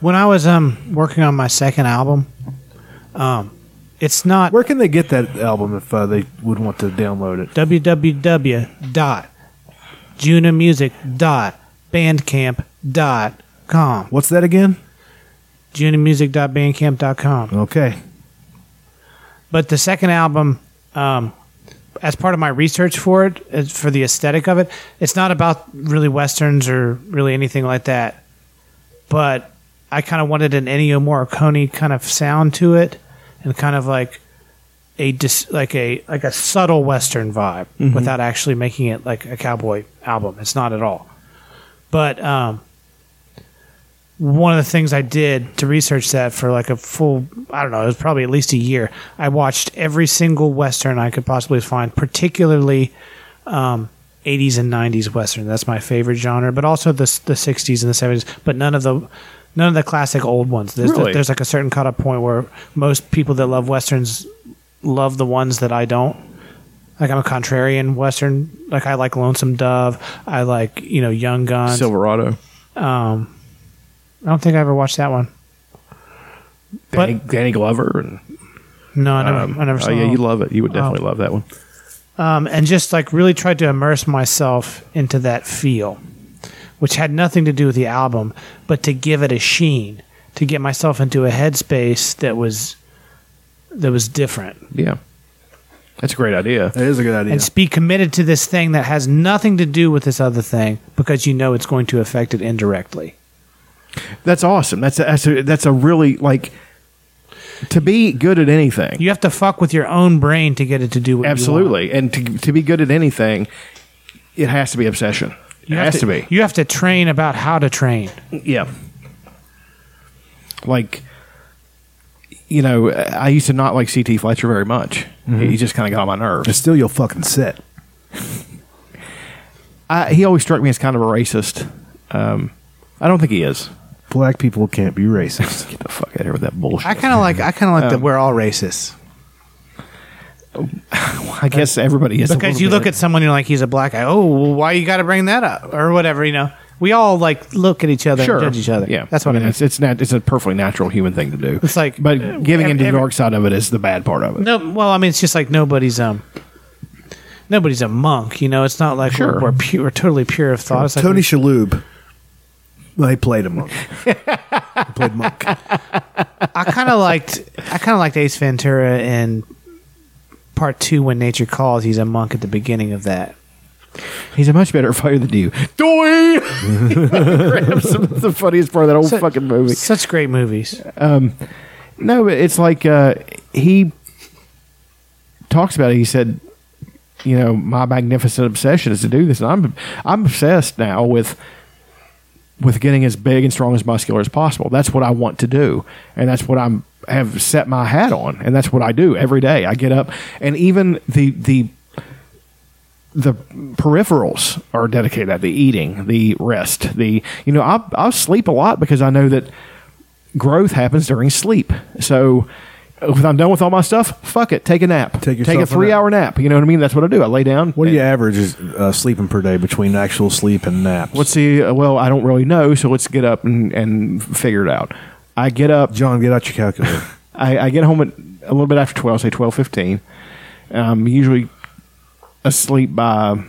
Speaker 3: When I was um working on my second album, um, it's not
Speaker 2: Where can they get that album if uh, they would want to download it?
Speaker 3: www dot junamusic.bandcamp.com.
Speaker 2: What's that again?
Speaker 3: junamusic.bandcamp.com.
Speaker 2: Okay.
Speaker 3: But the second album, um, as part of my research for it, as for the aesthetic of it, it's not about really westerns or really anything like that. But I kind of wanted an Ennio Morricone kind of sound to it, and kind of like a dis- like a like a subtle western vibe without actually making it like a cowboy album. It's not at all. But um, one of the things I did to research that for like a full, I don't know, it was probably at least a year. I watched every single Western I could possibly find, particularly um, 80s and 90s Western. That's my favorite genre, but also the, the 60s and the 70s, but none of the. None of the classic old ones. There's,
Speaker 1: Really?
Speaker 3: there's like a certain cut off point where most people that love westerns love the ones that I don't. Like I'm a contrarian western. Like I like Lonesome Dove. I like you know Young Guns.
Speaker 1: Silverado.
Speaker 3: Um, I don't think I ever watched that one. But-
Speaker 1: Danny, Danny Glover. And,
Speaker 3: No, I never,
Speaker 1: um,
Speaker 3: I never saw.
Speaker 1: oh, yeah,
Speaker 3: that
Speaker 1: you
Speaker 3: one.
Speaker 1: love it. You would definitely love that one.
Speaker 3: um, and just like really tried to immerse myself into that feel, which had nothing to do with the album, but to give it a sheen, to get myself into a headspace that was that was different,
Speaker 1: Yeah. That's a great idea.
Speaker 2: That is a good idea.
Speaker 3: and be committed to this thing that has nothing to do with this other thing because you know it's going to affect it indirectly.
Speaker 1: That's awesome. That's a, that's a, that's a really like to be good at anything.
Speaker 3: You have to fuck with your own brain to get it to do what you want.
Speaker 1: Absolutely, and to to be good at anything, it has to be obsession. It
Speaker 3: You have
Speaker 1: has to, be.
Speaker 3: You have to train about how to train.
Speaker 1: Yeah. Like, you know, I used to not like CT Fletcher very much.
Speaker 3: Mm-hmm.
Speaker 1: He just kind of got on my nerves.
Speaker 2: It's still your fucking set.
Speaker 1: I, he always struck me as kind of a racist. Um, I don't think he is.
Speaker 2: Black people can't be racist.
Speaker 1: Get the fuck out of here with that bullshit.
Speaker 3: I kind of like. I kind of like
Speaker 1: Um,
Speaker 3: that we're all racists
Speaker 1: I guess everybody is a
Speaker 3: because
Speaker 1: little
Speaker 3: you look
Speaker 1: bit.
Speaker 3: at someone, you're like, he's a black guy. Oh, well, why you got to bring that up or whatever? You know, we all like look at each other,
Speaker 1: sure.
Speaker 3: and judge each other.
Speaker 1: Yeah,
Speaker 3: that's what I mean.
Speaker 1: It's it's, nat- it's a perfectly natural human thing to do.
Speaker 3: It's like-
Speaker 1: but
Speaker 3: uh,
Speaker 1: giving
Speaker 3: ev-
Speaker 1: into the
Speaker 3: every-
Speaker 1: dark side of it is the bad part of it.
Speaker 3: No, well, I mean, it's just like nobody's um, nobody's a monk. You know, it's not like
Speaker 1: Sure.
Speaker 3: we're, we're pure, we're totally pure of thought. It's like
Speaker 2: Tony Shalhoub. Well, he played a monk. he played monk.
Speaker 3: I kind of liked. I kind of liked Ace Ventura in part two when nature calls. He's a monk at the beginning of that.
Speaker 1: He's a much better fighter than you. Doi! Grabs him. It's the funniest part of that whole
Speaker 3: So-
Speaker 1: fucking movie.
Speaker 3: Such great movies.
Speaker 1: No, but it's like uh, he talks about it. He said, "You know, my magnificent obsession is to do this, and I'm I'm obsessed now with with getting as big and strong as muscular as possible. That's what I want to do, and that's what I'm have set my hat on, and that's what I do every day. I get up, and even the the the peripherals are dedicated to that the eating, the rest, the you know I I sleep a lot because I know that growth happens during sleep. So if I'm done with all my stuff, fuck it, take a nap,
Speaker 2: Take
Speaker 1: take
Speaker 2: yourself
Speaker 1: a
Speaker 2: a
Speaker 1: three hour nap. You know what I mean? That's what I do. I lay down.
Speaker 2: What do you average is uh, sleeping per day between actual sleep and naps?
Speaker 1: Let's see. uh, Well, I don't really know, so let's get up and, and figure it out. I get up.
Speaker 2: John? Get out your calculator.
Speaker 1: I, I get home at a little bit after twelve, say twelve fifteen. I'm usually asleep by.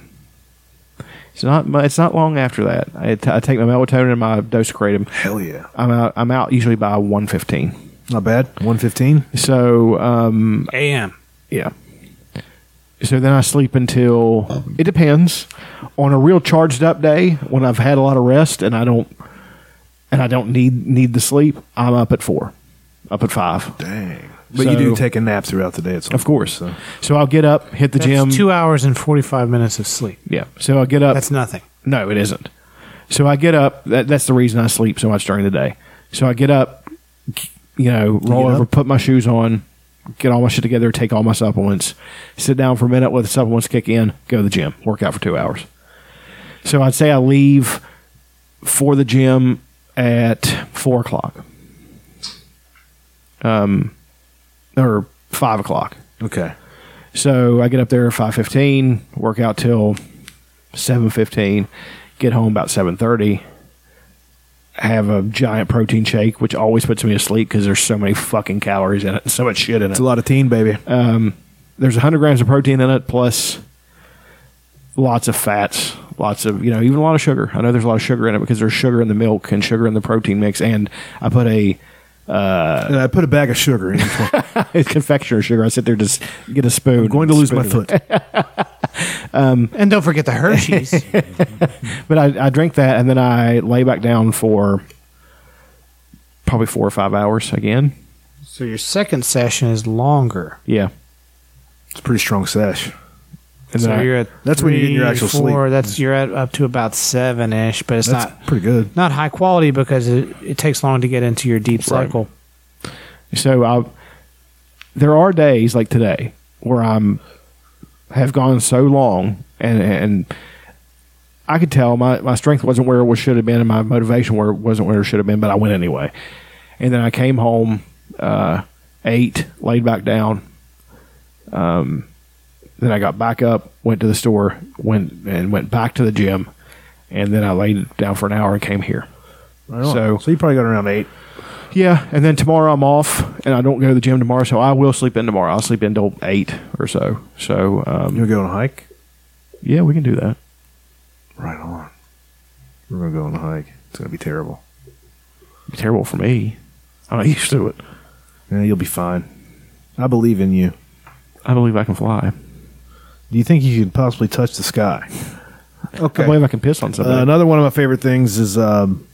Speaker 1: It's not. mu- It's not long after that. I t- I take my melatonin and my dose of kratom.
Speaker 2: Hell yeah,
Speaker 1: I'm out. I'm out usually by one fifteen.
Speaker 2: not bad. One fifteen.
Speaker 1: So um,
Speaker 3: A.M.
Speaker 1: Yeah. So then I sleep until it depends on a real charged up day when I've had a lot of rest and I don't and I don't need need the sleep. I'm up at four, up at five,
Speaker 2: Dang. But you do
Speaker 1: So-
Speaker 2: take a nap throughout the day. At some
Speaker 1: of course.
Speaker 2: point,
Speaker 1: So, I'll get up, hit the
Speaker 3: That's
Speaker 1: gym.
Speaker 3: two hours and forty five minutes of sleep.
Speaker 1: yeah. So I'll get up.
Speaker 3: That's nothing.
Speaker 1: No, it isn't. So I get up. That, that's the reason I sleep so much during the day. So I get up, you know, roll
Speaker 2: get
Speaker 1: over,
Speaker 2: up?
Speaker 1: put my shoes on, get all my shit together, take all my supplements, sit down for a minute, let the supplements kick in, go to the gym, work out for two hours. So I'd say I leave for the gym at four o'clock, um, or five o'clock.
Speaker 2: so. Okay.
Speaker 1: So I get up there at five fifteen, work out till seven fifteen, get home about seven thirty, have a giant protein shake, which always puts me to sleep because there's so many fucking calories in it, and so much shit in
Speaker 2: It's
Speaker 1: it.
Speaker 2: a lot of teen, baby.
Speaker 1: There's hundred grams of protein in it, plus lots of fats, lots of you know even a lot of sugar. I know there's a lot of sugar in it because there's sugar in the milk and sugar in the protein mix. And I put a
Speaker 2: And I put a bag of sugar in each one. I'm
Speaker 1: confectioner sugar. I sit there just get a spoon.
Speaker 2: going to
Speaker 1: and
Speaker 2: lose my
Speaker 1: spoon it.
Speaker 2: foot. I
Speaker 3: And don't forget the Hershey's.
Speaker 1: But I, I drink that and then I lay back down for probably four or five hours again.
Speaker 3: so your second session is longer.
Speaker 1: Yeah.
Speaker 2: It's a pretty strong sash.
Speaker 1: And
Speaker 3: So
Speaker 1: then I-
Speaker 3: you're at
Speaker 2: That's when you're getting your
Speaker 3: three,
Speaker 2: actual
Speaker 3: four,
Speaker 2: sleep.
Speaker 3: That's you're at up to about seven ish, but it's
Speaker 2: That's
Speaker 3: not
Speaker 2: pretty good.
Speaker 3: not high quality because it, it takes long to get into your deep cycle.
Speaker 1: So I, there are days like today where I'm have gone so long and and I could tell my, my strength wasn't where it should have been and my motivation where it wasn't where it should have been, but I went anyway. And then I came home, uh, ate, laid back down. Um, then I got back up, went to the store, went and went back to the gym, and then I laid down for an hour and came here.
Speaker 2: Right on.
Speaker 1: So-
Speaker 2: so you probably got around eight.
Speaker 1: Yeah, and then tomorrow I'm off, and I don't go to the gym tomorrow, so I will sleep in tomorrow. I'll sleep in till eight or so. So um,
Speaker 2: You'll go on a hike.
Speaker 1: yeah, we can do that.
Speaker 2: Right on. We're gonna go on a hike. It's gonna be terrible.
Speaker 1: It'd be terrible for me. I'm not used to it.
Speaker 2: Yeah, you'll be fine. I believe in you.
Speaker 1: I believe I can fly.
Speaker 2: Do you think you could possibly touch the sky?
Speaker 1: I
Speaker 2: Okay.
Speaker 1: believe I can piss on something.
Speaker 2: Uh, another one of my favorite things is um,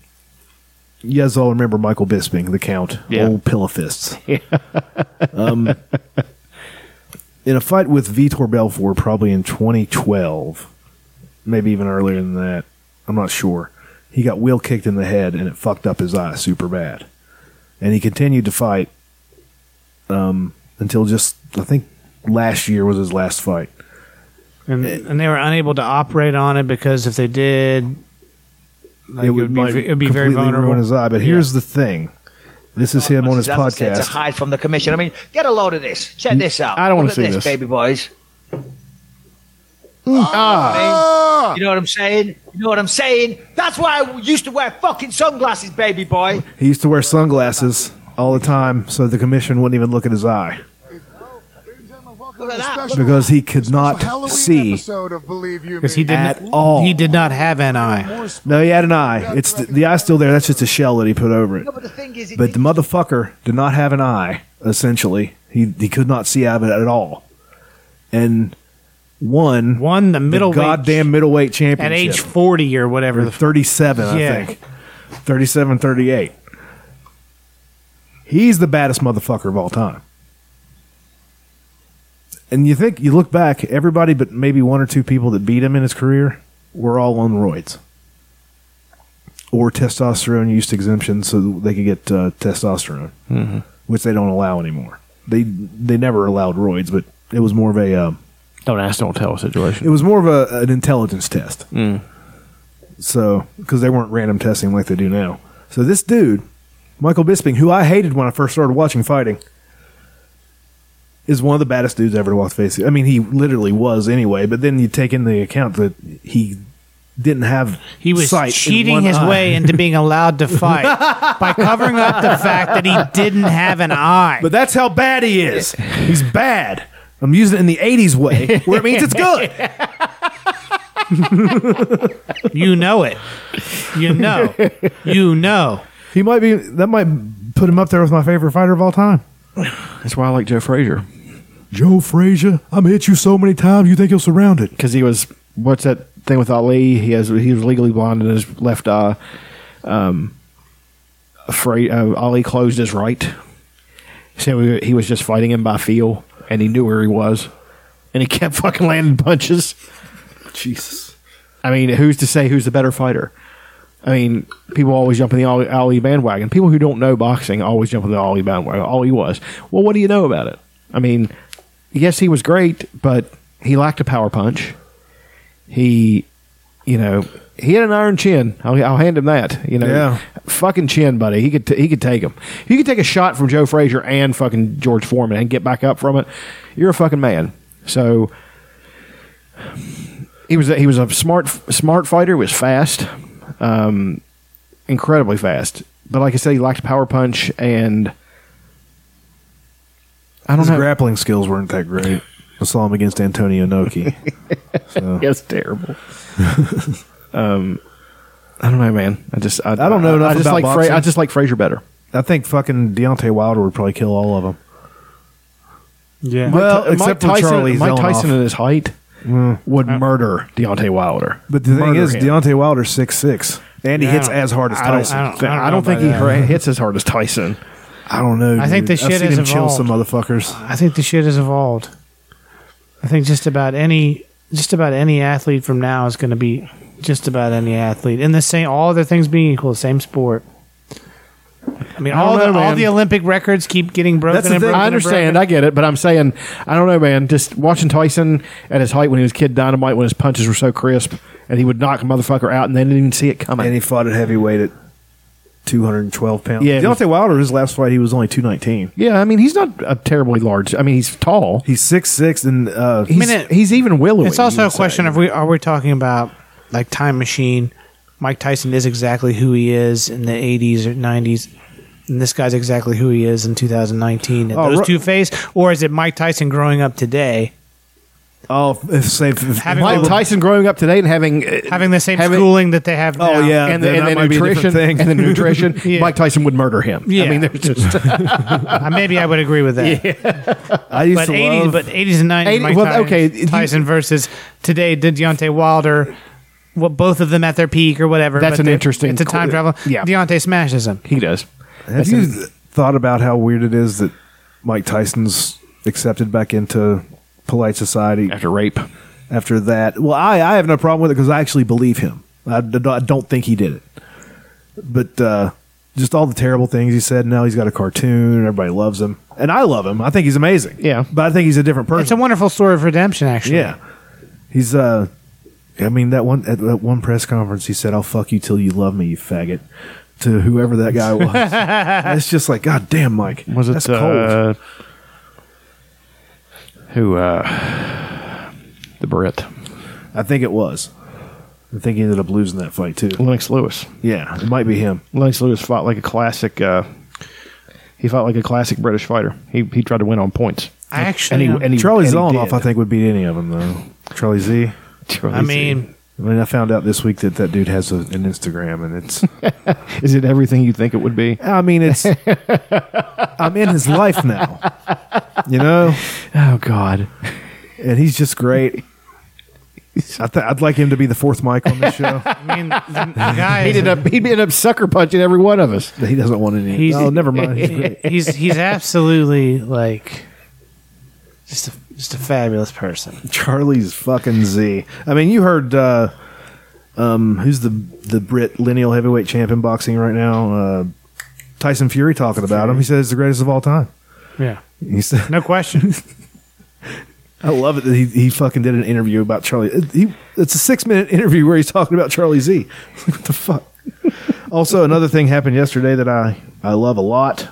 Speaker 2: you guys all remember Michael Bisping, the Count,
Speaker 1: Yeah.
Speaker 2: old pillow fists. um, in a fight with Vitor Belfort, probably in 2012, maybe even earlier than that, I'm not sure. He got wheel kicked in the head and it fucked up his eye super bad, and he continued to fight um, until just I think last year was his last fight.
Speaker 3: And, and they were unable to operate on it because if they did, like, it, would be,
Speaker 2: might
Speaker 3: it would be very
Speaker 2: completely
Speaker 3: vulnerable.
Speaker 2: Ruin his eye. But here's the thing: this is him on his
Speaker 4: As I said, To
Speaker 2: podcast.
Speaker 4: hide from the commission. I mean, get a load of this. Check this out.
Speaker 1: I don't wanna
Speaker 4: Look at
Speaker 1: see this. Mm.
Speaker 4: baby boys. Oh,
Speaker 1: Ah.
Speaker 4: man. You know what I'm saying? You know what I'm saying? That's why I used to wear fucking sunglasses, baby boy.
Speaker 2: He used to wear sunglasses all the time, so the commission wouldn't even look at his eye
Speaker 4: Look at that.
Speaker 2: because he could not see.
Speaker 3: Because he did
Speaker 2: At
Speaker 3: not,
Speaker 2: all.
Speaker 3: He did not have an eye.
Speaker 2: No, he had an eye. It's the, the eye's still there. That's just a shell that he put over it.
Speaker 4: No, but the thing is, it
Speaker 2: But the motherfucker did not have an eye. Essentially, he he could not see out of it at all. And one
Speaker 3: Won the
Speaker 2: the
Speaker 3: middleweight
Speaker 2: goddamn middleweight
Speaker 3: at
Speaker 2: championship
Speaker 3: age forty or whatever.
Speaker 2: or
Speaker 3: the f-
Speaker 2: 37,
Speaker 3: Yeah.
Speaker 2: I think. 37, 38. He's the baddest motherfucker of all time. And you think, you look back, everybody but maybe one or two people that beat him in his career were all on roids or testosterone use exemption so they could get uh, testosterone, which they don't allow anymore. They, they never allowed roids, but it was more of a. Um,
Speaker 1: don't ask, don't tell
Speaker 2: it
Speaker 1: situation.
Speaker 2: was more of a, an intelligence test.
Speaker 3: Mm.
Speaker 2: So, because they weren't random testing like they do now. So this dude, Michael Bisping, who I hated when I first started watching fighting, is one of the baddest dudes ever to walk the face. I mean, he literally was anyway. But then you take into account that he didn't have
Speaker 3: He was
Speaker 2: sight in
Speaker 3: cheating
Speaker 2: one
Speaker 3: his
Speaker 2: eye.
Speaker 3: way into being allowed to fight by covering up the fact that he didn't have an eye.
Speaker 2: But that's how bad he is. He's bad. I'm using it in the '80s way, where it means it's good.
Speaker 3: you know it. You know. You know.
Speaker 2: He might be. That might put him up there with my favorite fighter of all time.
Speaker 1: That's why I like Joe Frazier
Speaker 2: Joe Frazier, I'm hit you so many times you think you'll surround it.
Speaker 1: because he was what's that thing with Ali? He has he was legally blind in his left eye. Um, afraid uh, Ali closed his right, so he, he was just fighting him by feel, and he knew where he was, and he kept fucking landing punches.
Speaker 2: Jesus.
Speaker 1: I mean, who's to say who's the better fighter? I mean, people always jump in the Ali- Ali bandwagon. People who don't know boxing always jump in the Ali bandwagon. All he was. Well, what do you know about it? I mean, yes, he was great, but he lacked a power punch. He, you know, he had an iron chin. I'll, I'll hand him that. You know,
Speaker 2: Yeah.
Speaker 1: fucking chin, buddy. He could t- he could take him. He could take a shot from Joe Frazier and fucking George Foreman and get back up from it. You're a fucking man. So he was a, he was a smart smart fighter. He was fast, um, incredibly fast. But like I said, he lacked power punch, and I don't
Speaker 2: His
Speaker 1: know.
Speaker 2: grappling skills weren't that great. I saw him against Antonio Noki.
Speaker 1: It's terrible. um, I don't know, man. I just I,
Speaker 2: don't know
Speaker 1: I,
Speaker 2: enough
Speaker 1: just
Speaker 2: about
Speaker 1: like
Speaker 2: boxing.
Speaker 1: I just like Frazier better.
Speaker 2: I think fucking Deontay Wilder would probably kill all of them.
Speaker 3: Yeah.
Speaker 2: Well,
Speaker 1: Mike
Speaker 2: except for
Speaker 1: Tyson,
Speaker 2: Charlie
Speaker 1: Mike
Speaker 2: Zelenoff.
Speaker 1: Tyson at his height would murder Deontay Wilder.
Speaker 2: But the thing
Speaker 1: Murder
Speaker 2: is,
Speaker 1: him.
Speaker 2: Deontay Wilder's six six, and he
Speaker 3: Yeah.
Speaker 2: hits as hard as
Speaker 1: I don't,
Speaker 2: Tyson.
Speaker 1: I don't,
Speaker 3: I don't know
Speaker 1: think he
Speaker 3: about that.
Speaker 1: hits as hard as Tyson.
Speaker 2: I don't know.
Speaker 3: I think
Speaker 2: dude.
Speaker 3: the
Speaker 2: I've
Speaker 3: shit
Speaker 2: seen
Speaker 3: has
Speaker 2: him chill some
Speaker 3: evolved.
Speaker 2: motherfuckers.
Speaker 3: I think the shit has evolved. I think just about any just about any athlete from now is going to be just about any athlete in the same all other things being equal, same sport. I mean, all
Speaker 1: don't
Speaker 3: the
Speaker 1: know,
Speaker 3: all
Speaker 1: man.
Speaker 3: the Olympic records keep getting broken.
Speaker 2: That's the
Speaker 3: and
Speaker 2: thing.
Speaker 3: broken
Speaker 1: I
Speaker 3: and
Speaker 1: understand.
Speaker 3: broken.
Speaker 1: I get it. But I'm saying, I don't know, man. Just watching Tyson at his height when he was kid dynamite, when his punches were so crisp, and he would knock a motherfucker out, and they didn't even see it coming.
Speaker 2: And he fought at heavyweight at two hundred and twelve pounds.
Speaker 1: Yeah.
Speaker 2: Deontay Wilder, his last fight, he was only two nineteen.
Speaker 1: yeah, I mean, he's not a terribly large. I mean, he's tall.
Speaker 2: He's six six, and uh,
Speaker 1: He's,
Speaker 3: mean, it-
Speaker 1: he's even willowy.
Speaker 3: It's also
Speaker 1: you
Speaker 3: a
Speaker 1: would
Speaker 3: question
Speaker 1: say.
Speaker 3: of we are we talking about like Time Machine? Mike Tyson is exactly who he is in the '80s or '90s, and this guy's exactly who he is in 2019. And
Speaker 2: Oh,
Speaker 3: those
Speaker 2: Ro-
Speaker 3: two face, or is it Mike Tyson growing up today,
Speaker 2: oh, if, say, if, if-
Speaker 3: Having all
Speaker 1: Mike
Speaker 3: the-
Speaker 1: Tyson growing up today and having uh,
Speaker 3: having the same
Speaker 1: having-
Speaker 3: schooling that they have?
Speaker 2: Oh,
Speaker 3: now?
Speaker 2: yeah.
Speaker 1: and, the,
Speaker 2: then
Speaker 1: and
Speaker 2: that
Speaker 1: the
Speaker 2: might be a different
Speaker 1: nutrition
Speaker 2: thing.
Speaker 1: and the nutrition,
Speaker 3: Yeah.
Speaker 1: Mike Tyson would murder him. I
Speaker 3: Yeah.
Speaker 1: mean, there's just
Speaker 3: Uh, maybe I would agree with that.
Speaker 2: I used
Speaker 3: But
Speaker 2: to
Speaker 3: 80s,
Speaker 2: love.
Speaker 3: but 80s and 90s.
Speaker 1: 80
Speaker 3: Mike
Speaker 1: well,
Speaker 3: Tyson,
Speaker 1: okay, you-
Speaker 3: Tyson versus today did Deontay Wilder. What both of them at their peak or whatever.
Speaker 1: That's
Speaker 3: but
Speaker 1: an
Speaker 3: they-
Speaker 1: interesting
Speaker 3: It's a time
Speaker 1: qu-
Speaker 3: travel.
Speaker 1: yeah.
Speaker 3: Deontay smashes him.
Speaker 1: he does.
Speaker 2: have you thought about how weird it is that Mike Tyson's accepted back into polite society
Speaker 1: After rape,
Speaker 2: after that. Well, I, I have no problem with it because I actually believe him. I, d- I don't think he did it. But uh, just all the terrible things he said. Now he's got a cartoon and everybody loves him. And I love him. I think he's amazing.
Speaker 1: Yeah.
Speaker 2: But I think he's a different
Speaker 3: It's a
Speaker 2: person.
Speaker 3: wonderful story of redemption, actually.
Speaker 2: yeah. He's, uh, I mean, that one, at that one press conference, he said, I'll fuck you till you love me, you faggot. To whoever that guy was. That's just like, God damn, Mike.
Speaker 1: was it?
Speaker 2: That's
Speaker 1: uh, Who? Uh, the Brit,
Speaker 2: cold. I think it was. I think he ended up losing that fight, too.
Speaker 1: Lennox Lewis.
Speaker 2: Yeah. It might be him.
Speaker 1: Lennox Lewis fought like a classic. Uh, he fought like a classic British fighter. He he tried to win on points.
Speaker 3: I actually.
Speaker 1: And he- and he-
Speaker 2: Charlie
Speaker 1: and he
Speaker 2: Zelenoff,
Speaker 1: did.
Speaker 2: I think, would beat any of them though. Charlie Z.
Speaker 3: I mean,
Speaker 2: I mean, I found out this week that that dude has a, an Instagram, and it's.
Speaker 1: is it everything you think it would be?
Speaker 2: I mean, it's. I'm in his life now, you know,
Speaker 1: Oh God!
Speaker 2: and he's just great. I th- I'd like him to be the fourth mic on this show.
Speaker 3: I mean, the, the guy.
Speaker 1: He'd end up he'd end up sucker punching every one of us.
Speaker 2: he doesn't want any.
Speaker 3: He's-
Speaker 2: oh, never mind. He's great.
Speaker 3: he's he's absolutely like just a, just a fabulous person.
Speaker 2: Charlie's fucking Z. I mean, you heard. Uh, um, who's the the Brit lineal heavyweight champion boxing right now? Uh, Tyson Fury talking about him. He says he's the greatest of all time.
Speaker 3: Yeah,
Speaker 2: He said,
Speaker 3: no question.
Speaker 2: I love it that he, he fucking did an interview about Charlie. it- he- it's a six minute interview where he's talking about Charlie Z. It's like, what the fuck? also, another thing happened yesterday that I, I love a lot.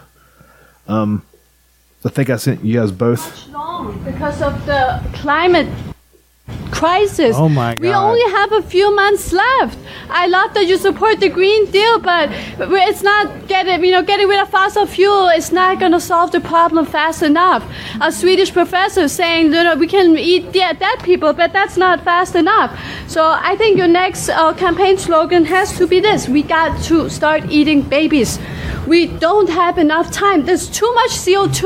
Speaker 2: Um, I think I sent you guys both.
Speaker 8: long because of the climate crisis.
Speaker 3: Oh my
Speaker 8: We
Speaker 3: God.
Speaker 8: only have a few months left. I love that you support the Green Deal, but it's not getting you know getting rid of fossil fuel is not going to solve the problem fast enough. A Swedish professor saying you know we can eat de- dead people, but that's not fast enough. So I think your next uh, campaign slogan has to be this: We got to start eating babies. We don't have enough time. There's too much CO2.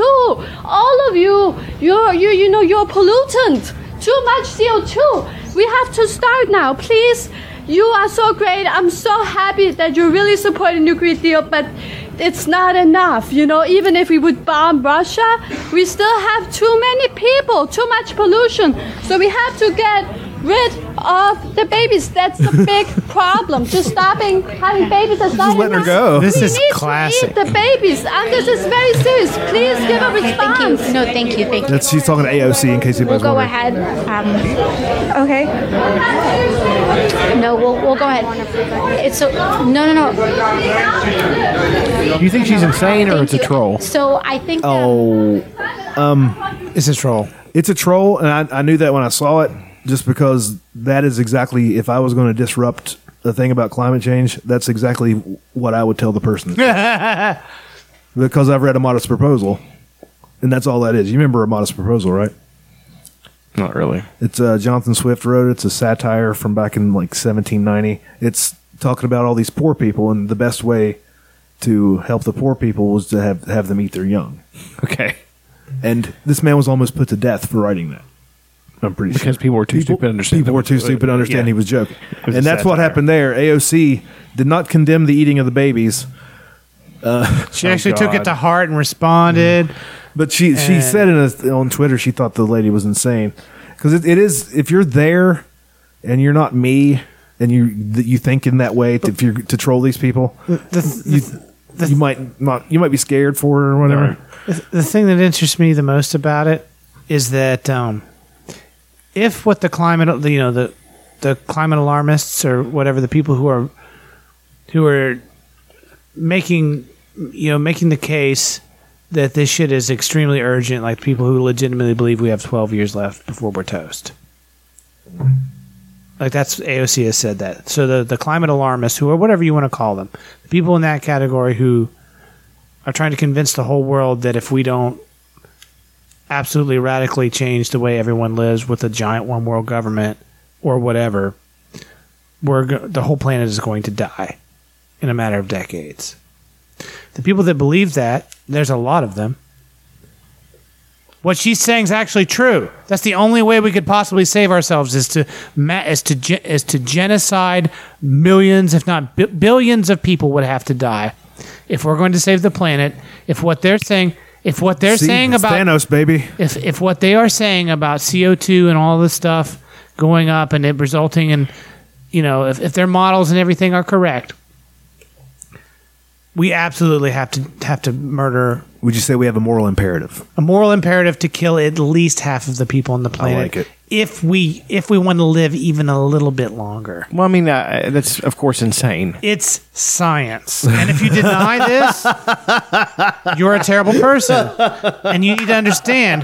Speaker 8: All of you, you're you you know you're pollutant too much CO2. We have to start now, please. You are so great. I'm so happy that you're really supporting the Green Deal, but it's not enough. You know, even if we would bomb Russia, we still have too many people, too much pollution. So we have to get rid of the babies. That's the big problem. Just stopping having babies is not
Speaker 2: letting her
Speaker 8: enough.
Speaker 2: go.
Speaker 3: This
Speaker 8: we
Speaker 3: is
Speaker 8: need
Speaker 3: classic.
Speaker 8: to eat the babies, and this is very serious. Please give a
Speaker 6: Thank
Speaker 8: response.
Speaker 6: you. No, thank you. Thank you.
Speaker 2: That's she's talking to AOC in case
Speaker 6: We'll
Speaker 2: anybody's
Speaker 6: go
Speaker 2: wondering.
Speaker 6: ahead. Um,
Speaker 9: Okay.
Speaker 6: no, we'll, we'll go ahead. It's so no, no, no.
Speaker 1: Do you think she's insane or it's a
Speaker 6: Thank you.
Speaker 1: troll?
Speaker 6: So I think. um, that-
Speaker 2: Oh,
Speaker 3: It's a troll.
Speaker 2: it's a troll, and I, I knew that when I saw it, just because that is exactly if I was going to disrupt the thing about climate change, that's exactly what I would tell the person. because I've read a modest proposal, and that's all that is. You remember a modest proposal, right?
Speaker 1: Not really.
Speaker 2: It's uh, Jonathan Swift wrote it. It's a satire from back in like 1790. It's talking about all these poor people, and the best way to help the poor people was to have have them eat their young.
Speaker 1: Okay.
Speaker 2: And this man was almost put to death for writing that. I'm pretty
Speaker 1: Because
Speaker 2: sure
Speaker 1: people were too stupid to understand
Speaker 2: People
Speaker 1: that
Speaker 2: were
Speaker 1: was-
Speaker 2: too stupid to understand
Speaker 1: Yeah.
Speaker 2: he was joking,
Speaker 1: was
Speaker 2: and
Speaker 1: a
Speaker 2: that's what
Speaker 1: satire.
Speaker 2: happened there. AOC did not condemn the eating of the babies,
Speaker 3: She actually
Speaker 8: Oh,
Speaker 3: took
Speaker 1: God.
Speaker 3: it to heart and responded.
Speaker 2: But she she
Speaker 3: And-
Speaker 2: said in a, on Twitter she thought the lady was insane because it, it is if you're there and you're not me and you that you think in that way to, if you're to troll these people
Speaker 3: The, th-
Speaker 2: you you might not you might be scared for her or whatever.
Speaker 1: Right.
Speaker 3: the thing that interests me the most about it is that um, if what the climate you know the the climate alarmists or whatever the people who are who are making you know making the case that this shit is extremely urgent like people who legitimately believe we have 12 years left before we're toast like that's AOC has said that so the the climate alarmists who are whatever you want to call them the people in that category who are trying to convince the whole world that if we don't absolutely radically change the way everyone lives with a giant one world government or whatever, we're go- the whole planet is going to die in a matter of decades. The people that believe that, there's a lot of them. What she's saying is actually true. That's the only way we could possibly save ourselves is to ma- is to ge- is to genocide millions, if not bi- billions, of people would have to die if we're going to save the planet. If what they're saying, if what they're
Speaker 2: See,
Speaker 3: saying
Speaker 2: it's
Speaker 3: about
Speaker 2: Thanos, baby,
Speaker 3: if if what they are saying about CO two and all this stuff going up and it resulting in you know if, if their models and everything are correct, we absolutely have to have to murder
Speaker 2: would you say we have a moral imperative?
Speaker 3: a moral imperative to kill at least half of the people on the planet.
Speaker 2: like it.
Speaker 3: If we if we want to live even a little bit longer,
Speaker 1: Well, I mean, uh, that's of course insane.
Speaker 3: it's science. And if you deny this, you're a terrible person. And you need to understand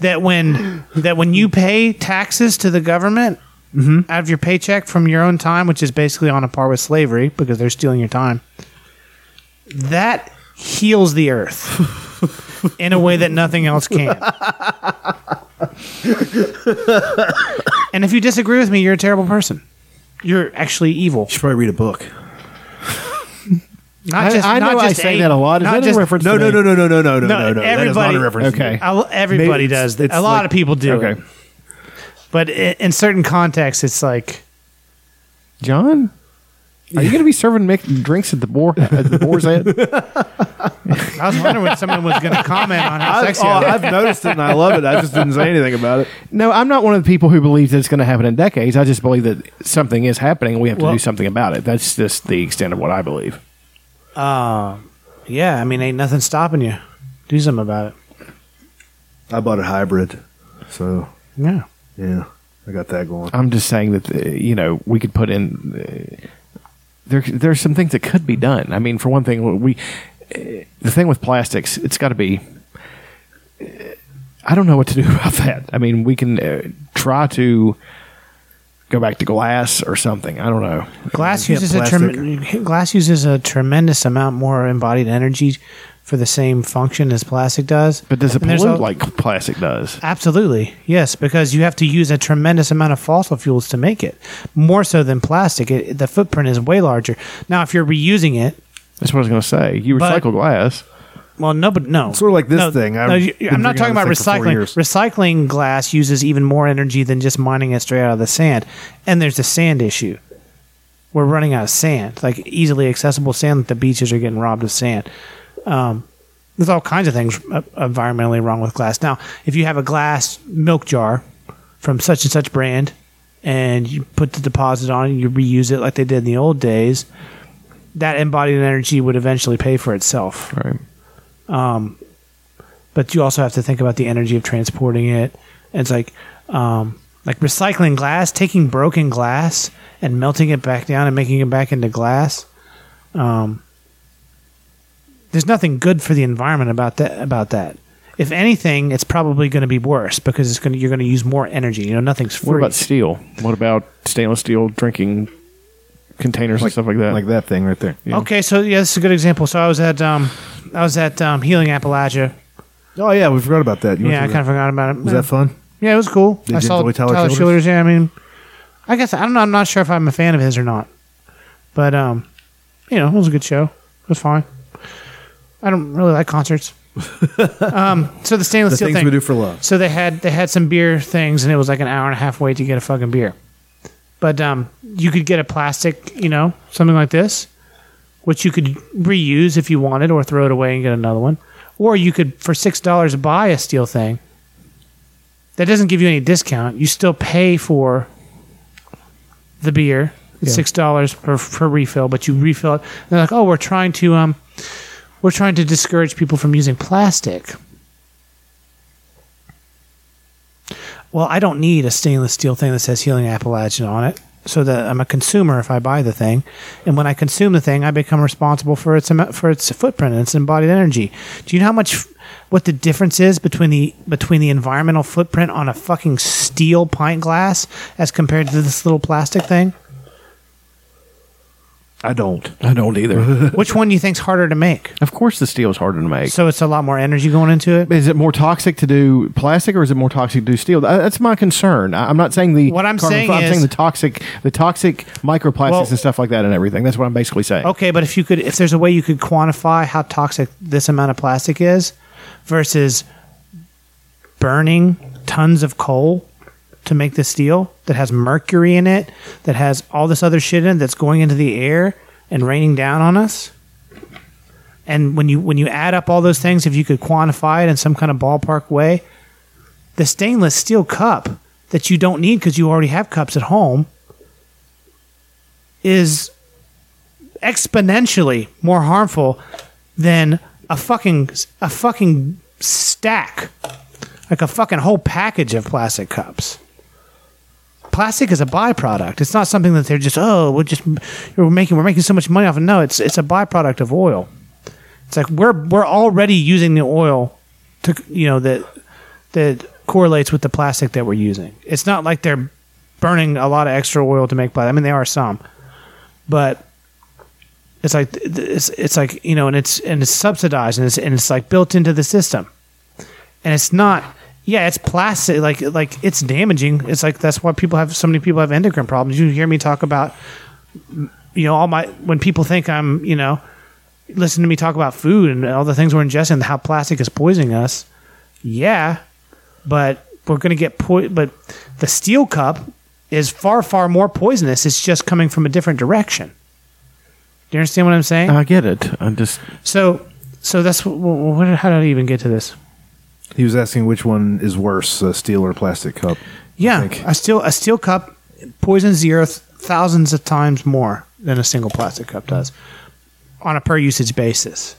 Speaker 3: that when that when you pay taxes to the government out of your paycheck from your own time, which is basically on a par with slavery because they're stealing your time, that heals the earth in a way that nothing else can. and if you disagree with me, you're a terrible person. You're actually evil.
Speaker 2: You should probably read a book.
Speaker 3: Not
Speaker 1: I-
Speaker 3: just,
Speaker 1: I
Speaker 3: not
Speaker 1: know I
Speaker 3: just
Speaker 1: say
Speaker 3: a-
Speaker 1: that a lot. Is
Speaker 3: not
Speaker 1: that a
Speaker 3: just-
Speaker 1: reference
Speaker 2: No,
Speaker 1: to
Speaker 2: no,
Speaker 1: me?
Speaker 2: no, no, no, no, no, no,
Speaker 3: No,
Speaker 2: no. That is not
Speaker 3: everybody-
Speaker 2: a reference.
Speaker 1: okay.
Speaker 3: I'll- everybody
Speaker 2: Maybe it's-
Speaker 3: does. that.
Speaker 2: it's
Speaker 3: a lot
Speaker 2: like-
Speaker 3: of people do.
Speaker 1: okay.
Speaker 3: It. But i- in certain contexts, it's like
Speaker 1: John, are you going to be serving Mick drinks at the boar at the boar's head?
Speaker 3: I was wondering when someone was going to comment on how
Speaker 2: I've,
Speaker 3: sexy.
Speaker 2: oh,
Speaker 3: I was.
Speaker 2: I've noticed it and I love it. I just didn't say anything about it.
Speaker 1: No, I'm not one of the people who believes that it's going to happen in decades. I just believe that something is happening. and We have to
Speaker 3: Well-
Speaker 1: do something about it. That's just the extent of what I believe.
Speaker 3: yeah, I mean, ain't nothing stopping you. Do something about it.
Speaker 2: I bought a hybrid, so
Speaker 3: Yeah.
Speaker 2: yeah, I got that going.
Speaker 1: I'm just saying that uh, you know we could put in uh, there. There's some things that could be done. I mean, for one thing, we uh, the thing with plastics, it's got to be. uh, I don't know what to do about that. I mean, we can uh, try to go back to glass or something. I don't know.
Speaker 3: Glass
Speaker 2: Yeah,
Speaker 3: uses a
Speaker 2: plastic.
Speaker 3: trem- glass uses a tremendous amount more embodied energy for the same function as plastic does.
Speaker 1: But does it
Speaker 3: And there's
Speaker 1: pollute
Speaker 3: a-
Speaker 1: like plastic does?
Speaker 3: Absolutely, yes, because you have to use a tremendous amount of fossil fuels to make it, more so than plastic. It, it- the footprint is way larger. Now, if you're reusing it,
Speaker 1: That's what I was going to say. You
Speaker 3: But-
Speaker 1: recycle glass.
Speaker 3: well, no, but no,
Speaker 2: Sort of like this
Speaker 3: No,
Speaker 2: thing. I've
Speaker 3: no, you-
Speaker 2: been
Speaker 3: I'm not talking
Speaker 2: drinking out
Speaker 3: about
Speaker 2: of this thing for four
Speaker 3: recycling.
Speaker 2: years.
Speaker 3: Recycling glass uses even more energy than just mining it straight out of the sand, and there's the sand issue. We're running out of sand, like easily accessible sand. The beaches are getting robbed of sand. Um, there's all kinds of things uh, environmentally wrong with glass. Now, if you have a glass milk jar from such and such brand, and you put the deposit on it, you reuse it like they did in the old days, that embodied energy would eventually pay for itself. Um,
Speaker 1: Right.
Speaker 3: But you also have to think about the energy of transporting it. And it's like, um, like recycling glass, taking broken glass and melting it back down and making it back into glass. Um, there's nothing good for the environment about that. About that. If anything, it's probably going to be worse because it's going to, you're going to use more energy. You know, nothing's free.
Speaker 1: What about steel? What about stainless steel drinking containers and stuff like that?
Speaker 2: Like that thing right there.
Speaker 3: Okay, so yeah, this is a good example. So I was at um, I was at um, Healing Appalachia.
Speaker 2: Oh yeah, we forgot about that. You went
Speaker 3: Yeah, I
Speaker 2: through
Speaker 3: kind of
Speaker 2: that.
Speaker 3: forgot about it.
Speaker 2: was that fun?
Speaker 3: Yeah, it was cool.
Speaker 2: Did
Speaker 3: I
Speaker 2: you
Speaker 3: saw
Speaker 2: enjoy Tyler
Speaker 3: Tyler, Schilders?
Speaker 2: Childers?
Speaker 3: Yeah, I mean, I guess I don't know. I'm not sure if I'm a fan of his or not, but um, you know, it was a good show. It was fine. I don't really like concerts. um, so
Speaker 2: The
Speaker 3: the stainless steel
Speaker 2: things
Speaker 3: thing.
Speaker 2: we do for love.
Speaker 3: So they had they had some beer things, and it was like an hour and a half wait to get a fucking beer. But um, you could get a plastic, you know, something like this, which you could reuse if you wanted, or throw it away and get another one, or you could for six dollars buy a steel thing. That doesn't give you any discount. You still pay for the beer. It's
Speaker 2: Yeah.
Speaker 3: six dollars per, per refill, but you refill it. And they're like, oh, we're trying to um, we're trying to discourage people from using plastic. Well, I don't need a stainless steel thing that says Healing Appalachian on it, so that I'm a consumer if I buy the thing, and when I consume the thing, I become responsible for its amount, for its footprint and its embodied energy. Do you know how much what the difference is between the between the environmental footprint on a fucking steel pint glass as compared to this little plastic thing?
Speaker 1: I don't. I don't either.
Speaker 3: Which one do you think's harder to make?
Speaker 1: of course, the steel is harder to make.
Speaker 3: So it's a lot more energy going into it.
Speaker 1: is it more toxic to do plastic or is it more toxic to do steel? Th- That's my concern. I- I'm not saying the
Speaker 3: What I'm saying
Speaker 1: I'm
Speaker 3: is-
Speaker 1: saying the toxic, the toxic microplastics
Speaker 3: Well-
Speaker 1: and stuff like that and everything. That's what I'm basically saying.
Speaker 3: Okay, but if you could, if there's a way you could quantify how toxic this amount of plastic is versus burning tons of coal to make the steel that has mercury in it, that has all this other shit in it that's going into the air and raining down on us. And when you when you add up all those things, if you could quantify it in some kind of ballpark way, the stainless steel cup that you don't need because you already have cups at home is exponentially more harmful than a fucking a fucking stack, like a fucking whole package of plastic cups. Plastic is a byproduct. It's not something that they're just oh we're just we're making we're making so much money off of. No, it's it's a byproduct of oil. It's like we're we're already using the oil to you know that that correlates with the plastic that we're using. It's not like they're burning a lot of extra oil to make plastic. I mean, they are some, but it's like th- th- it's it's like you know, and it's and it's subsidized and it's and it's like built into the system, and it's not. Yeah, it's plastic. Like like it's damaging. It's like that's why people have so many people have endocrine problems. You hear me talk about, you know, all my when people think I'm you know, listen to me talk about food and all the things we're ingesting, and how plastic is poisoning us. Yeah, but we're gonna get po- But the steel cup is far far more poisonous. It's just coming from a different direction. Do you understand what I'm saying?
Speaker 1: I get it. I'm just
Speaker 3: So, so that's what, what, how did I even get to this?
Speaker 2: He was asking which one is worse, a steel or plastic cup.
Speaker 3: Yeah,
Speaker 2: think.
Speaker 3: a steel a steel cup poisons the earth thousands of times more than a single plastic cup does on a per usage basis.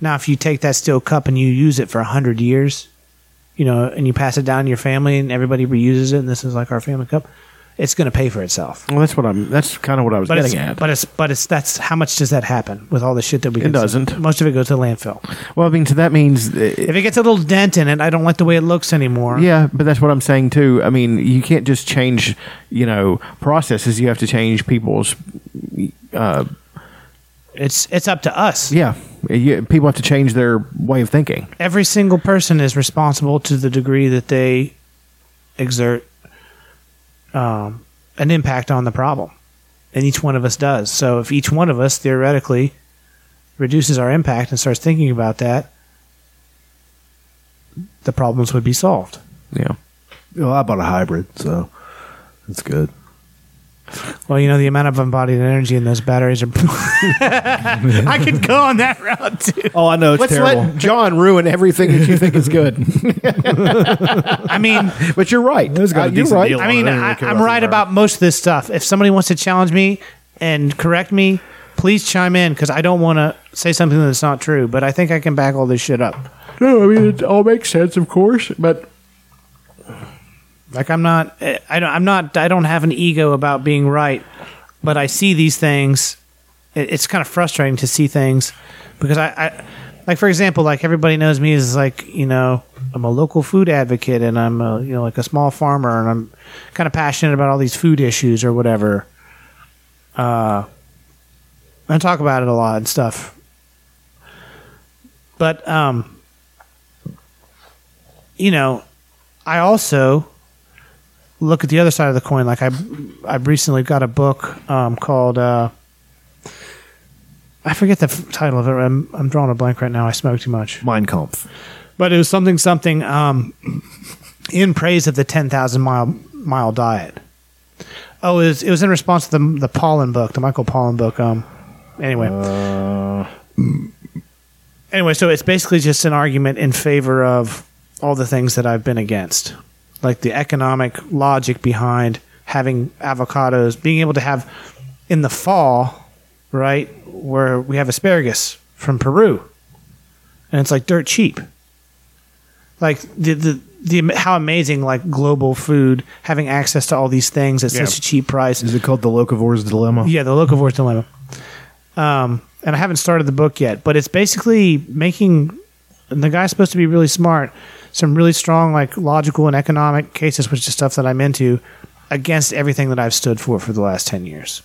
Speaker 3: Now, if you take that steel cup and you use it for hundred years, you know, and you pass it down to your family and everybody reuses it, and this is like our family cup, it's going to pay for itself.
Speaker 1: well. That's what I'm. That's kind of what I was
Speaker 3: But it's,
Speaker 1: getting at.
Speaker 3: but it's but it's that's how much does that happen with all the shit that we? consume?
Speaker 1: doesn't.
Speaker 3: Most of it goes to landfill.
Speaker 1: well, I mean, so that means. uh,
Speaker 3: If it gets a little dent in it, I don't like the way it looks anymore.
Speaker 1: yeah, but that's what I'm saying too. I mean, you can't just change, you know, processes. You have to change people's.
Speaker 3: It's it's up to us.
Speaker 1: Yeah, you, people have to change their way of thinking.
Speaker 3: Every single person is responsible to the degree that they exert um, an impact on the problem, and each one of us does. So if each one of us theoretically reduces our impact and starts thinking about that, the problems would be solved.
Speaker 1: Yeah.
Speaker 2: Well, I bought a hybrid, so that's good.
Speaker 3: Well, you know the amount of embodied energy in those batteries are. I could go on that route too.
Speaker 2: Oh, I know it's
Speaker 1: Let's
Speaker 2: terrible.
Speaker 1: let John ruin everything that you think is good.
Speaker 3: I mean,
Speaker 1: but you're right.
Speaker 2: It's got a
Speaker 1: Uh, you're
Speaker 2: decent
Speaker 1: right.
Speaker 2: deal.
Speaker 3: I mean,
Speaker 2: I don't really
Speaker 3: I,
Speaker 2: care
Speaker 3: I'm
Speaker 2: about
Speaker 3: right
Speaker 2: the
Speaker 3: about most of this stuff. If somebody wants to challenge me and correct me, please chime in because I don't want to say something that's not true. But I think I can back all this shit up.
Speaker 1: No, I mean it all makes sense, of course, but
Speaker 3: Like I'm not, eh, I don't, I'm not, I don't have an ego about being right. But I see these things. It, it's kind of frustrating to see things because I, I, like for example, like everybody knows me as like you know I'm a local food advocate and I'm a, you know like a small farmer and I'm kind of passionate about all these food issues or whatever. Uh, I talk about it a lot and stuff. But um, you know, I also look at the other side of the coin. Like I, I recently got a book um, called uh, I forget the f- title of it. I'm, I'm drawing a blank right now. I smoke too much.
Speaker 1: Mein Kampf.
Speaker 3: But it was something something um, in praise of the ten thousand mile mile diet. Oh, it was, it was in response to the the Pollen book, the Michael Pollan book. Um, anyway. Anyway, so it's basically just an argument in favor of all the things that I've been against, like the economic logic behind having avocados, being able to have in the fall, right, where we have asparagus from Peru, and it's like dirt cheap like the the the am- how amazing like global food having access to all these things at such a cheap price.
Speaker 2: Is it called the Locovore's Dilemma?
Speaker 3: Yeah, the locavore's dilemma. Um, and I haven't started the book yet, but it's basically making and the guy's supposed to be really smart. Some really strong like logical and economic cases, which is stuff that I'm into, against everything that I've stood for for the last ten years.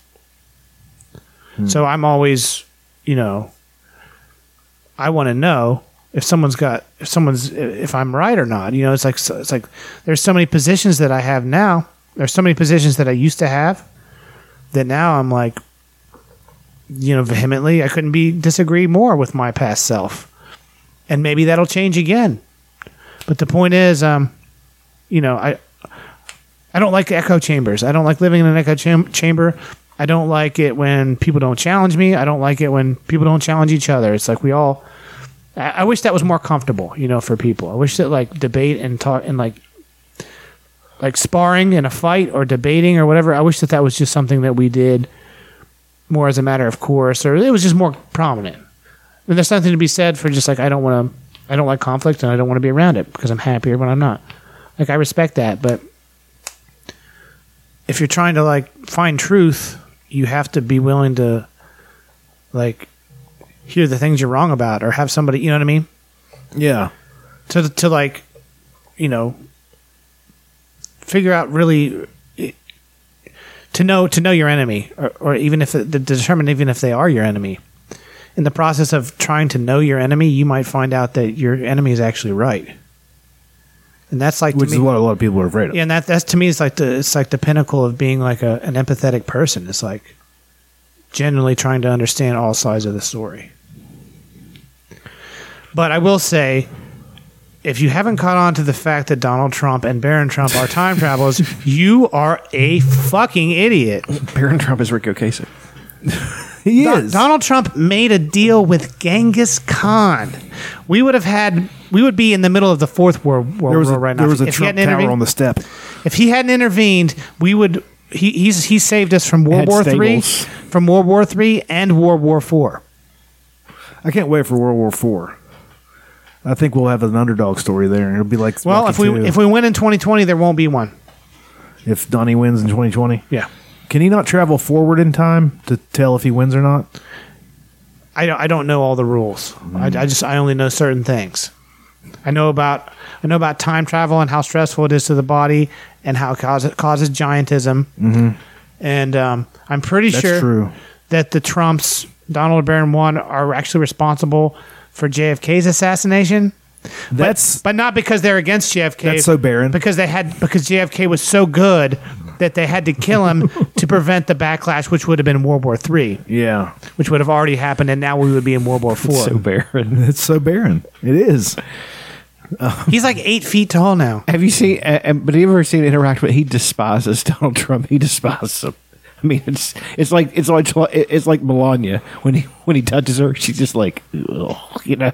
Speaker 3: So I'm always, you know, I want to know if someone's got if someone's if I'm right or not. You know, it's like so- it's like there's so many positions that I have now. There's so many positions that I used to have that now I'm like, you know, vehemently I couldn't be disagree more with my past self, and maybe that'll change again. But the point is, um, you know, I I don't like echo chambers. I don't like living in an echo cham- chamber. I don't like it when people don't challenge me. I don't like it when people don't challenge each other. It's like we all. I, I wish that was more comfortable, you know, for people. I wish that like debate and talk and like like sparring in a fight or debating or whatever. I wish that that was just something that we did more as a matter of course, or it was just more prominent. And there's something to be said for just like I don't want to, I don't like conflict and I don't want to be around it because I'm happier when I'm not. Like I respect that, but if you're trying to like find truth, you have to be willing to like hear the things you're wrong about or have somebody, you know what I mean?
Speaker 2: Yeah.
Speaker 3: To to like, you know, figure out really to know to know your enemy or, or even if to determine even if they are your enemy. In the process of trying to know your enemy, you might find out that your enemy is actually right. And that's like to
Speaker 2: Which
Speaker 3: me-
Speaker 2: is what a lot of people are afraid of.
Speaker 3: yeah, and that that's to me is like the it's like the pinnacle of being like a, an empathetic person. It's like genuinely trying to understand all sides of the story. But I will say, if you haven't caught on to the fact that Donald Trump and Barron Trump are time travelers, you are a fucking idiot.
Speaker 1: Baron Trump is Rico Casey.
Speaker 2: He
Speaker 3: Don-
Speaker 2: is.
Speaker 3: Donald Trump made a deal with Genghis Khan. We would have had we would be in the middle of the fourth world, world
Speaker 2: there was a,
Speaker 3: war right now.
Speaker 2: there was a
Speaker 3: If he
Speaker 2: Trump
Speaker 3: hadn't
Speaker 2: tower
Speaker 3: intervened-
Speaker 2: on the step.
Speaker 3: if he hadn't intervened, we would. He he's he saved us from World
Speaker 1: Had
Speaker 3: War Three,
Speaker 1: Staples.
Speaker 3: from World War Three and World War Four.
Speaker 2: I can't wait for World War Four. I think we'll have an underdog story there, and it'll be like
Speaker 3: Well,
Speaker 2: Rocky
Speaker 3: if we
Speaker 2: II.
Speaker 3: if we win in 2020, there won't be one.
Speaker 2: if Donnie wins in 2020,
Speaker 3: Yeah,
Speaker 2: can he not travel forward in time to tell if he wins or not?
Speaker 3: I don't I don't know all the rules. I, I just I only know certain things. I know about I know about time travel and how stressful it is to the body and how it causes, causes giantism. Mm-hmm. And um, I'm pretty
Speaker 2: That's
Speaker 3: sure
Speaker 2: true.
Speaker 3: that the Trumps, Donald Barron one, are actually responsible for JFK's assassination.
Speaker 2: That's
Speaker 3: but not because they're against JFK.
Speaker 2: That's so barren.
Speaker 3: Because they had because JFK was so good that they had to kill him to prevent the backlash, which would have been World War Three,
Speaker 2: yeah.
Speaker 3: which would have already happened, and now we would be in World War Four.
Speaker 1: So Baron.
Speaker 2: It's so barren. It is.
Speaker 3: He's like eight feet tall now.
Speaker 1: Have you seen? Uh, uh, but have you ever seen interact with? He despises Donald Trump. He despises him. I mean, it's it's like it's like it's like Melania when he when he touches her, she's just like, ugh, you know.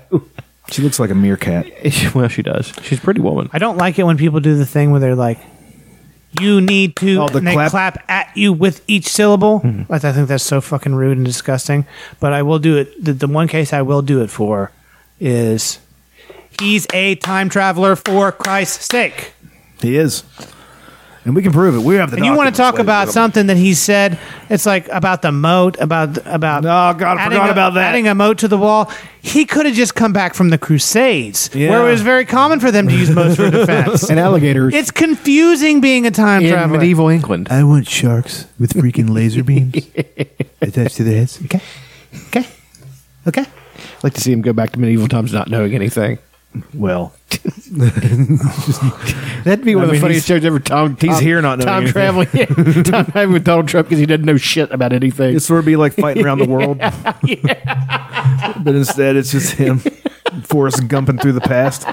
Speaker 2: She looks like a meerkat.
Speaker 1: Well, she does. She's a pretty woman.
Speaker 3: I don't like it when people do the thing where they're like, "You need to,"
Speaker 2: Oh, the
Speaker 3: and they clap.
Speaker 2: clap. Mm-hmm.
Speaker 3: at you with each syllable. Like, I think that's so fucking rude and disgusting. But I will do it. The, the one case I will do it for is he's a time traveler for Christ's sake.
Speaker 2: He is. And we can prove it. We have the.
Speaker 3: And you want
Speaker 2: documents,
Speaker 3: to talk
Speaker 2: ladies
Speaker 3: about
Speaker 2: and gentlemen.
Speaker 3: something that he said? It's like about the moat, about about.
Speaker 2: Oh, God, I
Speaker 3: adding
Speaker 2: forgot
Speaker 3: a-
Speaker 2: about that.
Speaker 3: Adding a moat to the wall. He could have just come back from the Crusades,
Speaker 2: Yeah.
Speaker 3: where it was very common for them to use moats for defense.
Speaker 1: An alligator Uh,
Speaker 3: It's confusing being a time
Speaker 1: in
Speaker 3: traveler.
Speaker 1: medieval England.
Speaker 9: I want sharks with freaking laser beams attached to their heads.
Speaker 1: okay, okay, okay. I'd like to see him go back to medieval times, not knowing anything.
Speaker 2: Well,
Speaker 1: That'd be one of the
Speaker 2: I mean,
Speaker 1: funniest
Speaker 2: he's-
Speaker 1: jokes ever. Tom,
Speaker 2: he's
Speaker 1: Tom-
Speaker 2: here not knowing
Speaker 1: Tom
Speaker 2: anything.
Speaker 1: traveling, yeah, Tom traveling with Donald Trump because he doesn't know shit about anything.
Speaker 2: it's sort of be like fighting around the world, but instead it's just him, Forrest gumping through the past.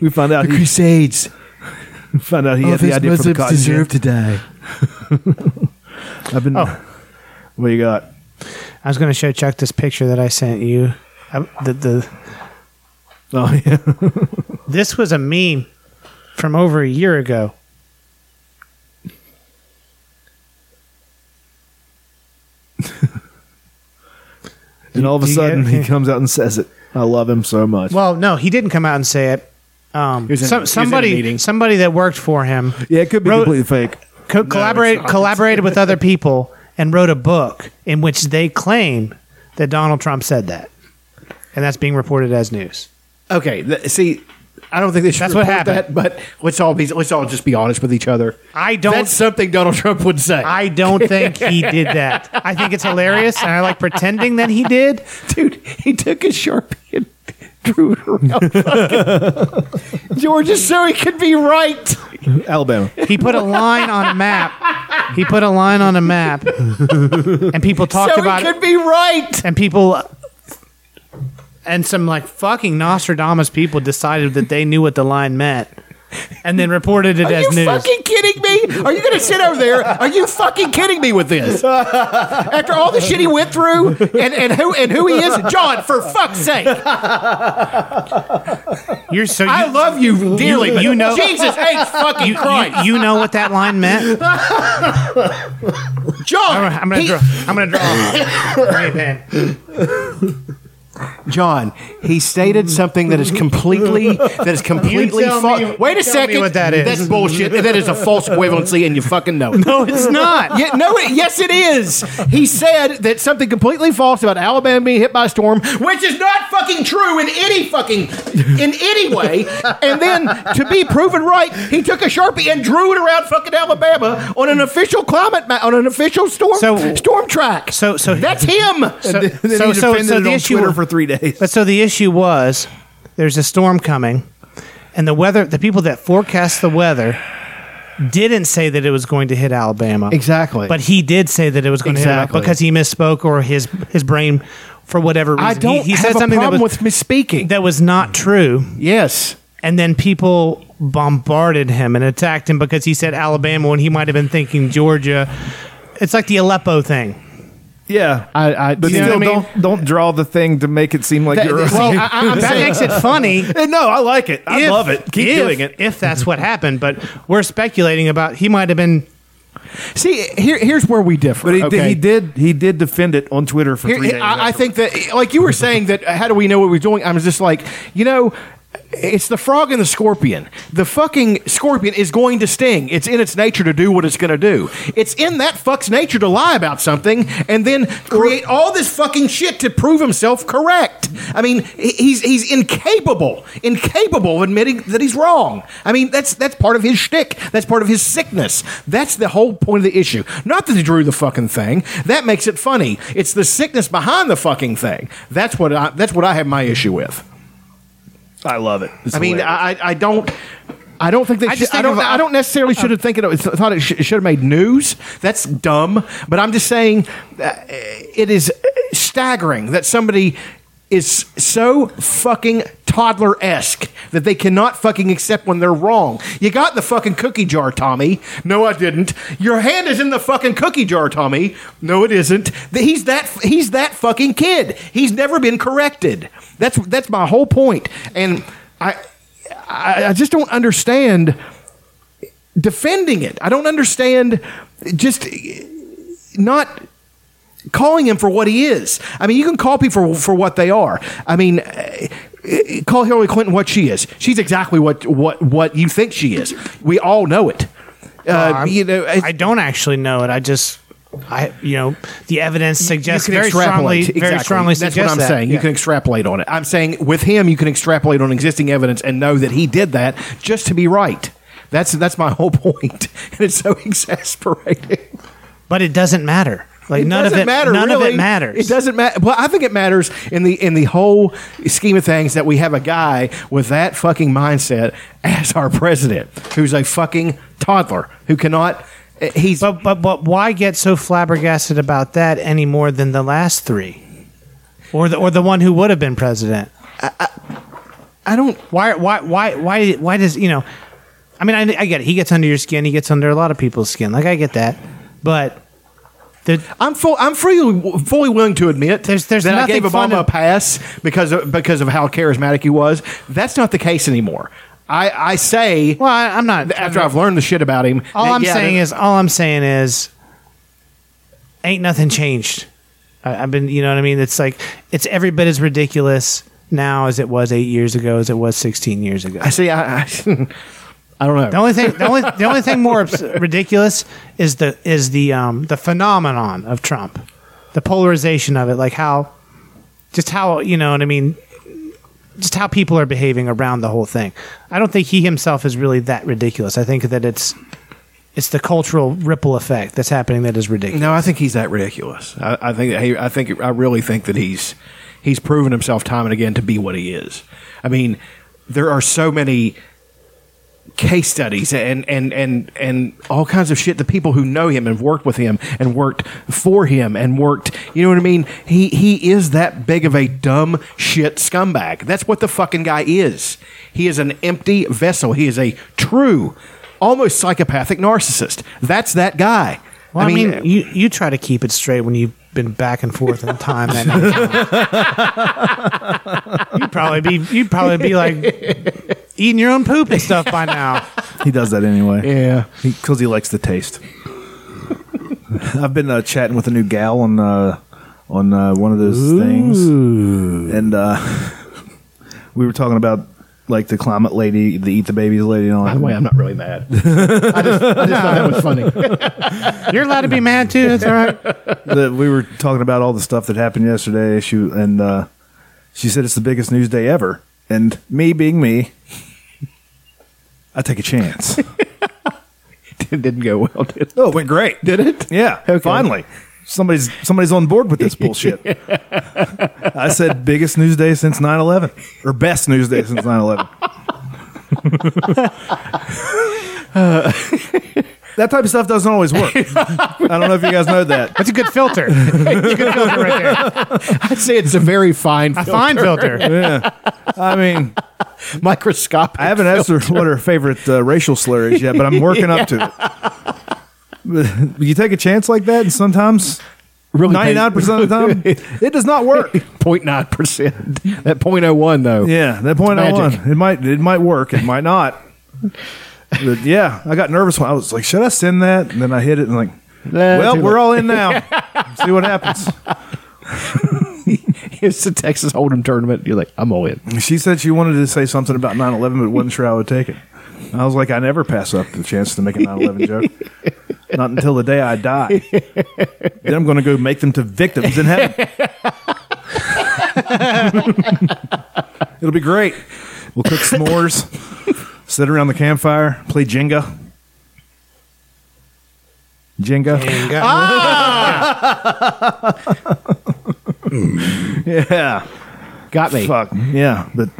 Speaker 2: we find out he
Speaker 10: Crusades.
Speaker 2: found out he
Speaker 10: All
Speaker 2: had
Speaker 10: of
Speaker 2: the
Speaker 10: his
Speaker 2: idea for the
Speaker 10: Muslims
Speaker 2: cotton
Speaker 10: deserve
Speaker 2: gin.
Speaker 10: to die.
Speaker 2: I've been. What you got?
Speaker 3: I was going to show Chuck this picture that I sent you. I, the, the,
Speaker 2: Oh yeah.
Speaker 3: this was a meme from over a year ago.
Speaker 2: And all of a
Speaker 3: Do you
Speaker 2: sudden,
Speaker 3: get-
Speaker 2: he comes out and says it. I love him so much.
Speaker 3: Well, no, he didn't come out and say it. Um,
Speaker 2: was in-
Speaker 3: some-
Speaker 2: he was in a
Speaker 3: somebody,
Speaker 2: meeting.
Speaker 3: somebody that worked for him
Speaker 2: yeah, it could be
Speaker 3: Wrote-
Speaker 2: completely fake.
Speaker 3: co- collaborate, collaborated with other people and wrote a book in which they claim that Donald Trump said that, and that's being reported as news.
Speaker 1: Okay, th- see, I don't think they should.
Speaker 3: That's what
Speaker 1: report
Speaker 3: happened.
Speaker 1: That, but let's all be let's all just be honest with each other.
Speaker 3: I don't-
Speaker 1: That's something Donald Trump would say.
Speaker 3: I don't think he did that. I think it's hilarious, and I like pretending that he did.
Speaker 1: Dude, he took a sharpie and drew it around fucking Georgia so he could be right.
Speaker 2: Alabama.
Speaker 3: He put a line on a map. He put a line on a map, and people talked
Speaker 1: so
Speaker 3: about
Speaker 1: he
Speaker 3: it.
Speaker 1: could be right.
Speaker 3: and people and some like fucking Nostradamus people decided that they knew what the line meant and then reported it
Speaker 1: Are
Speaker 3: as
Speaker 1: you
Speaker 3: news.
Speaker 1: fucking kidding me? Are you going to sit over there? Are you fucking kidding me with this? After all the shit he went through and, and who and who he is, John, for fuck's sake.
Speaker 3: You're so you,
Speaker 1: I love you dearly, but
Speaker 3: you know-
Speaker 1: Jesus, hey, fucking
Speaker 3: you,
Speaker 1: Christ,
Speaker 3: you, you know what that line meant.
Speaker 1: John,
Speaker 3: I'm gonna
Speaker 1: he-
Speaker 3: draw. I'm gonna draw. Hey, man.
Speaker 1: John, he stated something that is completely that is completely
Speaker 3: tell
Speaker 1: false.
Speaker 3: me-
Speaker 1: Wait a
Speaker 3: tell me
Speaker 1: second,
Speaker 3: what that is.
Speaker 1: That's bullshit. That is a false equivalency, and you fucking know it.
Speaker 3: No, it's not.
Speaker 1: Yeah, no, it, yes, it is. He said that something completely false about Alabama being hit by a storm, which is not fucking true in any fucking in any way. And then to be proven right, he took a sharpie and drew it around fucking Alabama on an official climate ma- on an official storm
Speaker 3: So-
Speaker 1: storm track.
Speaker 3: So so
Speaker 1: that's him.
Speaker 3: so
Speaker 2: And then
Speaker 3: so,
Speaker 2: he
Speaker 3: so,
Speaker 2: defended
Speaker 3: so
Speaker 2: it on
Speaker 3: the issue
Speaker 2: Twitter
Speaker 3: wa-
Speaker 2: for three days.
Speaker 3: But so the issue was there's a storm coming, and the weather, the people that forecast the weather didn't say that it was going to hit Alabama.
Speaker 1: Exactly.
Speaker 3: But he did say that it was going to hit Alabama
Speaker 1: Exactly.
Speaker 3: because he misspoke or his his brain, for whatever reason,
Speaker 1: I don't
Speaker 3: he, he
Speaker 1: have
Speaker 3: said
Speaker 1: a
Speaker 3: something that
Speaker 1: problem
Speaker 3: was,
Speaker 1: with misspeaking.
Speaker 3: that was not true.
Speaker 1: yes.
Speaker 3: And then people bombarded him and attacked him because he said Alabama when he might have been thinking Georgia. It's like the Aleppo thing.
Speaker 2: Yeah,
Speaker 1: I- I-
Speaker 2: but
Speaker 1: you know
Speaker 2: still,
Speaker 1: what I mean?
Speaker 2: don't don't draw the thing to make it seem like
Speaker 1: That-
Speaker 2: you're.
Speaker 1: that-
Speaker 2: right.
Speaker 1: well, I- I- I'm
Speaker 3: that
Speaker 1: saying-
Speaker 3: makes it funny.
Speaker 2: no, I like it. I
Speaker 3: if-
Speaker 2: love it. Keep
Speaker 3: if-
Speaker 2: doing it.
Speaker 3: If that's what happened, but we're speculating about he might have been.
Speaker 1: See, here, here's where we differ.
Speaker 2: But he, did,
Speaker 1: okay?
Speaker 2: he did he did defend it on Twitter for
Speaker 1: Here-
Speaker 2: three days.
Speaker 1: I, I think
Speaker 2: afterwards.
Speaker 1: that, like you were saying, that uh, how do we know what we're doing? I was just like, you know, it's the frog and the scorpion. The fucking scorpion is going to sting. It's in its nature to do what it's going to do. It's in that fuck's nature to lie about something and then create all this fucking shit to prove himself correct. I mean, he- he's he's incapable, incapable of admitting that he's wrong. I mean, that's that's part of his shtick. That's part of his sickness. That's the whole point of the issue. Not that he drew the fucking thing. That makes it funny. It's the sickness behind the fucking thing. That's what I that's what I have my issue with.
Speaker 2: I love it. It's
Speaker 1: I mean,
Speaker 2: hilarious.
Speaker 1: I, I I don't. I don't think they.
Speaker 3: I
Speaker 1: I,
Speaker 3: just
Speaker 1: should, I
Speaker 3: think
Speaker 1: don't.
Speaker 3: of- uh,
Speaker 1: I don't necessarily should have think it, thought it, sh- should have made news. That's dumb. But I'm just saying, uh, it is staggering that somebody is so fucking toddler esque that they cannot fucking accept when they're wrong. You got the fucking cookie jar, Tommy. No, I didn't. Your hand is in the fucking cookie jar, Tommy. No, it isn't. Th- He's that. He's that fucking kid. He's never been corrected. That's that's my whole point. And I. I, I just don't understand defending it. I don't understand just not calling him for what he is. I mean, you can call people for what they are. I mean, eh, eh, call Hillary Clinton what she is. She's exactly what what what you think she is. We all know it. Uh,
Speaker 3: I'm-
Speaker 1: you know, it's-
Speaker 3: I don't actually know it. I just, I you know, the evidence suggests
Speaker 1: you can
Speaker 3: very strongly,
Speaker 1: extrapolate.
Speaker 3: very
Speaker 1: Exactly.
Speaker 3: strongly
Speaker 1: That's
Speaker 3: suggests
Speaker 1: what I'm
Speaker 3: that.
Speaker 1: saying. You
Speaker 3: Yeah.
Speaker 1: can extrapolate on it. I'm saying with him, you can extrapolate on existing evidence and know that he did that just to be right. That's that's my whole point, and it's so exasperating.
Speaker 3: but it doesn't matter. Like none of
Speaker 1: doesn't
Speaker 3: it. none of
Speaker 1: really.
Speaker 3: it matters.
Speaker 1: It doesn't matter. Well, I think it matters in the in the whole scheme of things that we have a guy with that fucking mindset as our president, who's a fucking toddler who cannot. eh, He's
Speaker 3: But, but but why get so flabbergasted about that any more than the last three, or the or the one who would have been president?
Speaker 1: I don't.
Speaker 3: Why why why why why does you know? I mean, I, I get it. He gets under your skin. He gets under a lot of people's skin. Like I get that, but the,
Speaker 1: I'm full, I'm freely, fully willing to admit
Speaker 3: There's- there's
Speaker 1: that I
Speaker 3: nothing
Speaker 1: gave
Speaker 3: fun
Speaker 1: Obama a
Speaker 3: ab-
Speaker 1: pass because of, because of how charismatic he was. That's not the case anymore. I, I say
Speaker 3: well, I, I'm not.
Speaker 1: after I've learned the shit about him.
Speaker 3: all
Speaker 1: that,
Speaker 3: I'm
Speaker 1: yeah,
Speaker 3: saying
Speaker 1: that-
Speaker 3: is all I'm saying is ain't nothing changed. I, I've been, you know what I mean? It's like it's every bit as ridiculous now as it was eight years ago, as it was 16 years ago.
Speaker 1: I see. I, I, I don't know.
Speaker 3: The only thing, the only, the only thing more abs- ridiculous is the is the um, the phenomenon of Trump, the polarization of it, like how, just how you know what I mean, just how people are behaving around the whole thing. I don't think he himself is really that ridiculous. I think that it's it's the cultural ripple effect that's happening that is ridiculous.
Speaker 1: No, I think he's that ridiculous. I, I think that he, I think I really think that he's he's proven himself time and again to be what he is. I mean, there are so many case studies and and and and all kinds of shit. The people who know him and worked with him and worked for him and worked, you know what I mean? He he is that big of a dumb shit scumbag. That's what the fucking guy is. He is an empty vessel. He is a true. Almost psychopathic narcissist. That's that guy.
Speaker 3: Well, I mean, you you try to keep it straight when you've been back and forth in time. That many times. you'd probably be you'd probably be like eating your own poop and stuff by now.
Speaker 2: He does that anyway.
Speaker 1: Yeah.
Speaker 2: because he, likes the taste. I've been uh, chatting with a new gal on uh, on uh, one of those things, and uh, we were talking about like the climate lady, the eat the babies lady, and all
Speaker 1: By the
Speaker 2: that.
Speaker 1: way, I'm not really mad. I just, I just thought that was funny.
Speaker 3: You're allowed to be mad too. That's all right.
Speaker 2: the, we were talking about all the stuff that happened yesterday. She and uh, she said it's the biggest news day ever. And me being me, I take a chance.
Speaker 1: It didn't go well, did it?
Speaker 2: oh, it went great.
Speaker 1: Did it?
Speaker 2: Yeah,
Speaker 1: Okay.
Speaker 2: finally. Somebody's somebody's on board with this bullshit. I said biggest news day since 9/11 or best news day since 9/11. that type of stuff doesn't always work. I don't know if you guys know that.
Speaker 3: That's a good filter. It's a good filter right there.
Speaker 1: I'd say it's a very fine,
Speaker 3: A
Speaker 1: film.
Speaker 3: fine filter.
Speaker 2: Yeah. I mean,
Speaker 1: microscopic.
Speaker 2: I haven't asked her what her favorite uh, racial slur is yet, but I'm working up to it. But you take a chance like that, and sometimes,
Speaker 1: really
Speaker 2: 99% of the time, it does not work.
Speaker 1: 0.9 percent. That 0.01 though.
Speaker 2: Yeah, that point I won.
Speaker 1: magic.
Speaker 2: It might it might work. It might not. But yeah, I got nervous when I was like, should I send that? And then I hit it and like, well,
Speaker 1: too
Speaker 2: we're
Speaker 1: late.
Speaker 2: all in now. See what happens.
Speaker 1: It's the Texas Hold'em tournament. You're like, I'm all in.
Speaker 2: She said she wanted to say something about 9/11, but wasn't sure I would take it. I was like, I never pass up the chance to make a 9/11 joke. Not until the day I die. then I'm going to go make them to victims in heaven. It'll be great. We'll cook s'mores, sit around the campfire, play Jenga. Jenga. Yeah.
Speaker 1: Got me.
Speaker 2: Fuck. Yeah. But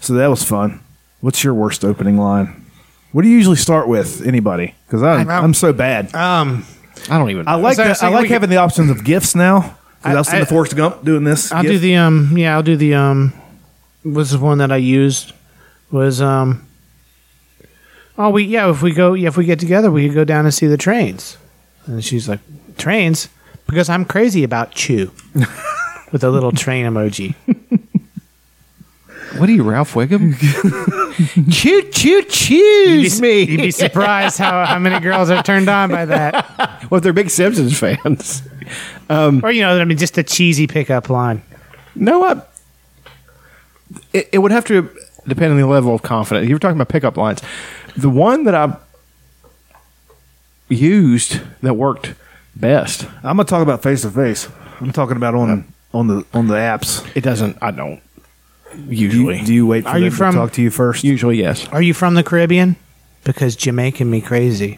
Speaker 2: so that was fun. What's your worst opening line? What do you usually start with? Anybody? Because I'm, I'm so bad.
Speaker 3: Um,
Speaker 1: I don't even.
Speaker 2: I like
Speaker 3: so I
Speaker 2: that.
Speaker 3: was
Speaker 2: I
Speaker 3: thinking
Speaker 2: like
Speaker 3: we could-
Speaker 2: having the options of gifts now. Because I was in
Speaker 3: I-
Speaker 2: the Forrest Gump doing this.
Speaker 3: I'll
Speaker 2: gift.
Speaker 3: do the um. Yeah, I'll do the um. Was the one that I used was um. Oh, we yeah. If we go, yeah, if we get together, we could go down and see the trains. And she's like, trains, because I'm crazy about chew, with a little train emoji.
Speaker 1: what are you, Ralph Wiggum? choo choo choose
Speaker 3: You'd be surprised how, how many girls are turned on by that.
Speaker 1: Well, they're big Simpsons fans.
Speaker 3: Or you know, I mean, just a cheesy pickup line.
Speaker 1: No, I, it, it would have to depend on the level of confidence. You were talking about pickup lines. The one that I used that worked best.
Speaker 2: I'm gonna talk about face to face. I'm talking about on on the on the apps.
Speaker 1: It doesn't. I don't
Speaker 2: Do
Speaker 1: usually.
Speaker 2: you, do you wait for
Speaker 3: Are you
Speaker 2: them
Speaker 3: from-
Speaker 2: to talk to you first?
Speaker 1: usually yes.
Speaker 3: Are you from the Caribbean? Because Jamaican me crazy.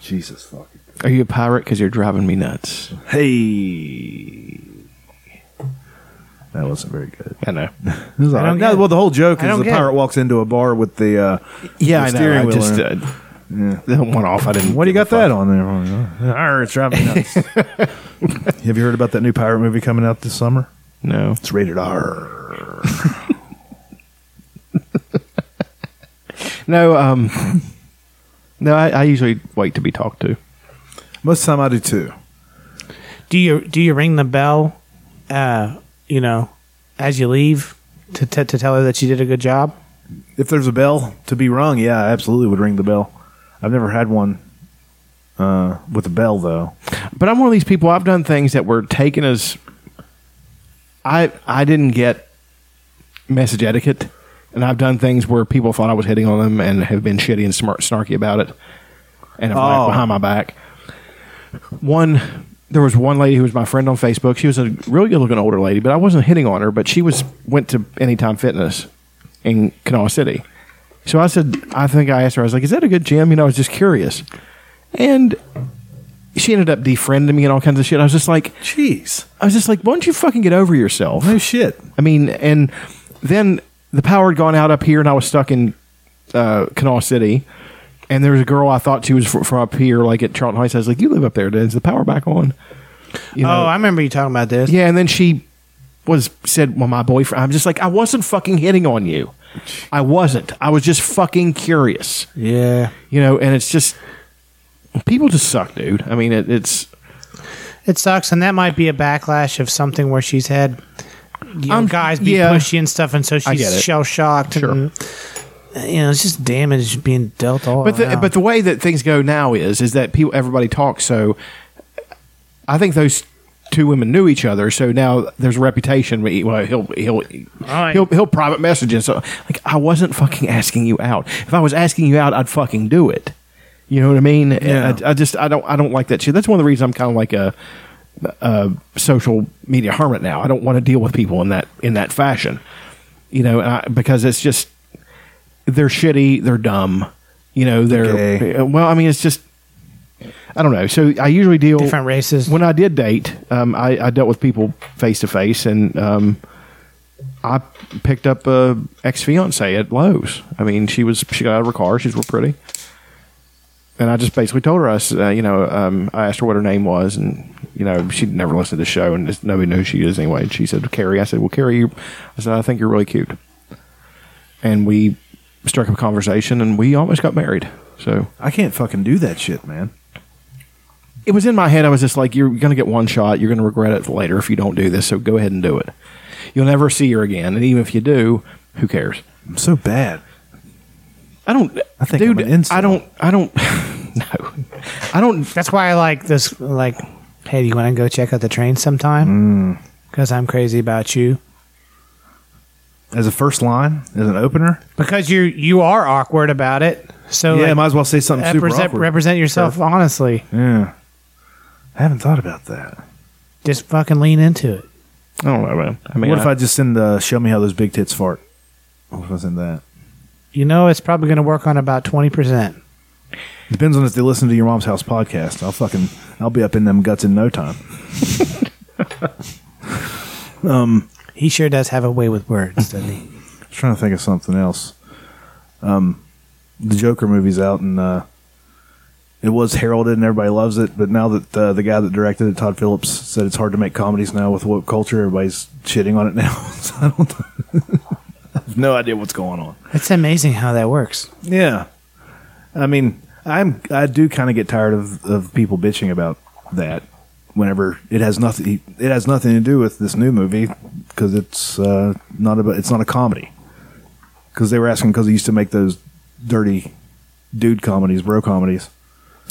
Speaker 2: Jesus fucking.
Speaker 1: Are you a pirate? Because you're driving me nuts.
Speaker 2: Hey. That wasn't very good.
Speaker 1: I know.
Speaker 2: It was all
Speaker 3: I don't
Speaker 2: right.
Speaker 3: get
Speaker 2: No,
Speaker 3: it.
Speaker 2: well, the whole joke
Speaker 3: I
Speaker 2: is
Speaker 3: don't
Speaker 2: the
Speaker 3: get it.
Speaker 2: pirate walks into a bar with the, uh,
Speaker 1: Yeah,
Speaker 2: the
Speaker 1: I
Speaker 2: steering
Speaker 1: know. I
Speaker 2: wheel.
Speaker 1: just
Speaker 2: in it.
Speaker 1: uh, that one off. I didn't.
Speaker 2: what do you got
Speaker 1: give a
Speaker 2: that
Speaker 1: fuck.
Speaker 2: on there? Arr, it's driving me nuts. Have you heard about that new pirate movie coming out this summer?
Speaker 1: No.
Speaker 2: It's rated R.
Speaker 1: No. Um. no, I, I usually wait to be talked to.
Speaker 2: Most of the time I do too.
Speaker 3: Do you do you ring the bell? Uh, you know, as you leave to t- to tell her that you did a good job.
Speaker 2: If there's a bell to be rung, yeah, I absolutely would ring the bell. I've never had one uh, with a bell though.
Speaker 1: But I'm one of these people. I've done things that were taken as. I I didn't get message etiquette, and I've done things where people thought I was hitting on them and have been shitty and smart, snarky about it, and have laughed
Speaker 2: Oh.
Speaker 1: behind my back. One, there was one lady who was my friend on Facebook. She was a really good looking older lady, but I wasn't hitting on her. But she was went to Anytime Fitness in Kanawha City. So I said, I think I asked her. I was like, "Is that a good gym?" You know, I was just curious, and she ended up defriending me and all kinds of shit. I was just like,
Speaker 2: Jeez,
Speaker 1: I was just like, why don't you fucking get over yourself?
Speaker 2: no shit.
Speaker 1: I mean, and then the power had gone out up here, and I was stuck in uh, Kanawha City. And there was a girl I thought she was fr- from up here, like at Charlton Heights. I was like, "You live up there, dude? Is the power back on?" You
Speaker 3: oh, I remember you talking about this.
Speaker 1: yeah. And then she was said, "Well, my boyfriend." I'm just like, I wasn't fucking hitting on you. I wasn't. I was just fucking curious,
Speaker 3: Yeah.
Speaker 1: you know. And it's just people just suck, dude. I mean, it, it's
Speaker 3: It sucks, and that might be a backlash of something where she's had you know,
Speaker 1: I'm-
Speaker 3: guys be
Speaker 1: Um, yeah.
Speaker 3: pushy and stuff, and so
Speaker 1: get it.
Speaker 3: she's shell shocked.
Speaker 1: Sure.
Speaker 3: And, you know, it's just damage being dealt all
Speaker 1: But the,
Speaker 3: around.
Speaker 1: but the way that things go now is is that people everybody talks. So I think those two women knew each other. So now there's a reputation. Well, he'll he'll
Speaker 3: right.
Speaker 1: he'll he'll private message and so like I wasn't fucking asking you out. If I was asking you out, I'd fucking do it. You know what I mean?
Speaker 2: Yeah.
Speaker 1: I, I just I don't I don't like that shit. That's one of the reasons I'm kind of like a, a social media hermit now. I don't want to deal with people in that in that fashion. You know, and I, because it's just they're shitty, they're dumb. You know, they're
Speaker 2: Okay.
Speaker 1: well. I mean, it's just I don't know. So I usually deal
Speaker 3: Different races.
Speaker 1: When I did date, um, I, I dealt with people face to face, and um, I picked up a ex fiance at Lowe's. I mean, she was she got out of her car. She's real pretty, and I just basically told her I s- uh, you know um, I asked her what her name was, and you know she never listened to the show, and just, nobody knew who she is anyway. And she said Carrie. I said, well, Carrie, you, I said I think you're really cute, and we struck up a conversation, and we almost got married. So
Speaker 2: I can't fucking do that shit, man.
Speaker 1: it was in my head. I was just like, you're going to get one shot. You're going to regret it later if you don't do this. So go ahead and do it. You'll never see her again. And even if you do, who cares?
Speaker 2: I'm so bad.
Speaker 1: I don't.
Speaker 2: I think
Speaker 1: dude.
Speaker 2: I'm an incel.
Speaker 1: I don't. I don't. no, I don't.
Speaker 3: That's why I like this. Like, hey, do you want to go check out the train sometime?
Speaker 1: Mm.
Speaker 3: Because I'm crazy about you.
Speaker 2: As a first line, as an opener,
Speaker 3: Because you you are awkward about it. So
Speaker 2: yeah,
Speaker 3: like,
Speaker 2: might as well say something super
Speaker 3: represent,
Speaker 2: awkward.
Speaker 3: represent yourself honestly.
Speaker 2: Yeah, I haven't thought about that.
Speaker 3: Just fucking lean into it.
Speaker 1: I don't know, man. I mean,
Speaker 2: what if I just send the "Show me how those big tits fart"? What if I send that?
Speaker 3: You know, it's probably going to work on about twenty percent.
Speaker 2: Depends on if they listen to your mom's house podcast. I'll fucking I'll be up in them guts in no time.
Speaker 3: He sure does have a way with words, doesn't he?
Speaker 2: I was trying to think of something else. Um, the Joker movie's out and uh, it was heralded and everybody loves it. But now that uh, the guy that directed it, Todd Phillips, said it's hard to make comedies now with woke culture, everybody's shitting on it now. so I don't. I have no idea what's going on.
Speaker 3: It's amazing how that works.
Speaker 2: Yeah, I mean, I'm I do kind of get tired of, of people bitching about that. Whenever it has nothing, it has nothing to do with this new movie because it's uh, not about it's not a comedy. Because they were asking because he used to make those dirty dude comedies, bro comedies.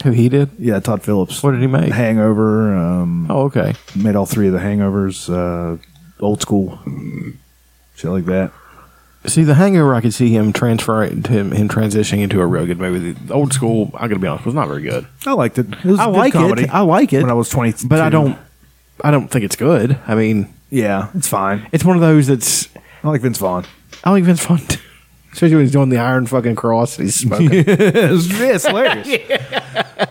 Speaker 1: who he did?
Speaker 2: Yeah, Todd Phillips.
Speaker 1: What did he make?
Speaker 2: Hangover. Um,
Speaker 1: Oh, okay.
Speaker 2: Made all three of the Hangovers. Uh, old school, shit like that.
Speaker 1: See, the Hangover, I could see him transferring him, him transitioning into a real good movie. The old school, I'm going to be honest, was not very good.
Speaker 2: I liked it. it was
Speaker 1: I
Speaker 2: a good
Speaker 1: like
Speaker 2: comedy
Speaker 1: it. I like it.
Speaker 2: When I was twenty,
Speaker 1: but I don't. I don't think it's good. I mean,
Speaker 2: Yeah, it's fine.
Speaker 1: it's one of those that's.
Speaker 2: I like Vince Vaughn.
Speaker 1: I don't even fun. Especially when he's doing the Iron fucking Cross and he's smoking.
Speaker 2: it's, it's hilarious.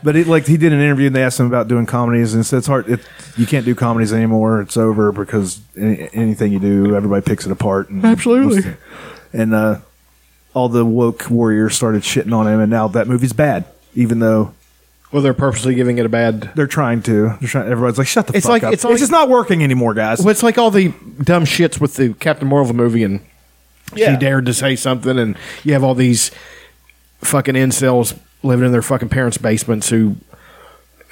Speaker 2: But he, like he did an interview and they asked him about doing comedies and he said it's hard. It, you can't do comedies anymore. It's over because any, anything you do, everybody picks it apart. And,
Speaker 11: Absolutely.
Speaker 2: And uh, all the woke warriors started shitting on him, and now that movie's bad. Even though
Speaker 1: well, they're purposely giving it a bad.
Speaker 2: they're trying to, they're trying. Everybody's like, shut the
Speaker 1: It's
Speaker 2: fuck
Speaker 1: like-
Speaker 2: up.
Speaker 1: it's like-
Speaker 2: just not working anymore, guys.
Speaker 1: Well, it's like all the dumb shits with the Captain Marvel movie, and she dared to say something, and you have all these fucking incels living in their fucking parents' basements who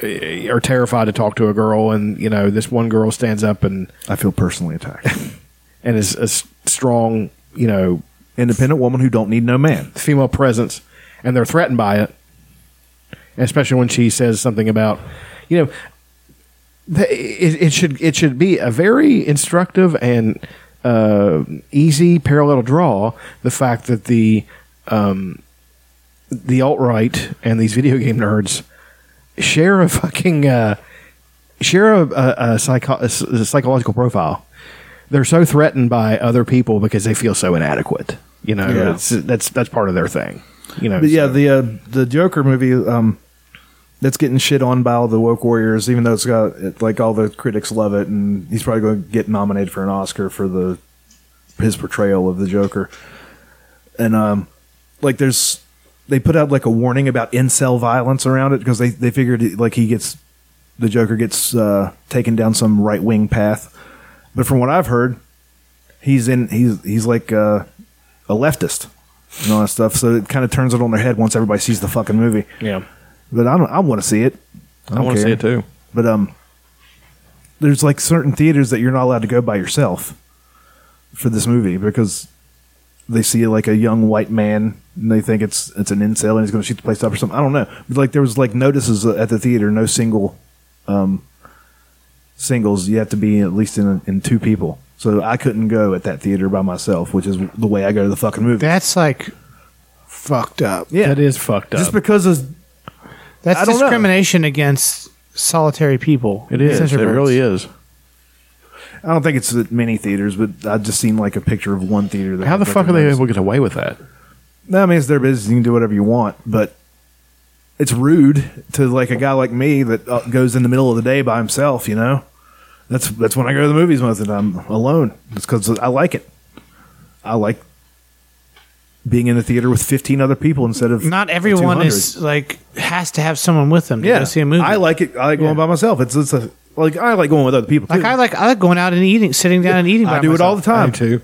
Speaker 1: eh, are terrified to talk to a girl, and you know this one girl stands up and
Speaker 2: I feel personally attacked.
Speaker 1: and is a s- strong, you know,
Speaker 2: Independent woman who don't need no man.
Speaker 1: female presence, and they're threatened by it, especially when she says something about, you know, the, it, it should it should be a very instructive and uh, easy parallel to draw the fact that the um, the alt right and these video game nerds share a fucking uh, share a, a, a, psycho- a s- a psychological profile. They're so threatened by other people because they feel so inadequate. You know, it's, that's that's part of their thing. You know,
Speaker 2: But yeah,
Speaker 1: so-
Speaker 2: the uh, the Joker movie um, that's getting shit on by all the woke warriors, even though it's got it, like all the critics love it, and he's probably going to get nominated for an Oscar for the his portrayal of the Joker. And um, like there's they put out like a warning about incel violence around it because they they figured like he gets the Joker gets uh, taken down some right wing path, but from what I've heard, he's in he's he's like uh, a leftist and all that stuff. So it kind of turns it on their head once everybody sees the fucking movie.
Speaker 1: yeah.
Speaker 2: But I don't. I want to see it. I,
Speaker 1: wanna
Speaker 2: care.
Speaker 1: see it, too.
Speaker 2: But um, there's like certain theaters that you're not allowed to go by yourself for this movie because they see like a young white man and they think it's it's an incel and he's going to shoot the place up or something. I don't know. But like there was like notices at the theater, no single um singles. You have to be at least in in two people. So I couldn't go at that theater by myself, which is the way I go to the fucking movie.
Speaker 3: That's like fucked up.
Speaker 2: yeah,
Speaker 1: that is fucked up.
Speaker 2: just because of I
Speaker 3: That's
Speaker 2: don't know.
Speaker 3: discrimination against solitary people.
Speaker 1: it is. It really is.
Speaker 2: I don't think it's at many theaters, but I've just seen like a picture of one theater. That
Speaker 1: How the
Speaker 2: had, like,
Speaker 1: fuck
Speaker 2: a
Speaker 1: are they
Speaker 2: notice.
Speaker 1: able to get away with that?
Speaker 2: No, I mean it's their business. You can do whatever you want, but it's rude to like a guy like me that uh, goes in the middle of the day by himself. You know, that's that's when I go to the movies most of the time alone. It's because I like it. I like being in a theater with fifteen other people instead of
Speaker 3: Not everyone
Speaker 2: 200.
Speaker 3: is like has to have someone with them to
Speaker 2: Yeah,
Speaker 3: go see a movie.
Speaker 2: I like it. I like going by myself. It's it's a like I like going with other people.
Speaker 3: Like
Speaker 2: too.
Speaker 3: I like I like going out and eating, sitting down and eating.
Speaker 2: I
Speaker 3: by
Speaker 2: do it all the
Speaker 3: myself.
Speaker 2: time.
Speaker 1: too.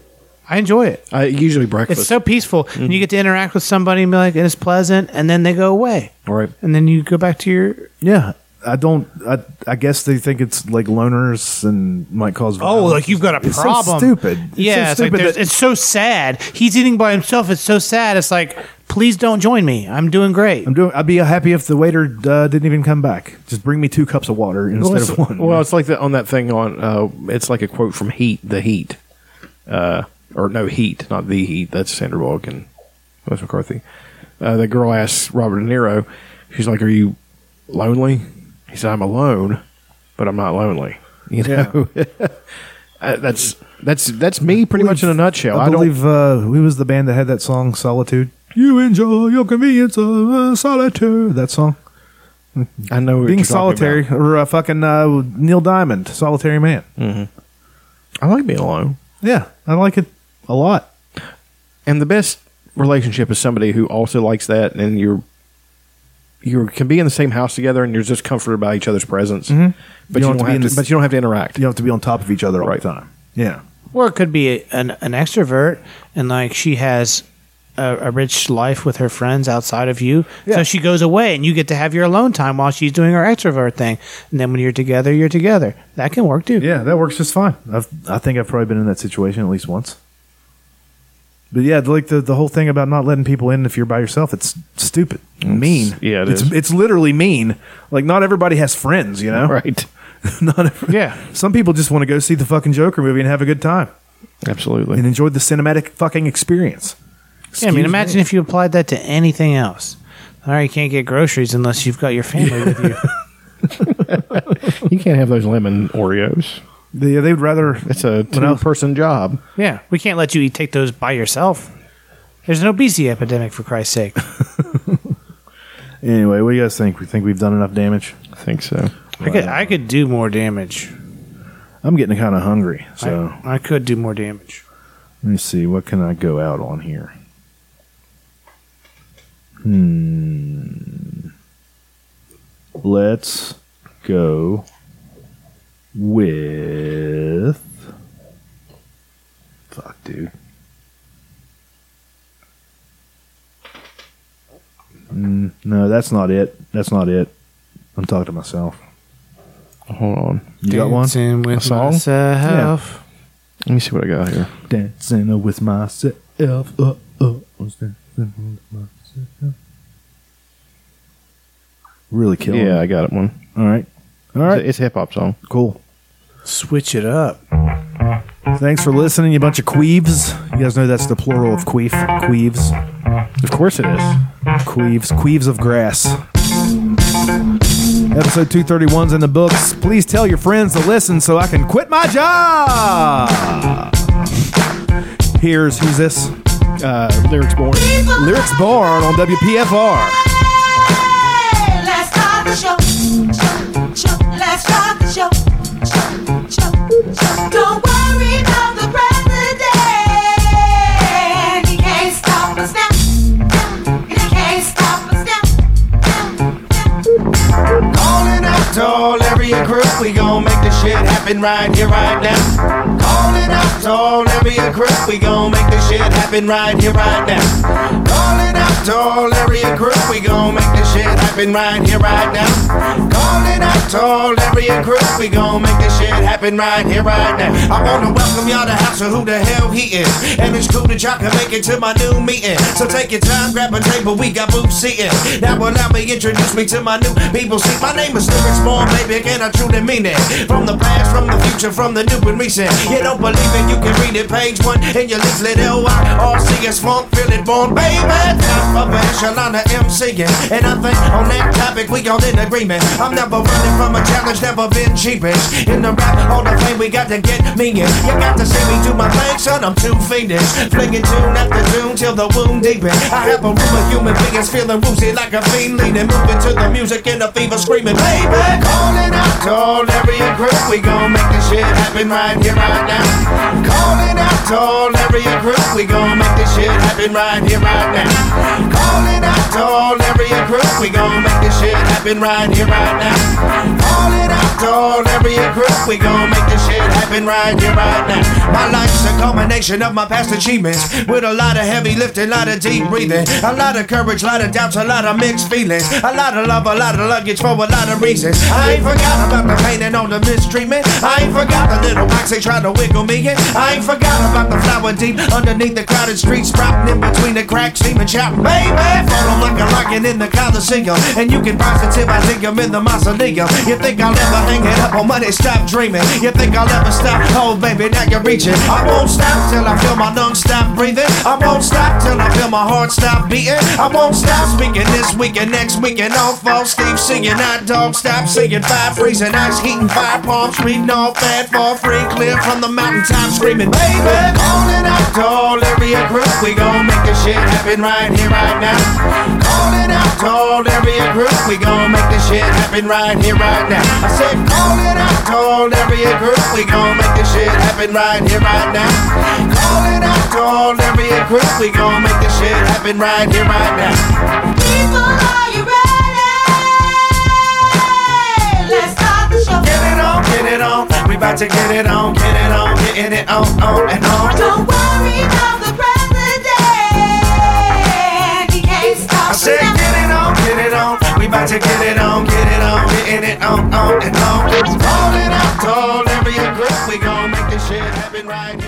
Speaker 3: I enjoy it.
Speaker 1: I usually breakfast.
Speaker 3: It's so peaceful, and
Speaker 2: Mm-hmm.
Speaker 3: you get to interact with somebody and be like, and it's pleasant, and then they go away,
Speaker 1: right.
Speaker 3: and then you go back to your.
Speaker 2: Yeah, I don't. I, I guess they think it's like loners and might cause.
Speaker 3: Oh,
Speaker 2: violence. um, It's so stupid. It's
Speaker 3: yeah,
Speaker 2: so
Speaker 3: it's, like
Speaker 2: stupid
Speaker 3: there's-
Speaker 2: that-
Speaker 3: it's so sad. He's eating by himself. It's so sad. It's like, please don't join me. I'm doing great.
Speaker 2: I'm doing. I'd be happy if the waiter uh, didn't even come back. Just bring me two cups of water instead
Speaker 1: Well,
Speaker 2: of one.
Speaker 1: it's, well, it's like that on that thing on. Uh, it's like a quote from Heat, the Heat, uh, or no Heat, not the Heat. That's Sandra Bullock and Melissa McCarthy. Uh, the girl asks Robert De Niro, she's like, "Are you lonely?" He said, "I'm alone, but I'm not lonely." You know, Uh, that's that's that's me pretty much in a nutshell. I,
Speaker 2: I
Speaker 1: don't.
Speaker 2: believe uh, who was the band that had that song "Solitude." You enjoy your convenience of uh, solitude. That song.
Speaker 1: I know what
Speaker 2: Being
Speaker 1: you're talking
Speaker 2: solitary,
Speaker 1: about.
Speaker 2: or uh, fucking uh, Neil Diamond, solitary man.
Speaker 1: I like being alone.
Speaker 2: Yeah, I like it a lot.
Speaker 1: and the best relationship is somebody who also likes that and you're you can be in the same house together and you're just comforted by each other's presence but you,
Speaker 2: You
Speaker 1: don't,
Speaker 2: don't have to be
Speaker 1: have
Speaker 2: in
Speaker 1: to,
Speaker 2: this-
Speaker 1: but you don't have to interact
Speaker 2: You don't have to be on top of each other all
Speaker 1: Right.
Speaker 2: the time. Yeah.
Speaker 3: Or it could be an, an extrovert, and like she has a, a rich life with her friends outside of you.
Speaker 2: Yeah.
Speaker 3: So she goes away, and you get to have your alone time while she's doing her extrovert thing. And then when you're together, you're together. That can work too.
Speaker 2: Yeah, that works just fine. I've, I think I've probably been in that situation at least once. But yeah, like the, the whole thing about not letting people in if you're by yourself, it's stupid, mean.
Speaker 1: yeah, it
Speaker 2: it's
Speaker 1: is.
Speaker 2: it's literally mean. Like not everybody has friends, you know.
Speaker 1: right
Speaker 2: not every,
Speaker 1: Yeah.
Speaker 2: Some people just want to go see the fucking Joker movie and have a good time
Speaker 1: absolutely
Speaker 2: and enjoy the cinematic fucking experience.
Speaker 3: Yeah, I
Speaker 2: Excuse
Speaker 3: mean, imagine if you applied that to anything else. All right, you can't get groceries unless you've got your family with you.
Speaker 1: you can't have those lemon oreos
Speaker 2: They, they would rather
Speaker 1: it's a two person job
Speaker 3: Yeah, we can't let you eat, take those by yourself. There's an obesity epidemic, for Christ's sake.
Speaker 12: Anyway, what do you guys think? We think we've done enough damage? I think so.
Speaker 3: I could, I could do more damage.
Speaker 12: I'm getting kind of hungry, so
Speaker 3: I could do more damage.
Speaker 12: let me see. What can I go out on here? Hmm. Let's go with. Fuck, dude. Mm, no, that's not it. That's not it. I'm talking to myself. Hold on. You got one?
Speaker 3: Dancing with myself.
Speaker 12: Let me see what I got here. Dancing with myself. Uh, uh, was dancing with myself. Really killing.
Speaker 13: Yeah, I got it. One.
Speaker 12: All right. All right.
Speaker 13: It's a hip hop song.
Speaker 12: Cool.
Speaker 3: Switch it up.
Speaker 2: Thanks for listening, you bunch of queeves. You guys know that's the plural of queef. Queeves.
Speaker 12: Of course it is.
Speaker 2: Queeves. Queeves of grass. Episode 231's in the books. Please tell your friends to listen so I can quit my job. Here's who's this?
Speaker 1: Uh, lyrics born.
Speaker 2: Lyrics Barn on WPFR.
Speaker 14: Let's start the show. Show, show. Let's start the show. Show, show, show. Don't worry about the president. He can't stop us now. He can't stop us now.
Speaker 15: Calling out to all every crew, we gon' make this shit happen right here, right now. Calling out to all every crew, we gon' make this shit happen right here, right now. Calling out to all every crew, we gon' make this shit happen right here, right now. Calling out to all every crew, we gon' make this shit happen right here, right now. I wanna welcome y'all to House of Who the Hell He Is, and it's cool that y'all can make it to my new meeting. So take your time, grab a table, we got booth seating. Now allow me introduce me to my new people. See, my name is Lyrics Born, baby, and I truly mean it. From the past, from the future, from the new and recent. You don't believe it, you can read it, page one, in your list, let L-Y, all see is funk, feel it born, baby. Top of echelon of MCing, and I think on that topic we all in agreement. I'm never running from a challenge, never been cheapish. In the rap, all the fame we got to get me in. You got to see me do my thing, son, I'm too fiendish. Flinging tune after tune till the wound deepen. I have a room of human beings feeling woozy like a fiend leaning, moving to the music in a fever screaming, baby. Calling out to all every group, we gon' make this shit happen right here, right now. Calling out to all every group, we gon' make this shit happen right here, right now. Calling out to all every group, we gon' make this shit happen right here, right now. Calling out to all every group, we gon' make this shit happen right here, right now. My life's a culmination of my past achievements, with a lot of heavy lifting, lot of deep breathing, a lot of courage, lot of doubts, a lot of mixed feelings, a lot of love, a lot of luggage for a lot of reasons. I ain't forgot about the pain and all the mistreatment. I ain't forgot the little rocks they tried to wiggle me in. I ain't forgot about the flower deep underneath the crowded streets, sprouting in between the cracks, even chop, baby. Photo like a rocket in the Coliseum, and you can positive I think I'm in the mausoleum. You think I'll ever hang it up on money? Stop dreaming. You think I'll ever stop? Oh, baby, now you're reaching. I won't stop till I feel my lungs stop breathing. I won't stop till I feel my heart stop beating. I won't stop speaking this week and next week and all false Steve singing. I don't stop singing. Fire freezing, ice heating, fire palm reading all fat for free, clear from the mountaintop screaming, baby. Calling out to all area group, we gon' make this shit happen right here, right now. Calling out to all area group, we gon' make this shit happen right here, right now. I said, calling out to all area group, we gon' make this shit happen right here, right now. Calling out to all area group, we gon' make this shit happen right here, right now.
Speaker 14: People, are you ready? Let's start the show.
Speaker 15: Get it on, get it on, we bout to get it on, get it on, getting it on, on and on.
Speaker 14: Don't worry about the president. He can't stop
Speaker 15: I said,
Speaker 14: us now.
Speaker 15: get it on, get it on. We bout to get it on, get it on, getting it on, on and on. Rolling out, told every group, we gon' make this shit happen right here.